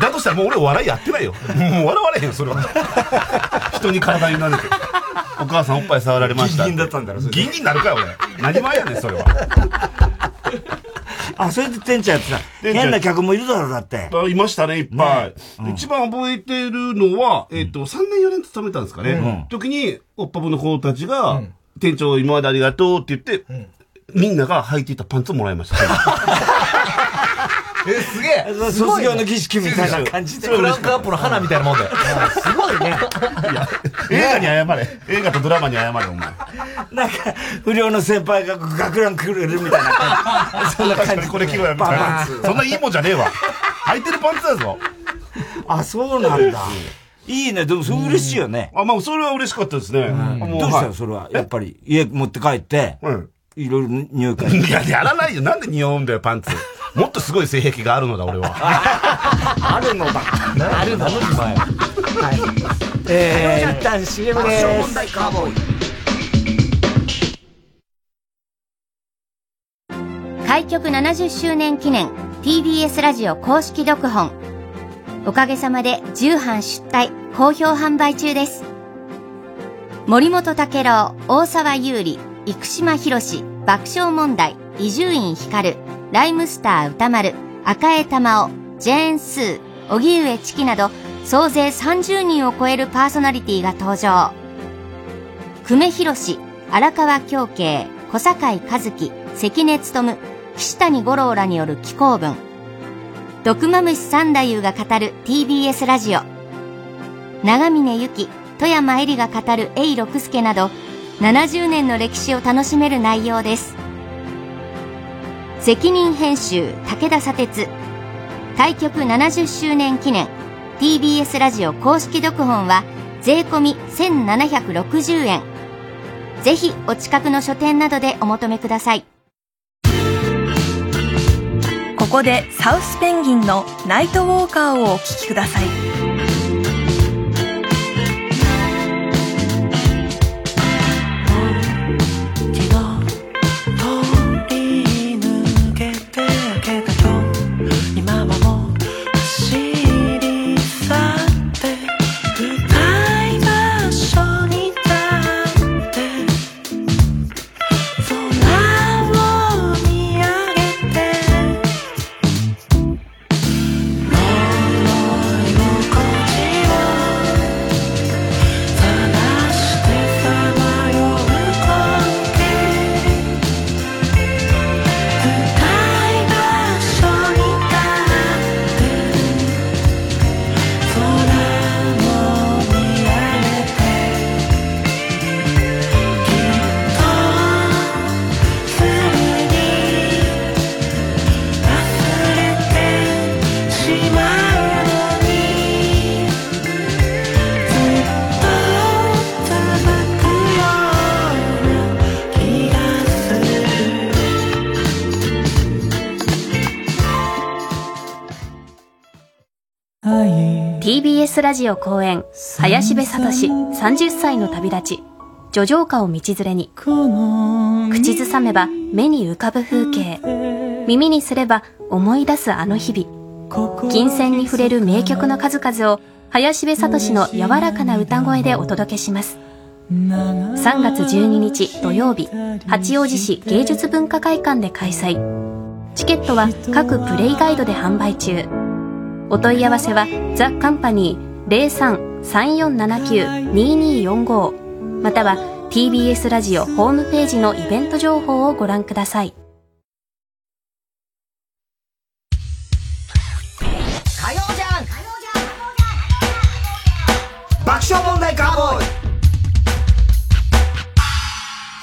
Speaker 22: だとしたらもう俺お笑いやってないよ。もう笑われへんよ、それは。人に体になれて。お母さんおっぱい触られました。ギンギンだったんだろ、ギンギンなるかよ、俺。何前やねん、それは。
Speaker 3: あ、それで店長やってた。変な客もいるだろ、だって。
Speaker 22: いましたね、いっぱい。一番覚えてるのは、えっ、と、3年4年勤めたんですかね。
Speaker 3: うん
Speaker 22: 時に、おっぱぶの子たちが、店長今までありがとうって言って、みんなが履いていたパンツをもらいました。
Speaker 6: え、すげえ
Speaker 23: そう卒業の儀式みたいな感じで
Speaker 6: クランクアップの花みたいなもんだよ。
Speaker 23: すごいね。
Speaker 22: 映画に謝れ。映画とドラマに謝れ、お前。
Speaker 23: なんか、不良の先輩が学ランくれるみたいな感じ。そんな感じ。これ着ろよ、み
Speaker 22: たいなそんないいもんじゃねえわ。
Speaker 23: 履いてるパンツだぞ。あ、そうなんだ。いいね。でも、それ嬉しいよね。
Speaker 22: あ、まあ、それは嬉しかったですね。
Speaker 23: どうしたのそれは。やっぱり、家持って帰って、いろいろ匂い嗅いで
Speaker 22: いや、やらないよ。なんで匂うんだよ、パ ンツ。もっとすごい性癖があるのだ、俺は。
Speaker 23: あるのだ。 あるのだ。
Speaker 14: えー、一旦 CM です。
Speaker 25: 爆笑問題カーボーイ
Speaker 26: 開局70周年記念 TBS ラジオ公式読本おかげさまで重版出題好評販売中です森本武郎大沢優里生島博士爆笑問題伊集院光ライムスター歌丸赤江玉緒ジェーン・スー荻上チキなど総勢30人を超えるパーソナリティが登場久米宏、荒川京慶、小坂井和樹、関根勤、岸谷五郎らによる紀行文。毒マムシ三太夫が語る TBS ラジオ。長峰由紀、富山恵里が語る永六輔など、70年の歴史を楽しめる内容です。責任編集、武田砂鉄。開局70周年記念 TBS ラジオ公式読本は税込み1760円ぜひお近くの書店などでお求めください
Speaker 2: ここでサウスペンギンのナイトウォーカーをお聞きください
Speaker 15: 一度通り抜けてけたよ今はもう走り去って舞台場所に立って空を見上げて呪い心地を「探してさまよう光景」「舞台場所に立って」「空も見上げて」「きっとすぐに忘れてしまうのに」ずっと続くような気がする
Speaker 10: TBS ラジオ公演林部聡30歳の旅立ち叙情歌を道連れに口ずさめば目に浮かぶ風景耳にすれば思い出すあの日々金銭に触れる名曲の数々を林部聡の柔らかな歌声でお届けします3月12日土曜日八王子市芸術文化会館で開催チケットは各プレイガイドで販売中お問い合わせはザ・カンパニー03-3479-2245または TBS ラジオホームページのイベント情報をご覧ください
Speaker 25: 火曜じゃん爆笑問題カーボーイ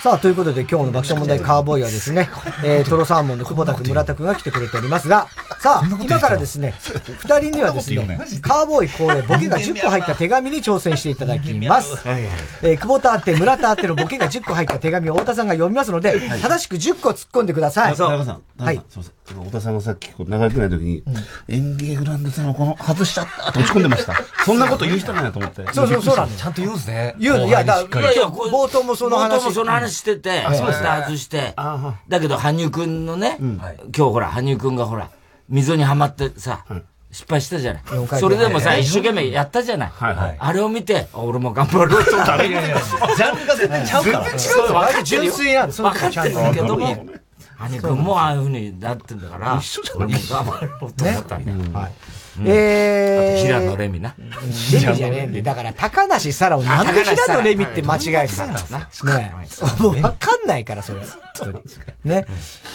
Speaker 1: さあ、ということで今日の爆笑問題カーボーイはですね、えー、トロサーモンの久保田君、村田君が来てくれておりますが、さあ、今からですね、二人にはです
Speaker 14: そんなこ、
Speaker 1: ねカーボーイ恒例、ボケが10個入った手紙に挑戦していただきます。えー、久保田あって、村田あってのボケが10個入った手紙を太田さんが読みますので、正しく10個突っ込んでください。
Speaker 22: 田中さん、
Speaker 1: は
Speaker 22: はいい。。すいません。太田さんがさっきこう流れてない時に、園芸グランドさんのこの外しちゃったって落ち込んで ました。そんなこと言う人なんやと思って。
Speaker 1: そうそうそうなんです
Speaker 6: ちゃんと言うんですね
Speaker 1: 言うのいや、だから、冒頭もその話。
Speaker 23: 冒頭もその話してて、
Speaker 1: あそうですね
Speaker 23: 蓋外して。だけど、羽生くんのね、今日ほら、羽生くんがほら、溝にはまってさ、失敗したじ
Speaker 1: 四
Speaker 23: ゃない。
Speaker 1: 回転
Speaker 23: それでもさ、
Speaker 1: はい
Speaker 23: 一生懸命やったじゃない。あれを見て、あ俺も頑張ろうと思った。
Speaker 1: いやいやいやジャンルが全然ちゃうから
Speaker 23: 全然違う
Speaker 1: そう
Speaker 23: 分かってるよ
Speaker 1: 純粋なんです
Speaker 23: 分かってるけど
Speaker 1: そういうのちゃんと
Speaker 23: も、
Speaker 3: 兄君もああいうふうになってんだから、
Speaker 27: 一緒じゃん
Speaker 3: 俺も頑張ろうと思ったんだよ。はい。
Speaker 1: えー
Speaker 3: 平野レミな。
Speaker 1: レミじゃねえんで、だから高梨沙羅をなんで平野レミって間違えてたんですね。もうわかんないから、それ。ね。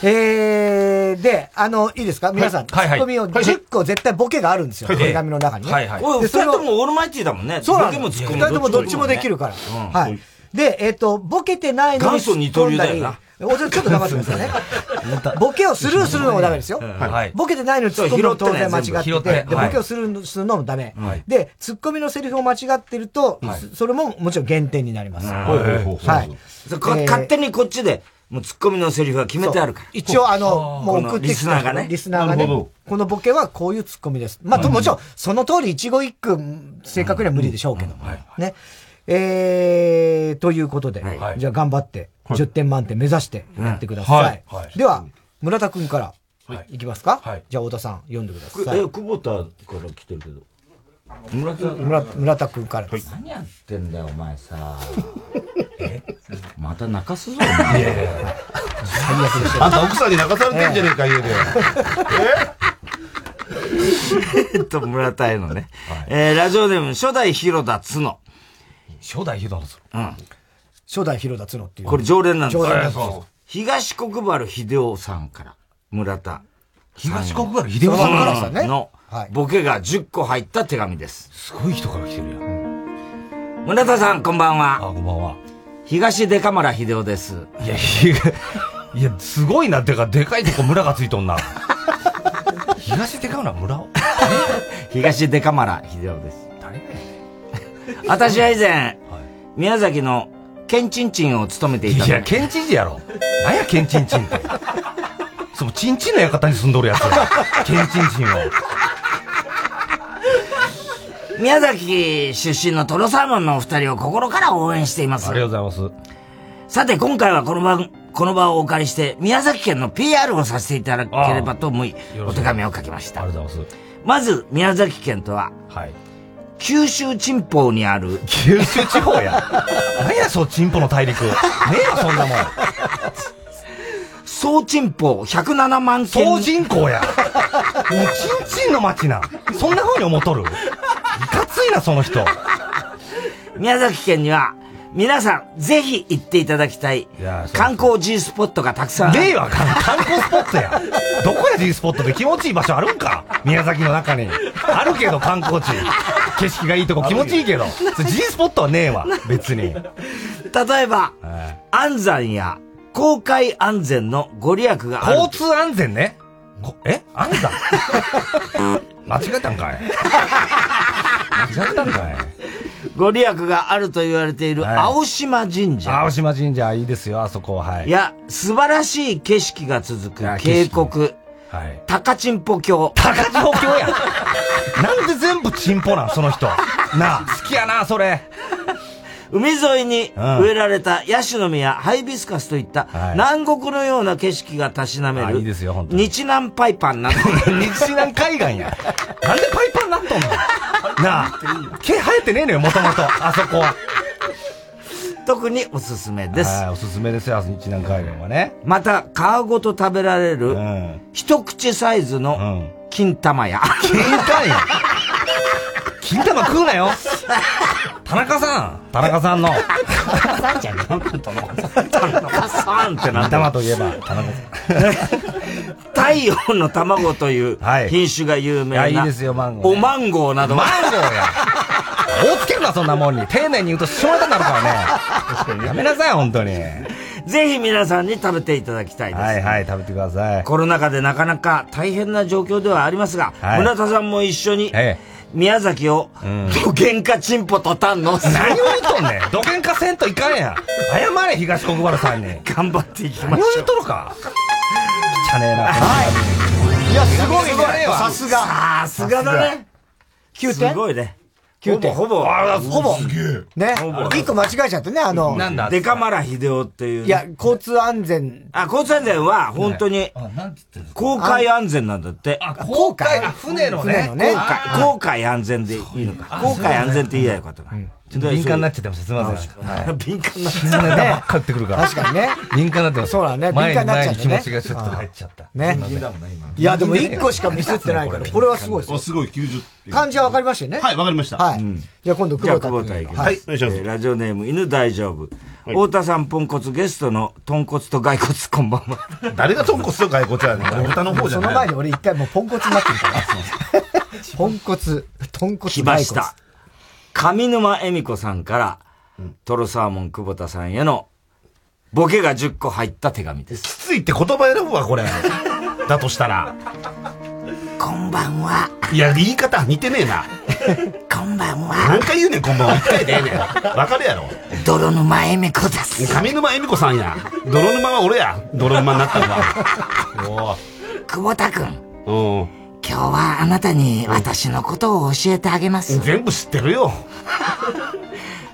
Speaker 1: えー、で、あの、いいですか皆さん、ツ
Speaker 3: はいはい
Speaker 1: ッコミを10個絶対ボケがあるんですよ、
Speaker 3: はい
Speaker 1: これ紙の中にね。
Speaker 3: はいはい。おい
Speaker 1: で
Speaker 3: 二
Speaker 1: それ
Speaker 3: 人
Speaker 1: を
Speaker 3: ともオールマイティーだもんね。
Speaker 1: そうな
Speaker 3: ボケ
Speaker 1: の
Speaker 3: もツッコミ
Speaker 1: 二人ともどっちもできるから。
Speaker 3: うん
Speaker 1: はい。で、えっと、ボケてないのに
Speaker 3: 元祖
Speaker 1: 突
Speaker 3: 二
Speaker 1: っ込ん
Speaker 3: 刀流
Speaker 1: だ
Speaker 3: だ
Speaker 1: り。
Speaker 3: よな
Speaker 1: おちょちょっと黙ってくださいね。ボケをスルーするのもダメですよ。
Speaker 3: はい
Speaker 1: ボケてないのに突っ込むのも当然間違ってて、
Speaker 3: そう拾ってね全部拾って
Speaker 1: で
Speaker 3: はい
Speaker 1: ボケをするするのもダメ、
Speaker 3: はい
Speaker 1: で、突っ込みのセリフを間違ってると、
Speaker 3: はい
Speaker 1: そそれももちろん減点になります。
Speaker 3: は
Speaker 1: はいい。。
Speaker 3: そうこ
Speaker 1: えー
Speaker 3: 勝手にこっちで、もうツッコミのセリフは決めてあるから。
Speaker 1: 一応あの、もう送って
Speaker 3: リ
Speaker 1: き
Speaker 3: ス
Speaker 1: た
Speaker 3: ナーがね。
Speaker 1: リスナーがね。このボケはこういうツッコミです。まあ、ともちろん、その通り一期一句、正確には無理でしょうけども。ね。えー、ということで、じゃあ頑張って、10点満点目指してやってください。
Speaker 3: うんはいはい
Speaker 1: では、村田くんから、いきますか、じゃあ、太田さん、読んでくだ
Speaker 3: く
Speaker 1: さい
Speaker 3: え、。久保田から来てるけど。村田
Speaker 1: 村村田くんからです。
Speaker 3: 何やってんだよ、お前さ。えまた泣かすぞ、お前。いやいや
Speaker 1: 最悪でしょ
Speaker 3: あんた奥さんに泣かされてんじ ゃねえか
Speaker 22: 家で。
Speaker 3: えっと、村田へのね。えーラジオネーム、初代広田つの。
Speaker 6: 初代広田つ
Speaker 3: のうん。
Speaker 1: 初代広田つのっていう。
Speaker 3: これ常連なんです
Speaker 1: 常連
Speaker 3: あ
Speaker 1: な
Speaker 3: あ
Speaker 1: んです
Speaker 3: そう東国原秀夫さんから、村田。
Speaker 6: 東国原英夫さんからですよね
Speaker 3: うんの、ボケが10個入った手紙です。すごい人から来てるよ。村田さん、こんばんは。あ、こんばんは。東出カマラ秀夫です。
Speaker 6: いや、ひげ、いや、すごいな。てか、でかいとこ村がついとんな。 東でかいな、村を。
Speaker 3: 東出カマラ秀夫です。 私は以前、宮崎のケンチンチンを務めていた。
Speaker 6: いや、ケンチンチンやろ。なんや、ケンチンチンって。その、チンチンの館に住んどるやつ。ケンチンチンを。
Speaker 3: 宮崎出身のトロサーモンのお二人を心から応援しています。
Speaker 6: ありがとうございま
Speaker 3: さて、今回はこの場、この場をお借りして、宮崎県の PR をさせていただければと思い、お手紙を書きました。まず、宮崎県とは、九州チンポにある、
Speaker 6: 九州地方 や。何や、そう、チンポの大陸。ねえよ、そんなもん。
Speaker 3: 総チンポ107万件。
Speaker 6: 総人口や。もう、チンチンの町な。そんな風に思っとる。いかついな、その人。
Speaker 3: 宮崎県には、皆さん、ぜひ行っていただきたい、観光 G スポットがたくさんある。
Speaker 6: ねえわ、観観光スポット や。どこや G スポットで気持ちいい場所あるんか宮崎の中に。あるけど、観光地。景色がいいとこ気持ちいい けど。それ G スポットはねえわ、別に。
Speaker 3: 例えば、安山や公開安全のご利益がある。
Speaker 6: 交通安全ね。こえ安山 間違えたんかい。間違えたんかい。
Speaker 3: ご利益があると言われている青島神社。
Speaker 6: 青島神社いいですよ、あそこは。はい。
Speaker 3: いや、素晴らしい景色が続く渓谷。
Speaker 6: はい。
Speaker 3: 高チンポ峡。
Speaker 6: 高千穂峡や。なんで全部チンポなん、その人。なあ、好きやな、それ。
Speaker 3: 海沿いに
Speaker 6: うん
Speaker 3: 植えられたヤシの実やハイビスカスといった南国のような景色がたしなめ
Speaker 6: あ
Speaker 3: る
Speaker 6: いいですよ本当
Speaker 3: 日南パイパンなど
Speaker 6: 日南海岸や。なんでパイパンなっとんのなあ、毛生えてねえのよ、もともと。あそこは。
Speaker 3: 特におすすめです
Speaker 6: はいおすすめですよ、日南海岸はね。
Speaker 3: また皮ごと食べられる一口サイズの金玉や、
Speaker 6: 金玉や金玉食うなよ田中さん田中さんの。
Speaker 3: 田中さんじゃね田中さんってな
Speaker 6: 金
Speaker 3: んだ
Speaker 6: 玉といえば、田中さん。
Speaker 3: 太陽の卵という品種が有名な、
Speaker 6: いやいいですよマンゴーね
Speaker 3: おマンゴーなど
Speaker 6: マンゴーや大つけるな、そんなもんに。丁寧に言うと下ネタになるからね。やめなさい、本当に。、
Speaker 3: ぜひ皆さんに食べていただきたいです。はいはい
Speaker 6: 食べてください。
Speaker 3: コロナ禍でなかなか大変な状況ではありますが、
Speaker 6: はい
Speaker 3: 村田さんも一緒に、宮崎を、どげんかちんぽとたんの。
Speaker 6: 何を言うとんねん。どけんかせんといかんやん。謝れ、東国原さんに。
Speaker 3: 頑張っていき
Speaker 6: ましょう。何を言うとるか。汚ねえな。
Speaker 3: いや、す
Speaker 6: ごいね
Speaker 3: さ
Speaker 6: さ
Speaker 3: す
Speaker 6: す
Speaker 3: が
Speaker 6: が。
Speaker 3: さすがだね。
Speaker 1: 9点
Speaker 3: すごいね。
Speaker 1: 9点
Speaker 3: ほぼ、ほぼあら
Speaker 1: ほぼ
Speaker 3: すげえ
Speaker 1: ね
Speaker 3: ほぼ。
Speaker 1: 一個間違えちゃってね、あの、
Speaker 3: なんだデカマラ秀夫っていう。
Speaker 1: いや、、交通安全。
Speaker 3: あ、交通安全は、本当に、公海安全なんだって。
Speaker 1: 航海
Speaker 6: 船のね
Speaker 1: 船のね。
Speaker 3: 航海、航海安全でいいのか。
Speaker 1: そう
Speaker 3: 航
Speaker 1: ね
Speaker 3: 海安全って言えばよかったな。
Speaker 6: ちょっと敏感になっちゃってました。すみません。はい
Speaker 3: 敏感に
Speaker 6: な
Speaker 3: な
Speaker 6: っ
Speaker 3: っ
Speaker 6: ち
Speaker 3: ち
Speaker 6: ゃ
Speaker 3: ゃ
Speaker 6: っ。
Speaker 3: ったた
Speaker 6: ネタばっかりってくるから。
Speaker 1: 確かにね
Speaker 6: 敏感になってます。
Speaker 1: そうだね
Speaker 6: 前
Speaker 1: 敏感になっちゃう
Speaker 6: 前
Speaker 1: ね
Speaker 6: 気持ちがちょっと入っちゃった。
Speaker 1: ね
Speaker 6: すいません
Speaker 1: いやでも1個しかミスってないからこれはすごいですよ
Speaker 13: すごい、90。
Speaker 1: 漢字は分かりましたよね
Speaker 13: はい、わかりました。
Speaker 1: はいじゃあ今度
Speaker 3: じゃ
Speaker 1: 久
Speaker 3: あ、
Speaker 1: 保田
Speaker 3: 久保田
Speaker 1: 君
Speaker 3: 行きます。はい、えーラジオネーム、犬大丈夫。太田さん、ポンコツ、ゲストの、豚骨と骸骨、こんばんは。
Speaker 22: 誰が豚骨と骸骨やねん。俺豚の方じゃ
Speaker 1: その
Speaker 22: な
Speaker 1: 前
Speaker 22: い。
Speaker 1: に俺一回もうポンコツになってるからポンコツ豚骨
Speaker 3: 来
Speaker 1: 骸
Speaker 3: ま
Speaker 1: 骨
Speaker 3: した。上沼恵美子さんから、トロサーモン久保田さんへの、ボケが10個入った手紙です。き
Speaker 22: ついって言葉選ぶわ、これ。だとしたら。
Speaker 3: こんばんは。
Speaker 22: いや、言い方似てねえ な。
Speaker 3: こんばんは。
Speaker 22: 何回言うねん、こんばんは。一回でええねん。わかるやろ。
Speaker 3: 泥沼恵美子です。
Speaker 22: 上沼恵美子さんや。泥沼は俺や。泥沼になったのは。
Speaker 3: 久保田くん、
Speaker 22: おう
Speaker 3: 今日はあなたに私のことを教えてあげます。
Speaker 22: 全部知ってるよ。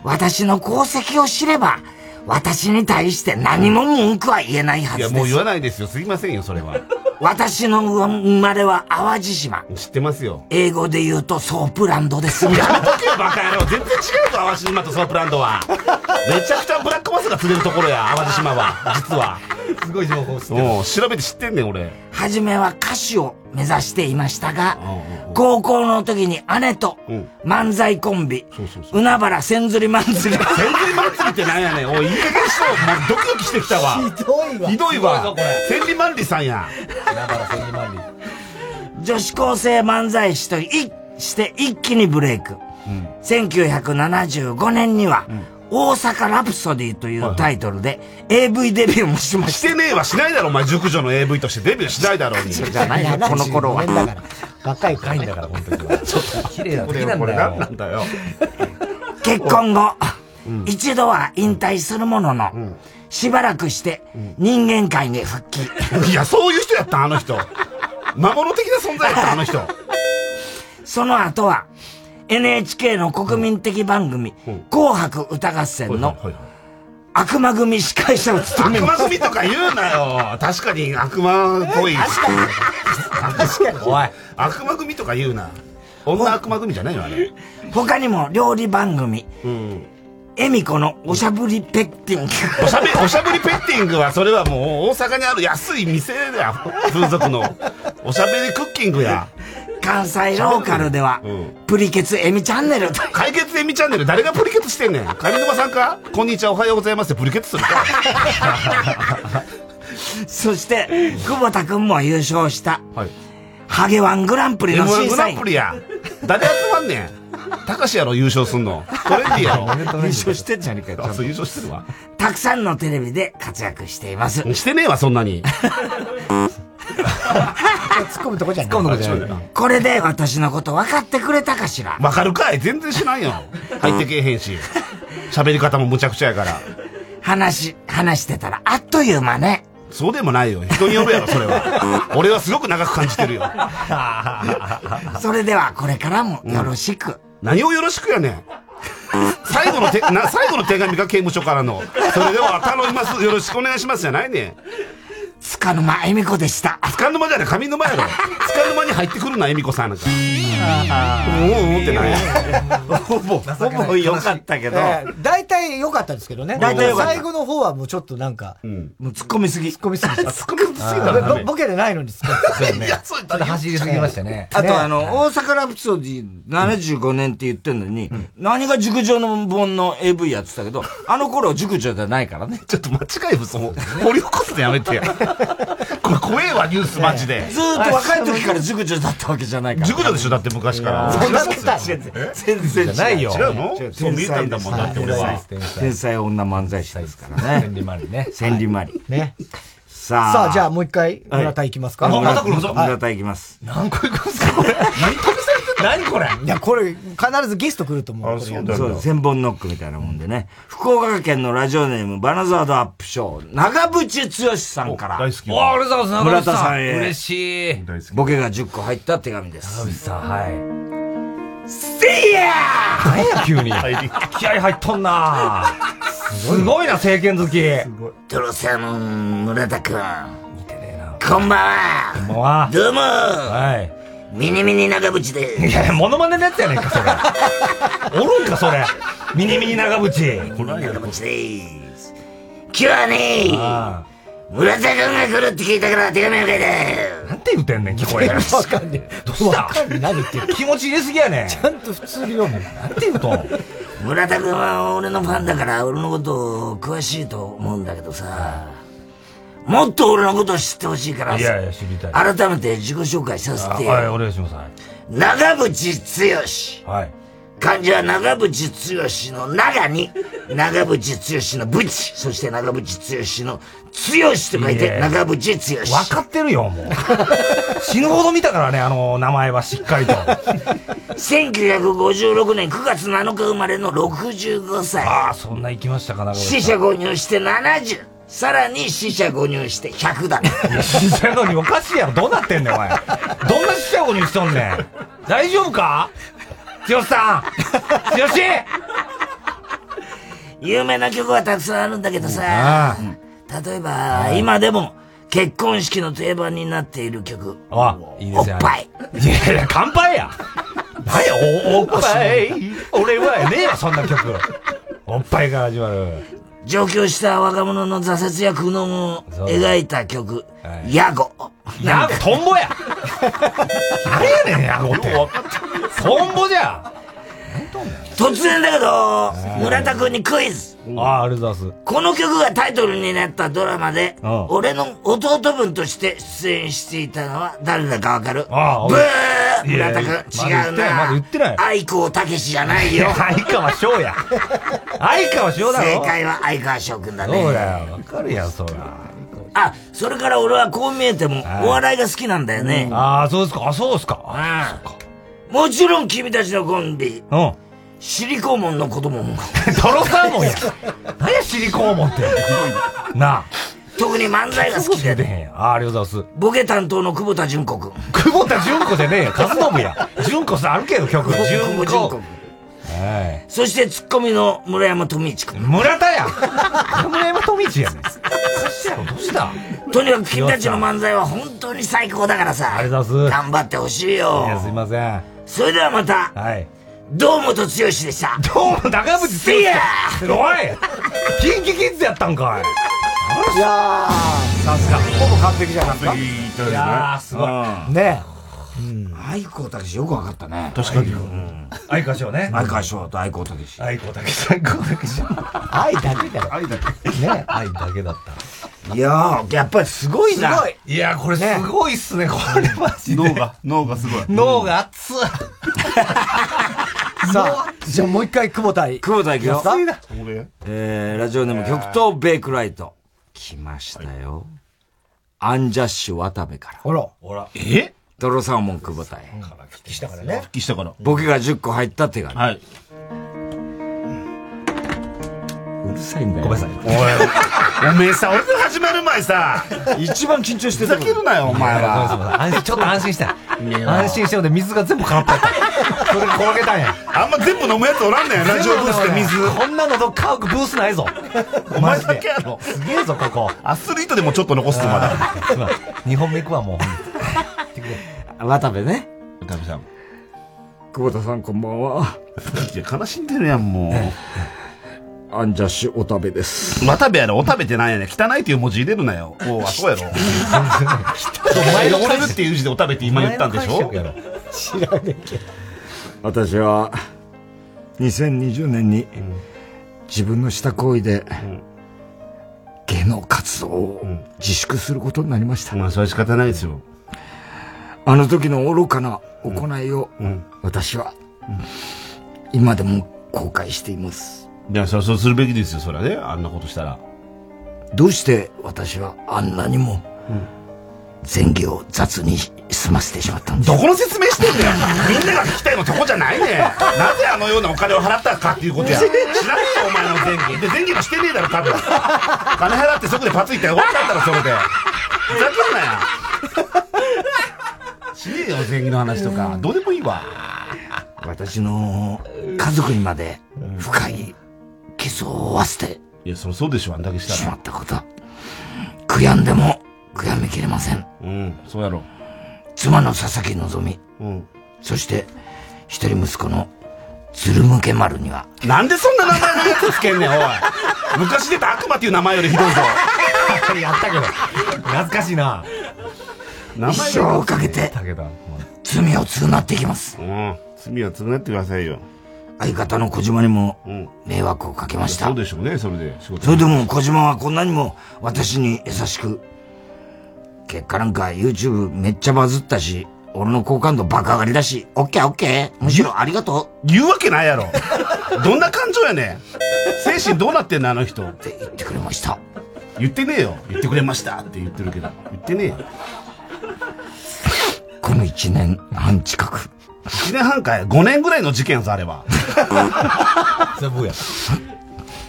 Speaker 3: 私の功績を知れば、私に対して何も文句は言えないはず
Speaker 22: い
Speaker 3: で
Speaker 22: や、
Speaker 3: す。
Speaker 22: もう言わないですよ。すいませんよ、それは。
Speaker 3: 私の生まれは淡路島。
Speaker 22: 知ってますよ。
Speaker 3: 英語で言うとソープランド です。
Speaker 22: やめとけよ、バカ野郎。全然違うぞ、淡路島とソープランドは。めちゃくちゃブラックバスが釣れるところや、淡路島は。実は。
Speaker 6: すごい情報
Speaker 22: 知ってる。調べて知ってんねん、俺。
Speaker 3: 初めは歌手を目指していましたが、高校の時に姉と漫才コンビ、海原千鶴万 鶴。
Speaker 22: 全然満月ってなんやねん。おい、いい加減にしろ。もうドキドキしてきた わ。
Speaker 3: ひどいわ
Speaker 22: ひど
Speaker 3: すご
Speaker 22: い
Speaker 3: いぞ
Speaker 22: わ
Speaker 3: これ。
Speaker 22: 千里万里さんや。
Speaker 3: 女子高生漫才師といして一気にブレイク。1975年には、大阪ラプソディというタイトルで AV デビューもしました。
Speaker 22: してねえはしないだろ、お前。熟女の AV としてデビューしないだろうに。
Speaker 3: じゃないよこの頃は
Speaker 1: 若い
Speaker 22: 若いんだから、本当に。 ちょっと綺麗
Speaker 3: な
Speaker 22: これ
Speaker 3: 好きなんだよ
Speaker 22: これ何なんだよ。
Speaker 3: 結婚後、一度は引退するものの、しばらくして人間界に復帰。
Speaker 22: いや、 そういう人やった、あの人。 孫の的な存在やった、あの人。
Speaker 3: その後は、NHK の国民的番組、紅白歌合戦の悪魔組司会者を務め
Speaker 22: 悪
Speaker 3: ま
Speaker 22: 魔
Speaker 3: す。
Speaker 22: 組とか言うなよ。確かに悪魔っぽい。確かに。おい、悪魔組とか言うな。女悪魔組じゃないの、あれ。
Speaker 3: 他にも料理番組、恵美子のおしゃぶりペッティング。
Speaker 22: おしゃべ、おしゃぶりペッティングは、それはもう大阪にある安い店だよ。風俗の。おしゃべりクッキングや。
Speaker 3: 関西ローカルでは、プリケツエミチャンネルと。
Speaker 22: 解決エミチャンネル、誰がプリケツしてんねん。上沼さんかこんにちは、おはようございますってプリケツするか。
Speaker 3: そして、久保田くんも優勝した、ハゲワングランプリの
Speaker 22: M1
Speaker 3: 審
Speaker 22: グ
Speaker 3: 査
Speaker 22: ラン
Speaker 3: 員
Speaker 22: プ。リや。誰集まんねん。高志やろ、優勝すんの。トレンディやろ。
Speaker 3: 優勝してんじゃねえか
Speaker 22: あ、そう、優勝してるわ。
Speaker 3: たくさんのテレビで活躍してい ます。
Speaker 22: してねえわ、そんなに。
Speaker 1: 突っ込むとこじゃない
Speaker 3: これで私のこと分かってくれたかしら
Speaker 22: わかるかい全然しないよ。入ってけえへんし。喋り方もむちゃくちゃやから。
Speaker 3: 話、話してたらあっという間ね。
Speaker 22: そうでもないよ。人によるやろ、それは。俺はすごく長く感じて るよ。
Speaker 3: それではこれからもよろしく。
Speaker 22: 何をよろしくやねん。 最後の手、な、最後の手紙が刑務所からの。それでは頼みます。よろしくお願いしますじゃないねん。
Speaker 3: つかの間恵美子でした。
Speaker 22: つかの間じゃない、上沼やろ。つかの間に入ってくるな、恵美子さんなんか。うん、うんってない。ほぼ、ほぼよかったけ
Speaker 1: えー大体良かったですけどね。
Speaker 22: 大体良かった
Speaker 1: 最後の方はもうちょっとなんか、
Speaker 3: もう突っ込みすぎ。突っ
Speaker 1: 込み すぎちゃった。
Speaker 22: 突っ込みすぎ
Speaker 1: た
Speaker 3: らダメ
Speaker 1: ボボケでないのに突っ込みすぎちゃった。
Speaker 6: ちょっと走りすぎましたね。
Speaker 3: あとあの、大阪ラプソディ75年って言ってんのに、何が熟女の本の AV やってたけど、あの頃は熟女じゃないからね。
Speaker 22: ちょっと間違い不そ掘り起こすのやめ てや。これ怖えわ、ニュースマジで。
Speaker 3: ずーっと若い時から熟女だったわけじゃないから。
Speaker 22: 熟女でしょだって昔から。
Speaker 3: そんなことは全然違う。
Speaker 22: 違うのそう見えたんだもん、だって俺は。
Speaker 3: 天才女漫才師ですからね。千里マリね。千里マリ。ね。さあ。
Speaker 1: さあ、じゃあもう一回、
Speaker 3: はい
Speaker 1: 村田行きますか。
Speaker 3: あまた来るぞ
Speaker 1: はい
Speaker 3: 村田行きます。
Speaker 1: 何個行くんすか、これ。何これいや、これ、必ずゲスト来ると思う。これ
Speaker 3: そうです。千本ノックみたいなもんでね。福岡県のラジオネーム、バナザードアップショー、長渕剛さんから。大好き
Speaker 6: おーありがとうございます
Speaker 3: 村田さんへ。
Speaker 6: 嬉しい。
Speaker 3: ボケが10個入った手紙です。長渕さん、はい。
Speaker 6: せいや何や急に。気合入っとんなすごいな、政権好き。
Speaker 3: トロサーモン、村田くん。こんばんは。
Speaker 6: こんばんは。
Speaker 3: どうも
Speaker 6: はい。
Speaker 3: ミニミニ長渕で
Speaker 6: い
Speaker 3: す。
Speaker 6: や、モノマネのやつやねんか、それ。おるんか、それ。ミニミニ長渕。
Speaker 3: この長渕です。今日はね、村田君が来るって聞いたから手紙を書いた。
Speaker 6: なんて言ってんねん、聞こえ。
Speaker 3: わ
Speaker 6: かんねどうした 何言って気持ち入れすぎやねん。ちゃんと普通に読む。なんて言うと。
Speaker 3: 村田君は俺のファンだから俺のことを詳しいと思うんだけどさ、もっと俺のことを知ってほしいから
Speaker 6: いやいや知りたい
Speaker 3: 改めて自己紹介させてよ
Speaker 6: あはい、お願いします。はい
Speaker 3: 長渕剛。
Speaker 6: はい。
Speaker 3: 漢字は長渕剛の長に、長渕剛の渕、そして長渕剛の剛と書い
Speaker 6: い
Speaker 3: て、
Speaker 6: ね
Speaker 3: 長渕剛。
Speaker 6: 分かってるよ、もう。死ぬほど見たからね、あの、名前はしっかりと。
Speaker 3: 1956年9月7日生まれの65歳。
Speaker 6: ああ、そんな行きましたかな、
Speaker 3: 死者誤入して70。さらに死者誤入して100だ。
Speaker 6: いや、死者後におかしいやろ。どうなってんねん、お前。どんな死者後にしとんねん。大丈夫か剛さん剛
Speaker 3: 有名な曲はたくさんあるんだけど
Speaker 6: あ
Speaker 3: さ、例えば
Speaker 6: あ、
Speaker 3: 今でも結婚式の定番になっている曲。
Speaker 6: あ、いいですね。
Speaker 3: おっぱい。
Speaker 6: いやいや、乾杯や。何や、お、おっぱい。俺はやねえよ、そんな曲。おっぱいから始まる。
Speaker 3: 上京した若者の挫折や苦悩を描いた曲、ヤゴ。
Speaker 6: ヤゴ、トンボや何やねん、ヤゴって。トンボじゃん
Speaker 3: 突然だけど、村田君にクイズ。
Speaker 6: ああ、ありがとうございます。
Speaker 3: この曲がタイトルになったドラマで、
Speaker 6: うん
Speaker 3: 俺の弟分として出演していたのは誰だかわかる
Speaker 6: ああ
Speaker 3: ブー
Speaker 6: いやい
Speaker 3: 村
Speaker 6: や
Speaker 3: 田君、違うな。
Speaker 6: まだ言ってないまだ言ってない
Speaker 3: 愛子たけしじゃな いよ。
Speaker 6: 相川翔 や。相川翔だろ。
Speaker 3: 正解は相川翔くんだね。
Speaker 6: そうだよ。わかるやん、そら。
Speaker 3: あ、それから俺はこう見えても、お笑いが好きなんだよね。
Speaker 6: ああ、そうですか。あ、そうですか。
Speaker 3: ああもちろん君たちのコンビ、
Speaker 6: うん。
Speaker 3: シリコーモンの子供も。
Speaker 6: トロサーモンや。何や、シリコーモンって。なあ。
Speaker 3: 特に漫才が好きだ
Speaker 6: 出へんやん。ああ、ありがとうございます。
Speaker 3: ボケ担当の久保田純子くん。
Speaker 6: 久保田純子じゃねえよ。カズノブや。純子さんあるけど、曲。
Speaker 3: 久保
Speaker 6: 純
Speaker 3: 久保純子
Speaker 6: 子。はい。
Speaker 3: そしてツッコミの村山富一くん。
Speaker 6: 村田や村山富一やねん。どうした
Speaker 3: とにかく君たちの漫才は本当に最高だからさ。
Speaker 6: ありがとうございます。
Speaker 3: 頑張ってほしいよ
Speaker 6: いや、すいません。
Speaker 3: それではまた、
Speaker 6: はい。
Speaker 3: 堂本剛でした。
Speaker 6: どうも、長渕剛さん。
Speaker 3: See ya！
Speaker 6: おいキンキキッズやったんかい。
Speaker 15: いやー、さすが。ほぼ完璧じゃないですか。
Speaker 6: いやー、すごい。
Speaker 15: い。ね
Speaker 3: 愛子たけしよくわかったね。
Speaker 6: 確かに。相川翔ね。
Speaker 3: 相川翔と愛子たけし。
Speaker 6: 愛子たけし。愛子たけし。
Speaker 15: 愛だけだよ。
Speaker 6: 愛だ け。ね愛だけだった。
Speaker 3: いやー、やっぱりすごいな。
Speaker 6: すごい。いやー、これすごいっすね、これマジで。脳が、脳がすごい。脳が熱い。
Speaker 15: さあ、じゃあもう一回久保田。
Speaker 3: 久保田行くよ
Speaker 15: 熱いな。
Speaker 3: えー、ラジオネーム極東ベイクライト。来ましたよ。アンジャッシュ渡部から。
Speaker 15: ほら。
Speaker 6: ほら。
Speaker 3: えドロサーモン久保田へ。
Speaker 6: 復帰したからね。
Speaker 3: 復帰したから。ボケが10個入った手紙。はい。うるさいんだよ。ごめんなさい。
Speaker 22: おめえさ、俺が始まる前さ、
Speaker 3: 一番緊張して
Speaker 22: ふざけるなよ、お前は。
Speaker 6: 安心ちょっと安心した。安心してもで水が全部空っぽやった。それで転げたんや。
Speaker 22: あんま全部飲むやつおらんねん、ラジオブースで水。
Speaker 6: こんなのどっかブースないぞ。
Speaker 22: お前だけやろ。
Speaker 6: すげえぞ、ここ。
Speaker 22: アスリートでもちょっと残すとまだ。
Speaker 6: 2本目行くわ、もう。
Speaker 3: 渡部ね。
Speaker 22: 渡部さん。
Speaker 3: 久保田さんこんばんは。
Speaker 22: いや、悲しんでるやん、もう。
Speaker 3: アンジャッシュ渡部です。
Speaker 22: 渡部やろ、お食べてないやねん汚いという文字入れるなよ。 おう、あ、そうやろ。汚れるっていう字でお食べって今言ったんでしょ
Speaker 15: 知らねえけど。
Speaker 3: 私は、2020年に、自分のした行為で、芸能活動を自粛することになりました。
Speaker 22: まあ、それは仕方ないですよ。
Speaker 3: あの時の愚かな行いを、私は、今でも後悔しています。
Speaker 22: いや、それはそうするべきですよ、それはね。あんなことしたら。
Speaker 3: どうして私はあんなにも、前儀を雑に済ませてしまったんでしょ
Speaker 22: ど
Speaker 3: う
Speaker 22: この説明してんだよみんなが聞きたいのそこじゃないねんなぜあのようなお金を払ったかっていうことや知らねえよお前の前儀で前儀もしてねえだろ多分金払ってそこでパツいて終わったんだろそれでふざけんなやしねえよ前儀の話とかどうでもいいわ
Speaker 3: 私の家族にまで深い傷を負わせて
Speaker 22: いやそりゃそうでしょあんだけしたらしま
Speaker 3: ったこと悔やんでも悔やみきれません。
Speaker 22: うんそうやろ
Speaker 3: 妻の佐々木希、
Speaker 22: うん
Speaker 3: そして一人息子のズルムケ丸には、
Speaker 22: なんでそんな名前のやつつけんねん、おい。昔出た悪魔っていう名前よりひどいぞ。
Speaker 6: やったけど、懐かしいな。
Speaker 22: 名前
Speaker 3: 一生をかけて、罪を償っていきます。
Speaker 22: うん。罪は償ってくださいよ。
Speaker 3: 相方の小島にも、迷惑をかけました
Speaker 22: そうでしょうね、それで。仕事
Speaker 3: それでも小島はこんなにも私に優しく、結果なんか YouTube めっちゃバズったし、俺の好感度バカ上がりだし、オッケーオッケー、むしろありがとう。
Speaker 22: 言うわけないやろ。どんな感情やねん。精神どうなってんの、あの人。って
Speaker 3: 言ってくれました。
Speaker 22: 言ってねえよ。言ってくれましたって言ってるけど。言ってねえよ。
Speaker 3: この1年半近く。
Speaker 22: 1年半かい ?5 年ぐらいの事件さ、あれは。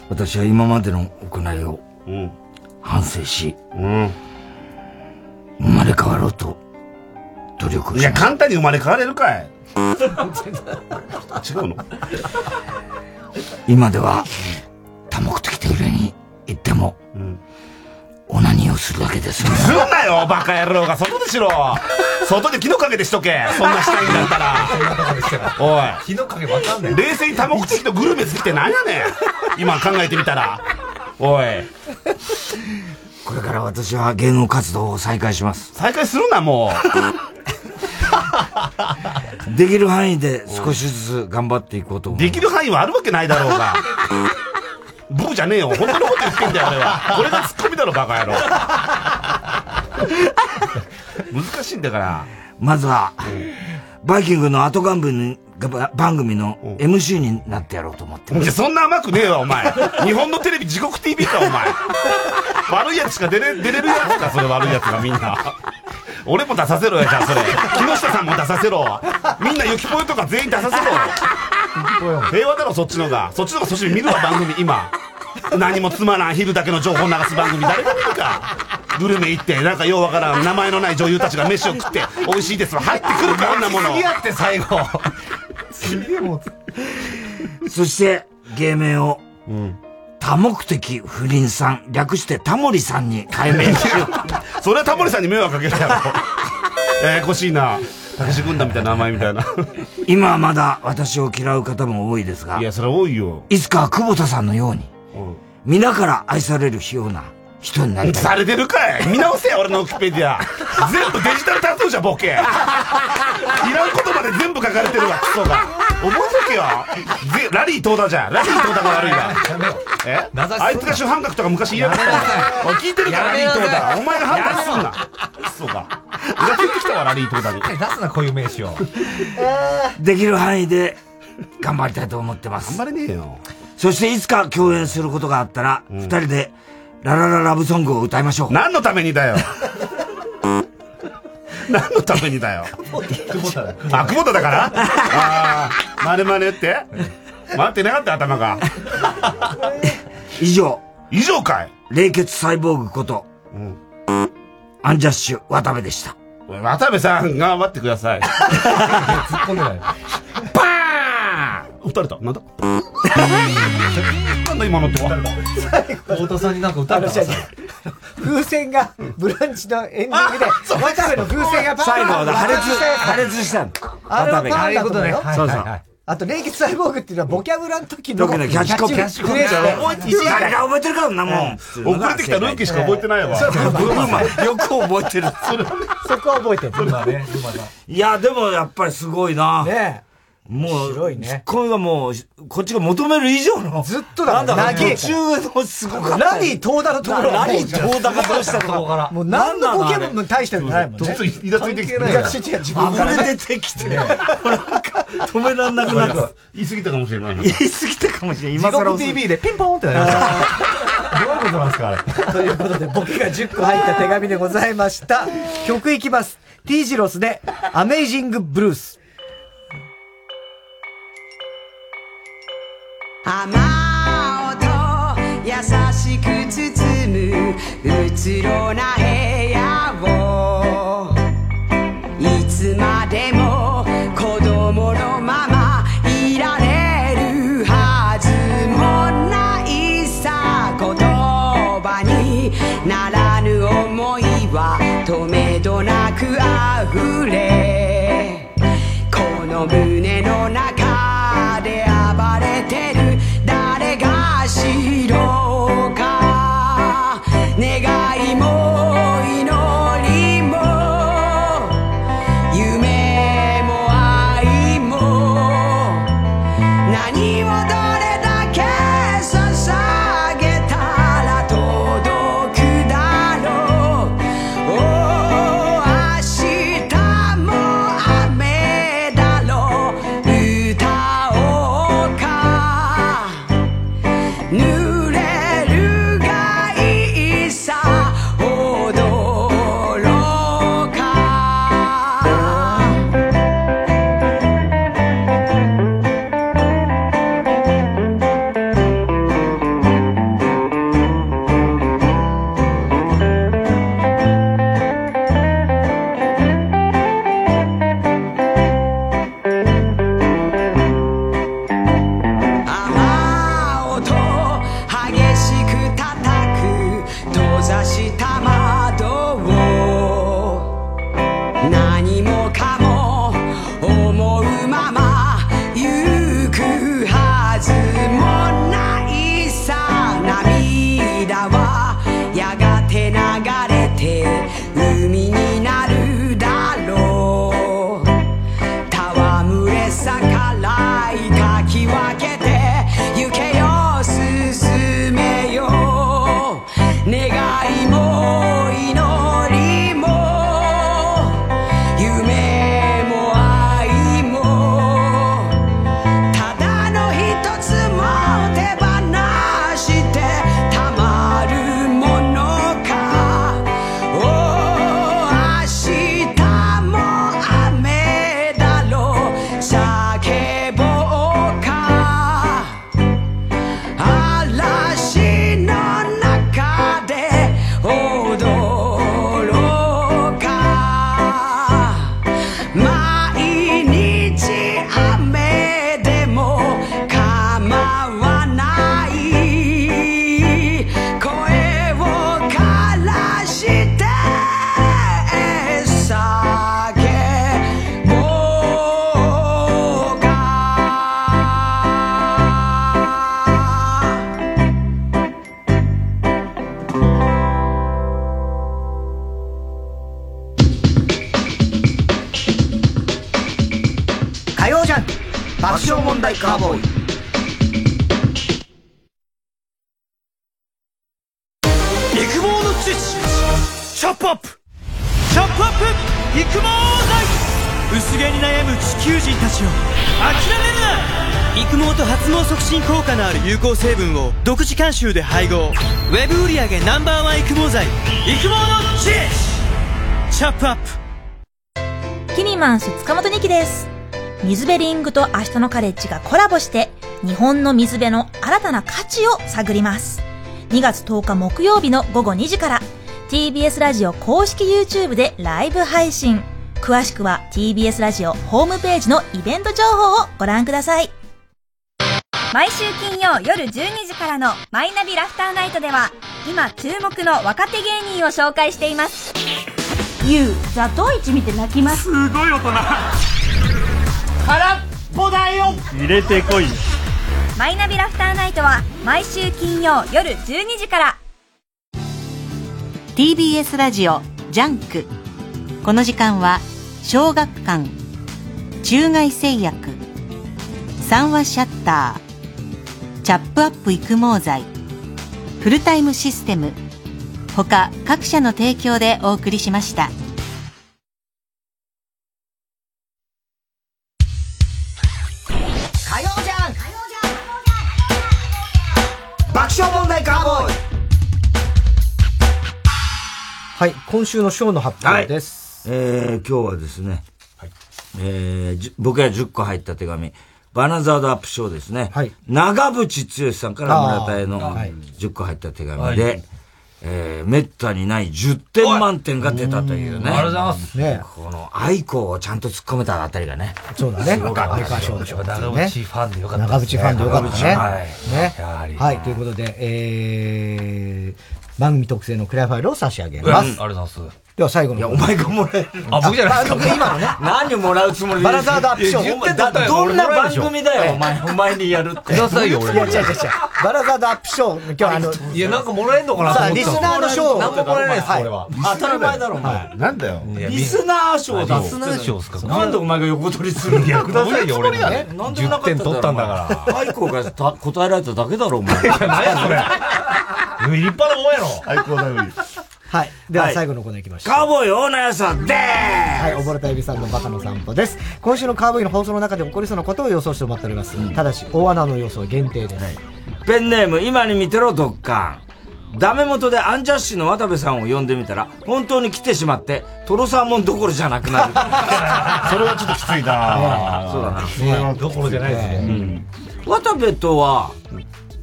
Speaker 3: 私は今までの行いを
Speaker 22: うん。
Speaker 3: 反省し、生まれ変わろうと努力を
Speaker 22: い
Speaker 3: し
Speaker 22: や、
Speaker 3: ました
Speaker 22: 簡単に生まれ変われるかい。違うの
Speaker 3: 今では、多目的トイレに行っても、オナニーをするだけです。
Speaker 22: すんなよ、バカ野郎が。外でしろ。外で木の陰でしとけ。そんなしたいんだったら。おい。
Speaker 6: 火の影わかんない。
Speaker 22: 冷静に多目的とグルメ好きってなんやねん。今考えてみたら。おい。
Speaker 3: これから私は芸能活動を再開します。
Speaker 22: 再開するな、も
Speaker 3: う。 できる範囲で少しずつ頑張っていこうと思う。
Speaker 22: できる範囲はあるわけないだろうが。僕じゃねえよ。本当のこと言ってんだよ、俺は。これがツッコミだろ、バカ野郎。 難しいんだから。
Speaker 3: まずは、バイキングの後番組が番組の MC になってやろうと思って
Speaker 22: いや、そんな甘くねえわ、お前。日本のテレビ地獄 TV か、お前。悪いやつしか出れ、出れるやつか、それ悪いやつがみんな。俺も出させろよ、じゃあそれ。木下さんも出させろ。みんな雪ぽよとか全員出させろ。平和だろ、そっちのが。そっちのがそっち見るわ、番組、今。何もつまらん、昼だけの情報流す番組、誰が見るか。グルメ行って、なんかようわからん、名前のない女優たちが飯を食って、美味しいですわ、入ってくるか、あんなもの。
Speaker 6: 次やって、最後。
Speaker 22: すげえもう。
Speaker 3: そして、芸名を、多目的不倫さん、略してタモリさんに改 名しよ
Speaker 22: それはタモリさんに迷惑かけるや ろ。ややこしいな。たけし軍団みたいな名前みたいな。
Speaker 3: う。今はまだ私を嫌う方も多いですが、
Speaker 22: いや、それは多いよ。
Speaker 3: いつかは久保田さんのように、皆から愛されるような人になりた
Speaker 22: さ
Speaker 3: い。
Speaker 22: れてるかい見直せよ、俺のオキペディア。全部デジタルタトゥーじゃん、ボケ。いらんことまで全部書かれてるわ、クソが。覚えとけよ。ぜラリー東田じゃん。ラリー東田が悪いわ。え
Speaker 6: 名指しすんな
Speaker 22: あいつが主犯格とか昔言いやがったよおい聞いてるから、ラ
Speaker 6: や
Speaker 22: リ
Speaker 6: めなさい
Speaker 22: ー東田。お前が反対すんな。クソが。裏切ってきたわ、ラリー東田に。
Speaker 6: 出すな、こういう名詞を。
Speaker 3: できる範囲で頑張りたいと思ってます。
Speaker 22: 頑張れねえよ。
Speaker 3: そしていつか共演することがあったら、二人でララララブソングを歌いましょう。
Speaker 22: 何のためにだよ。何のためにだよ。 あ、久保田だからああ、まねまねって回ってなかった頭が。
Speaker 3: 以上。
Speaker 22: 以上かい
Speaker 3: 冷血サイボーグこと、アンジャッシュ渡部でした。
Speaker 22: 渡部さん、頑張ってくだ さい。
Speaker 6: 突っ込んでない。
Speaker 22: バーン撃たれた。なんだなんだ今の って撃たれた。
Speaker 6: 太田さんになんか歌った
Speaker 1: 風船が、ブランチのエンディングで、渡部の風船がバーン
Speaker 3: 最後の破裂
Speaker 1: 爆発したやつ
Speaker 3: 破裂したの
Speaker 1: あれはパンだと思うよ。
Speaker 3: そうそう
Speaker 1: あと、冷血サイボーグっていうのはボキャブラの時の。
Speaker 3: 時のキャッチコピー
Speaker 1: キャッチコピー
Speaker 3: 覚えてる誰が覚えてるかもなもん
Speaker 22: 遅れてきたルーキーしか覚えてないわ。
Speaker 3: そうそうよく覚えてる。
Speaker 1: そこは覚えてる。
Speaker 3: いや、でもやっぱりすごいな。もう、ツッコミがもう、こっちが求める以上の。ずっ
Speaker 1: とだ
Speaker 3: なんだろう、
Speaker 1: 長い
Speaker 3: 途中のすごかった。
Speaker 1: ラリー遠田のところ
Speaker 3: ラリー遠田がどうしたのか。
Speaker 1: もう何のボケも大したのないもんね。
Speaker 22: ちょっとイラついてきて
Speaker 1: 関係ないからいや自分からね
Speaker 3: 溢れ出てきて、なんか止めらんなくなった。
Speaker 22: 言い過ぎたかもしれ ない。
Speaker 3: 言い過ぎたかもしれない。今
Speaker 6: 地
Speaker 3: 更
Speaker 6: 獄
Speaker 3: 遅い
Speaker 6: TV でピンポーンってなりました。どういうことなんですか、あれ。
Speaker 1: ということで、僕が10個入った手紙でございました。曲いきます。T ジロスで、アメイジングブルース。
Speaker 13: 雨音優しく包むうつろな部屋をいつまでも子供のままいられるはずもないさ言葉にならぬ思いはとめどなく溢れこの胸の中であ
Speaker 14: 爆笑問題カーボーイ
Speaker 7: 育毛の知識チョップアップチョップアップ育毛剤薄毛に悩む地球人たちよ諦めるな育毛と発毛促進効果のある有効成分を独自監修で配合ウェブ売上ナンバーワン育毛剤育毛の知識チョップアップ
Speaker 12: キニマンス塚本二希です。水ベリングと明日のカレッジがコラボして、日本の水辺の新たな価値を探ります。2月10日木曜日の午後2時から、TBS ラジオ公式 YouTube でライブ配信。詳しくは TBS ラジオホームページのイベント情報をご覧ください。
Speaker 28: 毎週金曜夜12時からの「マイナビラフターナイト」では今注目の若手芸人を紹介しています
Speaker 12: ゆう、ザトイチ見て泣きます。すごい大人。
Speaker 28: 空っぽだよ
Speaker 7: 入れてこい
Speaker 28: マイナビラフターナイトは毎週金曜夜12時から
Speaker 5: TBS ラジオジャンクこの時間は小学館中外製薬三話シャッターチャップアップ育毛剤フルタイムシステム他各社の提供でお送りしました。
Speaker 14: 火曜じゃん爆笑問題カーボーイ
Speaker 1: はい、今週のショーの発表です。
Speaker 3: えー、今日はですね、えーじゅ僕が10個入った手紙、バナザードアップショーですね、長渕剛さんから村田への
Speaker 22: あーはい
Speaker 3: 10個入った手
Speaker 22: は
Speaker 3: 紙で、
Speaker 22: い
Speaker 3: えーめったにない10点満点が出たというね。。
Speaker 22: おいありがとうございます
Speaker 3: この愛子をちゃんと突っ込めたあたりがね。
Speaker 1: そうだね
Speaker 3: すごかった
Speaker 1: 愛子賞でしょうね
Speaker 3: 長渕ファンでよかった
Speaker 1: 長渕ファンでよかったね。
Speaker 3: はい
Speaker 1: ね
Speaker 3: やはり
Speaker 1: はい、ということで、えー、番組特製のクラファイルを差し上げます。
Speaker 3: うんありがとうござい
Speaker 1: ます。では最後の。いや、お
Speaker 3: 前がもらえる。
Speaker 1: あ、僕じゃないですか。今のね。
Speaker 3: 何をもらうつもり
Speaker 1: バラザードアップショー
Speaker 3: いや言ってたってどんな番組だよ、お前、お前にやるって。
Speaker 1: くいや、違う違う違う。バラザードアップショー、今日あの、
Speaker 6: いや、なんかもらえんのかなと
Speaker 1: さ
Speaker 6: 思
Speaker 1: あ、
Speaker 6: った。
Speaker 1: リスナーの賞を。
Speaker 6: なんももらえないです、これは。
Speaker 3: 当たり前だろ、お前。
Speaker 6: なんだよ。
Speaker 3: リスナー賞だ
Speaker 6: リスナー賞っすか
Speaker 3: なんでお前が横取りするんだよ。
Speaker 6: いやくださいよ俺に
Speaker 3: ね。なんでもなかったんだろ
Speaker 6: 10点取ったんだか。
Speaker 3: お前愛子がた答えられただけだろ、お前。何やそ
Speaker 6: 立
Speaker 3: れ。
Speaker 6: 派なもんやろ。
Speaker 3: 愛子だよ。
Speaker 1: はい。では最後のコーナーいきましょう。
Speaker 3: カーボーイ大野屋さんで
Speaker 1: はい、おぼろたゆびさんのバカの散歩です。今週のカーボーイの放送の中で起こりそうなことを予想してもらっております。ただし、大穴の予想限定です。
Speaker 3: ペンネーム、今に見てろ、ドッカン。ダメ元でアンジャッシュの渡部さんを呼んでみたら、本当に来てしまって、トロサーモンどころじゃなくなる。それはちょっときついな そうだな。
Speaker 6: それはどころじゃないですね
Speaker 3: うん渡部とは、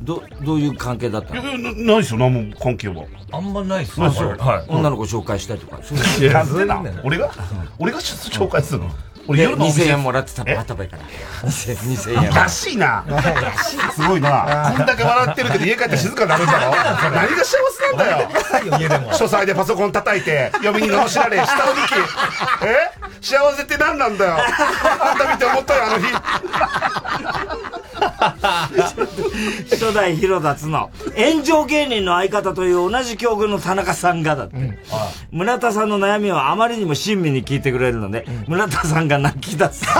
Speaker 3: ど、どういう関係だったの
Speaker 22: ないっすよ、何も関係は。
Speaker 6: あんまないっす
Speaker 22: ね
Speaker 3: あそう
Speaker 22: はい
Speaker 3: 女の子紹介したりとか。
Speaker 22: いやなんでなん俺が俺が紹介するの俺
Speaker 3: で
Speaker 22: 夜のお店
Speaker 3: 2000円もらってた渡部から。2000円。
Speaker 22: らしいな。すごいな。こんだけ笑ってるけど家帰って静かになるんだろ。何が幸せなんだよ。書斎でパソコン叩いて、嫁に罵られ、下を向き。え幸せって何なんだよ。あんた見て思ったよ、あの日。
Speaker 3: 初代広田つの炎上芸人の相方という同じ境遇の田中さんがだって、村田さんの悩みをあまりにも親身に聞いてくれるので、村田さんが泣き出す
Speaker 1: そ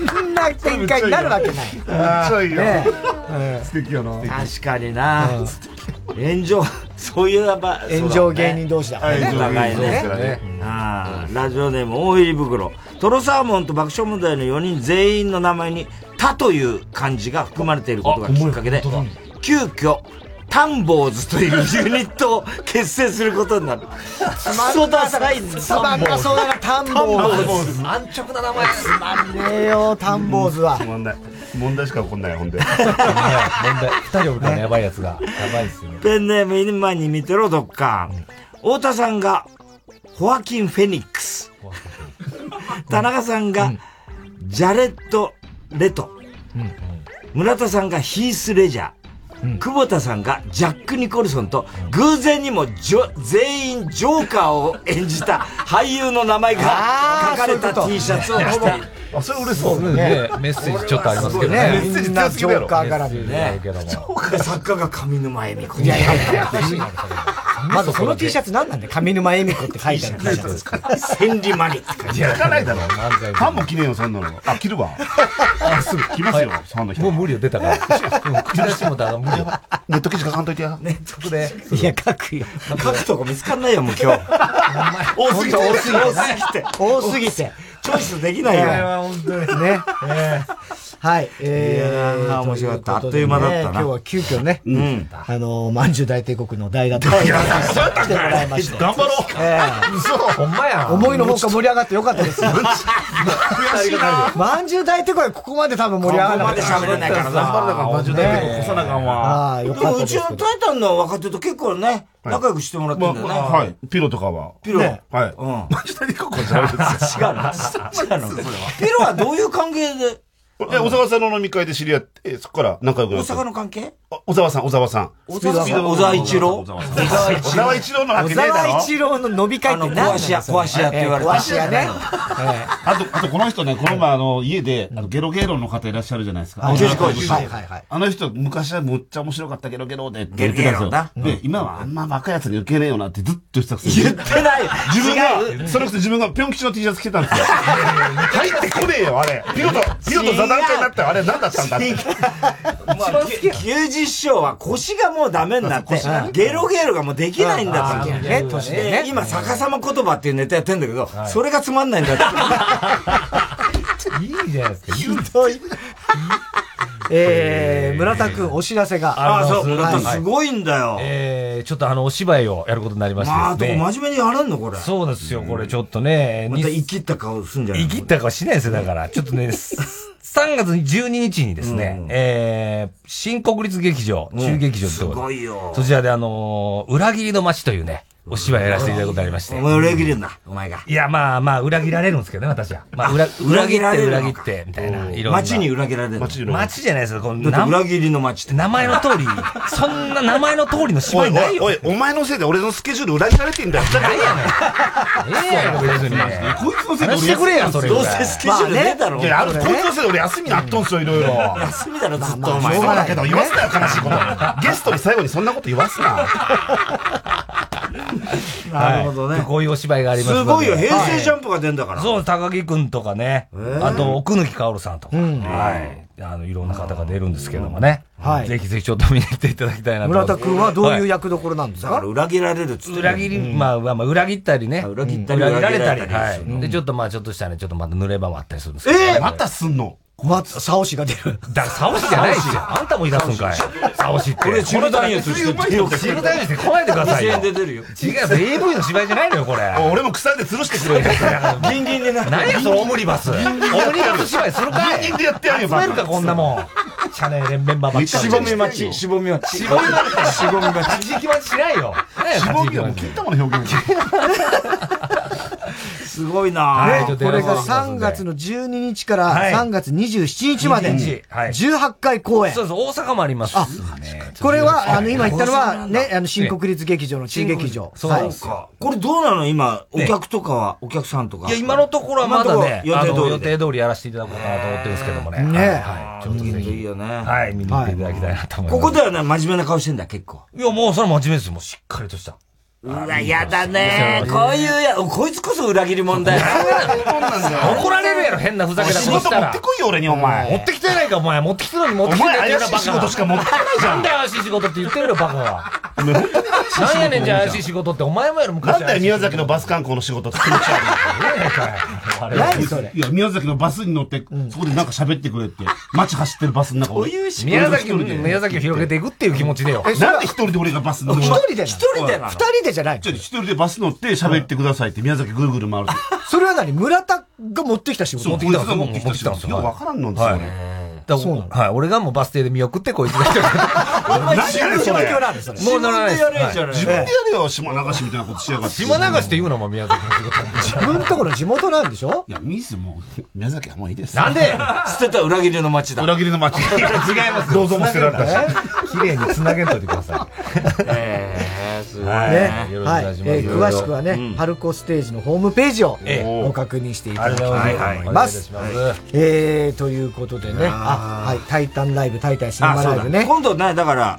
Speaker 1: んな展開になるわけない。ね
Speaker 3: 素敵よな確かにな炎上そういうやっぱ
Speaker 1: 炎上芸人同士だからね
Speaker 3: お互い
Speaker 1: 炎上芸人
Speaker 3: ね
Speaker 1: 同士だからね
Speaker 3: ああラジオネーム大入り袋トロサーモンと爆笑問題の4人全員の名前に「タ」という漢字が含まれていることがきっかけで急遽タンボーズというユニットを結成することになる。
Speaker 1: つまんなさつまんなそうだな、タンボーズ。
Speaker 6: 安直な名
Speaker 1: 前つまんねえよ、タンボーズは。
Speaker 22: 問題。問題しか起こんないよ、ほ んで。
Speaker 6: 二人おるからねやばいやつが。やばいっすよね。
Speaker 3: ペンネーム今に見てろ、どっか。太田さんが、ホアキン・フェニックス。田中さんが、ジャレット・レト。村田さんがヒース・レジャー。久保田さんがジャック・ニコルソンと偶然にもジョ全員ジョーカーを演じた俳優の名前が書かれた T シャツを着ている
Speaker 22: あ、それ嬉しそう
Speaker 6: ねメッセージちょっとありますけどね。
Speaker 3: メッセージ強すぎるやろ
Speaker 6: メッセージあるけども
Speaker 3: 作家が上沼恵美子。
Speaker 6: いやいやいや
Speaker 3: そ
Speaker 1: まずその T シャツ何なんだよ上沼恵美子って書いてある T シャツ。
Speaker 13: 千里マリって書い
Speaker 22: い
Speaker 13: て
Speaker 22: や、
Speaker 13: ある
Speaker 22: いかないだろ。ファンも着ねえよ、そんなの。あ、着るわ。あ、すぐ着ますよ、ファンの人。もう無理よ、出たから。
Speaker 6: 口出しもだが無理よ。
Speaker 22: ネット記事書かんといてや。
Speaker 6: ネットで。
Speaker 1: いや、書くよ。
Speaker 3: 書くとこ見つかんないよ、もう今日。多すぎて、
Speaker 6: 本当多
Speaker 3: 多
Speaker 6: す
Speaker 3: す
Speaker 6: ぎ
Speaker 3: ぎて。
Speaker 1: 多すぎて。
Speaker 3: チョイスできないよ。
Speaker 1: これは
Speaker 3: 本
Speaker 1: 当にね。はい。えー
Speaker 3: いやー面白かった
Speaker 1: というこ
Speaker 3: あっと
Speaker 1: と
Speaker 3: いう間だ
Speaker 1: でね
Speaker 3: ったな
Speaker 1: 今日は急遽ね、
Speaker 3: うん
Speaker 1: あのー、まんじゅう大帝国の大学に来てもらいました。
Speaker 22: 頑張ろう。
Speaker 1: ええ
Speaker 22: 嘘。ほんまやん
Speaker 1: 思いのほか盛り上がってよかったですよ。
Speaker 22: 悔しいな。
Speaker 1: まんじゅう大帝国はここまで多分盛り上がらなかった。
Speaker 3: ここまで喋れないからな
Speaker 1: 頑張らなかった。
Speaker 3: まんじゅう大帝国
Speaker 22: 越さなあかんわ
Speaker 1: ああ、よ
Speaker 3: で
Speaker 1: かっ
Speaker 3: も
Speaker 1: た
Speaker 3: う
Speaker 1: で
Speaker 3: ち
Speaker 1: す
Speaker 3: の。タイタンの若手と結構ね、仲良くしてもらってんだよね。
Speaker 22: まあはい。ピロとかは。
Speaker 3: ピロ
Speaker 22: ねはい。
Speaker 3: うん。
Speaker 22: マジでここじゃないですよ
Speaker 3: 違うな違うな
Speaker 22: それは
Speaker 3: ピロはどういう関係で
Speaker 22: いや、小沢さんの飲み会で知り合って、そこから仲良く
Speaker 3: 大
Speaker 22: なって。
Speaker 3: 阪の関係
Speaker 22: あ小沢さん、小沢さん。
Speaker 3: 小沢さん小沢一郎
Speaker 22: 小沢一郎のわけねえだ
Speaker 1: 小
Speaker 22: ろ。
Speaker 1: 沢一郎の飲み会って何なんですか
Speaker 22: あの壊し屋壊し屋って言われて
Speaker 1: ええ壊し屋ね。
Speaker 22: あと、あとこの人ね、この前あの、家で、あの、ゲロゲロの方いらっしゃるじゃないですか。
Speaker 1: あ
Speaker 22: あ
Speaker 1: 女子高生
Speaker 22: はい
Speaker 1: はいはい
Speaker 22: あの人、昔はむっちゃ面白かったゲロゲロでって言って
Speaker 3: ゲ
Speaker 22: たん
Speaker 3: ロ
Speaker 22: で
Speaker 3: ゲ
Speaker 22: す
Speaker 3: ロな。
Speaker 22: よで、今はあんま若い奴に受けねえよなってずっと言ってたくせに。言ってない自分が、それこそ自分がぴょん吉の T シャツ着てたんですよ。入ってこねえよ、あれ。ピロと、ピロと座談会になったよあれ何だったんだって。
Speaker 3: 90師匠は腰がもうダメになって
Speaker 22: 腰が、
Speaker 3: ゲロゲロがもうできないんだって
Speaker 1: うんあーね年でね
Speaker 3: で今逆さま言葉っていうネタやってんだけど、それがつまんないんだって。
Speaker 6: いいじゃないですか。
Speaker 1: ひどい。えー、村田くん、お知らせが。
Speaker 6: す
Speaker 3: ごいんだよ。
Speaker 6: えー、ちょっとあの、お芝居をやることになりまして
Speaker 3: まあ、
Speaker 6: です
Speaker 3: で
Speaker 6: ね。
Speaker 3: も真面目にやらんのこれ。
Speaker 6: そうですよ、これちょっとね。
Speaker 3: また生きった顔すんじゃない
Speaker 6: 生きった顔しないですよ、だから。ちょっと ね、す3月12日にですね、えー、新国立劇場、中劇場ってとこ
Speaker 3: すごいよ
Speaker 6: そちらであのー裏切りの街というね、お芝居やらせていただくことがありまして。
Speaker 3: お前裏切るんだ、お前が。
Speaker 6: いや、まあまあ、裏切られるんですけどね、私は。まあ、裏裏
Speaker 3: 裏
Speaker 6: 切
Speaker 3: 切
Speaker 6: っ
Speaker 3: ら
Speaker 6: て、
Speaker 3: れる
Speaker 6: 裏
Speaker 3: のか
Speaker 6: 切って、みたいな。いろんな
Speaker 3: 街に裏切られるの。
Speaker 6: 街じゃないですよ、この
Speaker 3: だって裏切
Speaker 6: りの街って。名前の通り、そんな名前の通りの芝居ないよ。
Speaker 22: おいおいおいお前のせいで俺のスケジュール裏切られてんだよ。何やね
Speaker 6: ええやん、別に。
Speaker 22: こいつのせいで
Speaker 6: 話してくれやんそれ
Speaker 22: どうせスケジュールねえだろ。
Speaker 6: まあ
Speaker 22: い
Speaker 6: ね
Speaker 22: や、あのこいつのせいで俺休みなっとんすよ、いろいろ。
Speaker 3: 休みだろ、ずっ
Speaker 22: まあ
Speaker 3: とお前。
Speaker 22: そうだけど、言わすなよ、
Speaker 3: か
Speaker 22: 悲しいこと。ゲストに最後にそんなこと言わすな。
Speaker 6: なるほどね。こういうお芝居がありますのです
Speaker 3: ごいよ平成ジャンプが出んだから
Speaker 6: はいそう、高木くんとかね。あと、奥貫薫さんとか。はい。あの、いろんな方が出るんですけどもね。はい。ぜひぜひちょっと見に行っていただきたいなと。
Speaker 1: 村田くんはどういう
Speaker 6: や
Speaker 1: 役どころなんですか、
Speaker 3: 裏切られるっつ
Speaker 6: 裏切り、まあ、まあまあ、裏切ったりね。裏切った
Speaker 3: り
Speaker 6: 裏切られたり。
Speaker 3: 裏切られ
Speaker 6: は
Speaker 3: たり
Speaker 6: い。で、ちょっとまあ、ちょっとしたね、ちょっとまた濡れ場もあったりするんですけど。
Speaker 22: えまたすんの
Speaker 1: まず、サオシが出る。
Speaker 6: だから、サオシじゃないですよ。あんたも言い出すんかい。サオシって。
Speaker 3: これチルダンユース
Speaker 22: してるよ
Speaker 6: チルダンユース来ないでくださいよ。
Speaker 3: 2000円で出るよ
Speaker 6: 違うよ、AV の芝居じゃないのよ、これ。
Speaker 22: 俺も腐って吊るしてくれよ。
Speaker 3: ギンギンでな。
Speaker 6: 何やそのオムニバス。オム
Speaker 22: ギンギンでやってや
Speaker 6: ニ
Speaker 22: る
Speaker 6: バス芝居するかい
Speaker 22: ギンギンでやってやるよ
Speaker 6: 集めるか、こんなもん。チャネルメンバーばっかり。
Speaker 3: しぼみ待ち、しぼみ待ち。
Speaker 6: しぼみ待ち。
Speaker 3: しぼみ待ち。
Speaker 6: ち。き待ちしないよ。
Speaker 22: しぼみはもう金玉の表現。
Speaker 3: すごいな
Speaker 1: ねこれが3月の12日から
Speaker 6: はい
Speaker 1: 3月27日まで、
Speaker 6: 12日はい
Speaker 1: 18回公演。
Speaker 6: そうそう、大阪もあります。あ、
Speaker 1: これ
Speaker 6: はい
Speaker 1: は、あの、今言ったの
Speaker 6: 大阪
Speaker 1: は、ね、あの、新国立劇場の中劇場。
Speaker 3: そう
Speaker 1: はい
Speaker 3: か。これどうなの今、お客とかは、お客さんとか。
Speaker 6: いや、今のところはまだね、
Speaker 3: 今のとこ
Speaker 6: あ
Speaker 3: ろ
Speaker 6: の
Speaker 3: 予
Speaker 6: 予
Speaker 3: 定通り。
Speaker 6: 定通りやらせていただこうかなと思ってるんですけどもね。
Speaker 3: ね
Speaker 6: はいはい。ちょっとぜひ。いい
Speaker 3: よね。
Speaker 6: はい、見に行っていただきたいなと思います。
Speaker 3: ここではね、真面目な顔してんだ、結構。
Speaker 6: いや、もうそれは真面目ですよ。もうしっかりとした。
Speaker 3: うわ、やだねこういうや、こいつこそ裏切り者だよ。
Speaker 6: 怒られるやろ、変なふざけたことしたら。
Speaker 22: 仕事持ってこいよ、俺に、お前。
Speaker 6: 持ってきてないか、お前。持ってきてないのに持ってきてない
Speaker 22: お前怪しい仕事しか持ってこないじゃ
Speaker 6: なん
Speaker 22: ん
Speaker 6: で怪しい仕事って言ってるよ、バカは。なんやねんじゃあ怪しい仕事って、お前もやろ、昔
Speaker 22: な
Speaker 6: は
Speaker 22: んだよ、宮崎のバス観光の仕事って気持ち悪い。
Speaker 6: 何それ
Speaker 22: いや、宮崎のバスに乗って、そこでなんか喋ってくれって。街走ってるバスの中俺
Speaker 6: 宮崎を、
Speaker 22: 俺が一人で
Speaker 6: 宮崎を広げていくっていう気持ちでよ。
Speaker 22: なんで一人で俺がバス乗る
Speaker 6: 一人でなの
Speaker 22: 一
Speaker 6: 人でなの
Speaker 22: 二
Speaker 1: 人でじゃない
Speaker 22: ちょっと一人でバス乗って喋ってくださいって宮崎ぐるぐる回る
Speaker 1: それは何村田が持ってきた仕
Speaker 22: そう
Speaker 1: 事
Speaker 22: こいつが持ってきた仕事よくわからんのんです
Speaker 6: は
Speaker 22: よ
Speaker 6: い
Speaker 22: 俺
Speaker 6: だからはい、俺がもうバス停で見送って、こいつが一人で。
Speaker 22: 何やねんそれ
Speaker 6: もう乗らないですはい
Speaker 22: 自分でやれよ島流しみたいなことしやがって
Speaker 6: 島流しって言うのも宮崎の仕事なんで
Speaker 1: 自分ところ地元なんでしょ
Speaker 22: いやミスもう宮崎はもういいです
Speaker 6: なんで
Speaker 3: 捨てた裏切りの街 だ。裏
Speaker 22: 切りの
Speaker 3: 違
Speaker 22: 街。
Speaker 3: い
Speaker 22: ますどうぞも捨てられたし
Speaker 6: 綺麗に繋げんといてくださ
Speaker 3: えー、すごいね。
Speaker 1: ね、
Speaker 6: よろしくお
Speaker 1: はい
Speaker 6: 願いします
Speaker 1: えー
Speaker 6: いろいろ
Speaker 1: 詳しくはね、パルコステージのホームページをご確認していただきたいと思います。
Speaker 6: ありがとうございますお願いいたし
Speaker 1: えーということでね、あ、はい、タイタンライブ、タイタンシネマライブね。
Speaker 3: 今度ね、だから、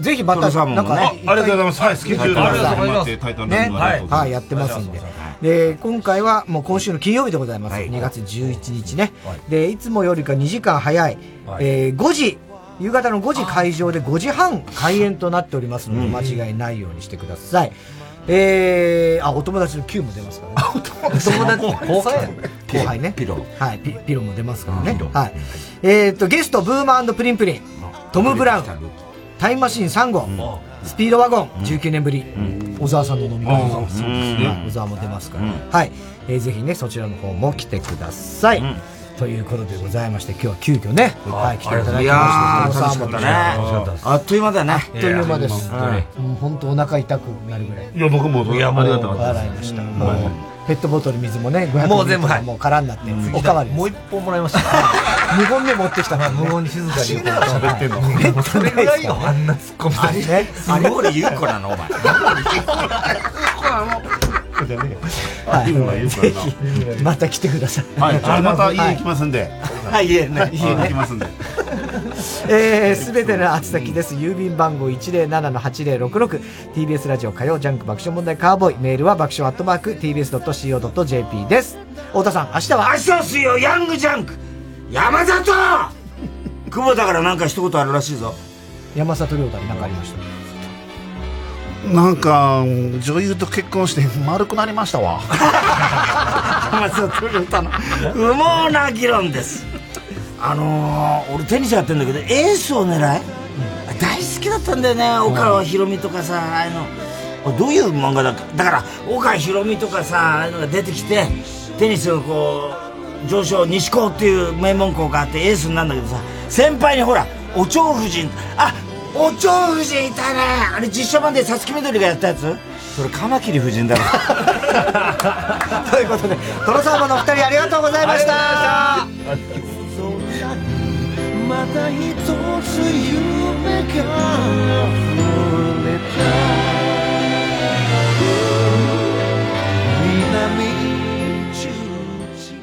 Speaker 1: ぜひま
Speaker 3: トロ
Speaker 1: た、
Speaker 3: サーモン
Speaker 1: な
Speaker 3: も
Speaker 1: ん
Speaker 3: ね
Speaker 1: か、
Speaker 3: あありがとうございますはいスケジュール
Speaker 1: ありがとうござい
Speaker 3: 頑張
Speaker 1: ま
Speaker 3: っ
Speaker 1: す
Speaker 3: てタイトル
Speaker 1: ね、
Speaker 3: のラ
Speaker 1: は
Speaker 3: イ
Speaker 1: い、
Speaker 3: ブを
Speaker 1: はいやってますんで。で、今回はもう今週の金曜日でございます。2月11日ね。で、いつもよりか2時間早い、えー5時、夕方の5時会場で5時半開演となっておりますので、
Speaker 14: うん
Speaker 1: 間違いないようにしてください。えー、あ、お友達の Q も出ますからね。お友
Speaker 23: 達後輩
Speaker 1: 後輩ね。ピロ。はい、ピピロも出ますからね。はい。えっと、ゲスト、ブーマープリンプリン、トム・ブラウン、タイムマシーン3号、スピードワゴン、19年ぶり、小沢さんの飲み会
Speaker 14: あーそうですね
Speaker 1: はい小沢も出ますから。はい。えーぜひね、そちらの方も来てください。ということでございまして、今日は急遽ね、はい、来ていただきました。
Speaker 3: いやー
Speaker 1: 小沢
Speaker 3: 楽
Speaker 1: さ
Speaker 3: し
Speaker 1: ん
Speaker 3: か
Speaker 1: も
Speaker 3: ったねあっという間だねあっ
Speaker 1: あっという間です。
Speaker 3: は
Speaker 1: はいもう本当お腹痛くなるぐらい。
Speaker 3: いや僕もいやもうありがとうござい
Speaker 1: 笑い
Speaker 3: ます
Speaker 1: ました。
Speaker 3: うん
Speaker 1: もうペットボトル水もね、500
Speaker 3: もう全部
Speaker 1: ミリ
Speaker 3: は
Speaker 1: リットルもう空になって、おかわりもう一本もらいました。無言で持ってきたからね。無言に静かに喋ってんの。それぐらいよ、あんな突っ込みあれね。
Speaker 3: すごい優子なのお前
Speaker 1: はい
Speaker 3: 今言うから
Speaker 1: ぜ
Speaker 3: な
Speaker 1: ひまた来てください。
Speaker 13: はいじゃあまた家行き
Speaker 1: ますんで。
Speaker 3: はい家ね
Speaker 1: 家ね
Speaker 13: 行きますんで
Speaker 1: えーすべての宛先です。郵便番号 107-8066TBS ラジオ火曜ジャンク爆笑問題カーボーイ。メールは爆笑アットマーク TBS.CO.JP です。太田さん、明日は
Speaker 3: 明日水曜ヤングジャンク山里久保だからなんか一言あるらしいぞ
Speaker 1: 山里亮太に何かありました
Speaker 22: なんか、女優と結婚して丸くなりましたわ。
Speaker 3: 山里亮太の不毛な議論ですあのー、俺テニスやってんだけどエースを狙い、大好きだったんだよね岡川博美とかさああいうのあどういう漫画だっけだから岡川博美とかさああいうのが出てきてテニスのこう上昇西高っていう名門校があってエースになるんだけどさ先輩にほらお蝶夫人あお蝶夫人いたねあれ実写版でさつきみどりがやったやつそれカマキリ夫 人だろ
Speaker 1: ということでトロサーモンのお二人ありがとうございました
Speaker 15: また一つ夢が溢れた南十字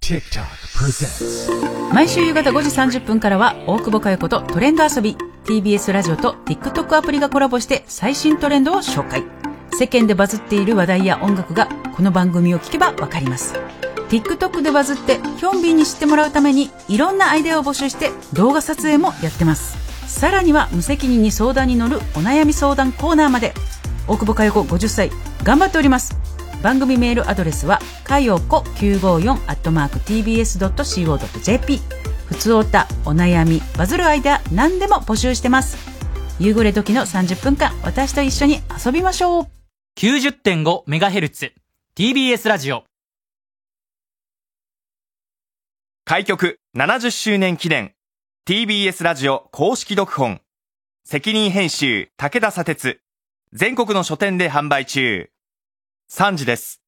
Speaker 29: TikTok presents 毎週夕方5時30分からは大久保佳代子とトレンド遊び TBS ラジオと TikTok アプリがコラボして最新トレンドを紹介世間でバズっている話題や音楽がこの番組を聞けばわかります TikTok でバズってヒョンビンに知ってもらうためにいろんなアイデアを募集して動画撮影もやってますさらには無責任に相談に乗るお悩み相談コーナーまで大久保佳代子50歳頑張っております番組メールアドレスはかよこ954アットマーク tbs.co.jp 普通おたお悩みバズる間何でも募集してます夕暮れ時の30分間私と一緒に遊びましょう
Speaker 9: 90.5MHz TBS ラジオ
Speaker 30: 開局70周年記念 TBS ラジオ公式読本責任編集武田砂鉄全国の書店で販売中3時です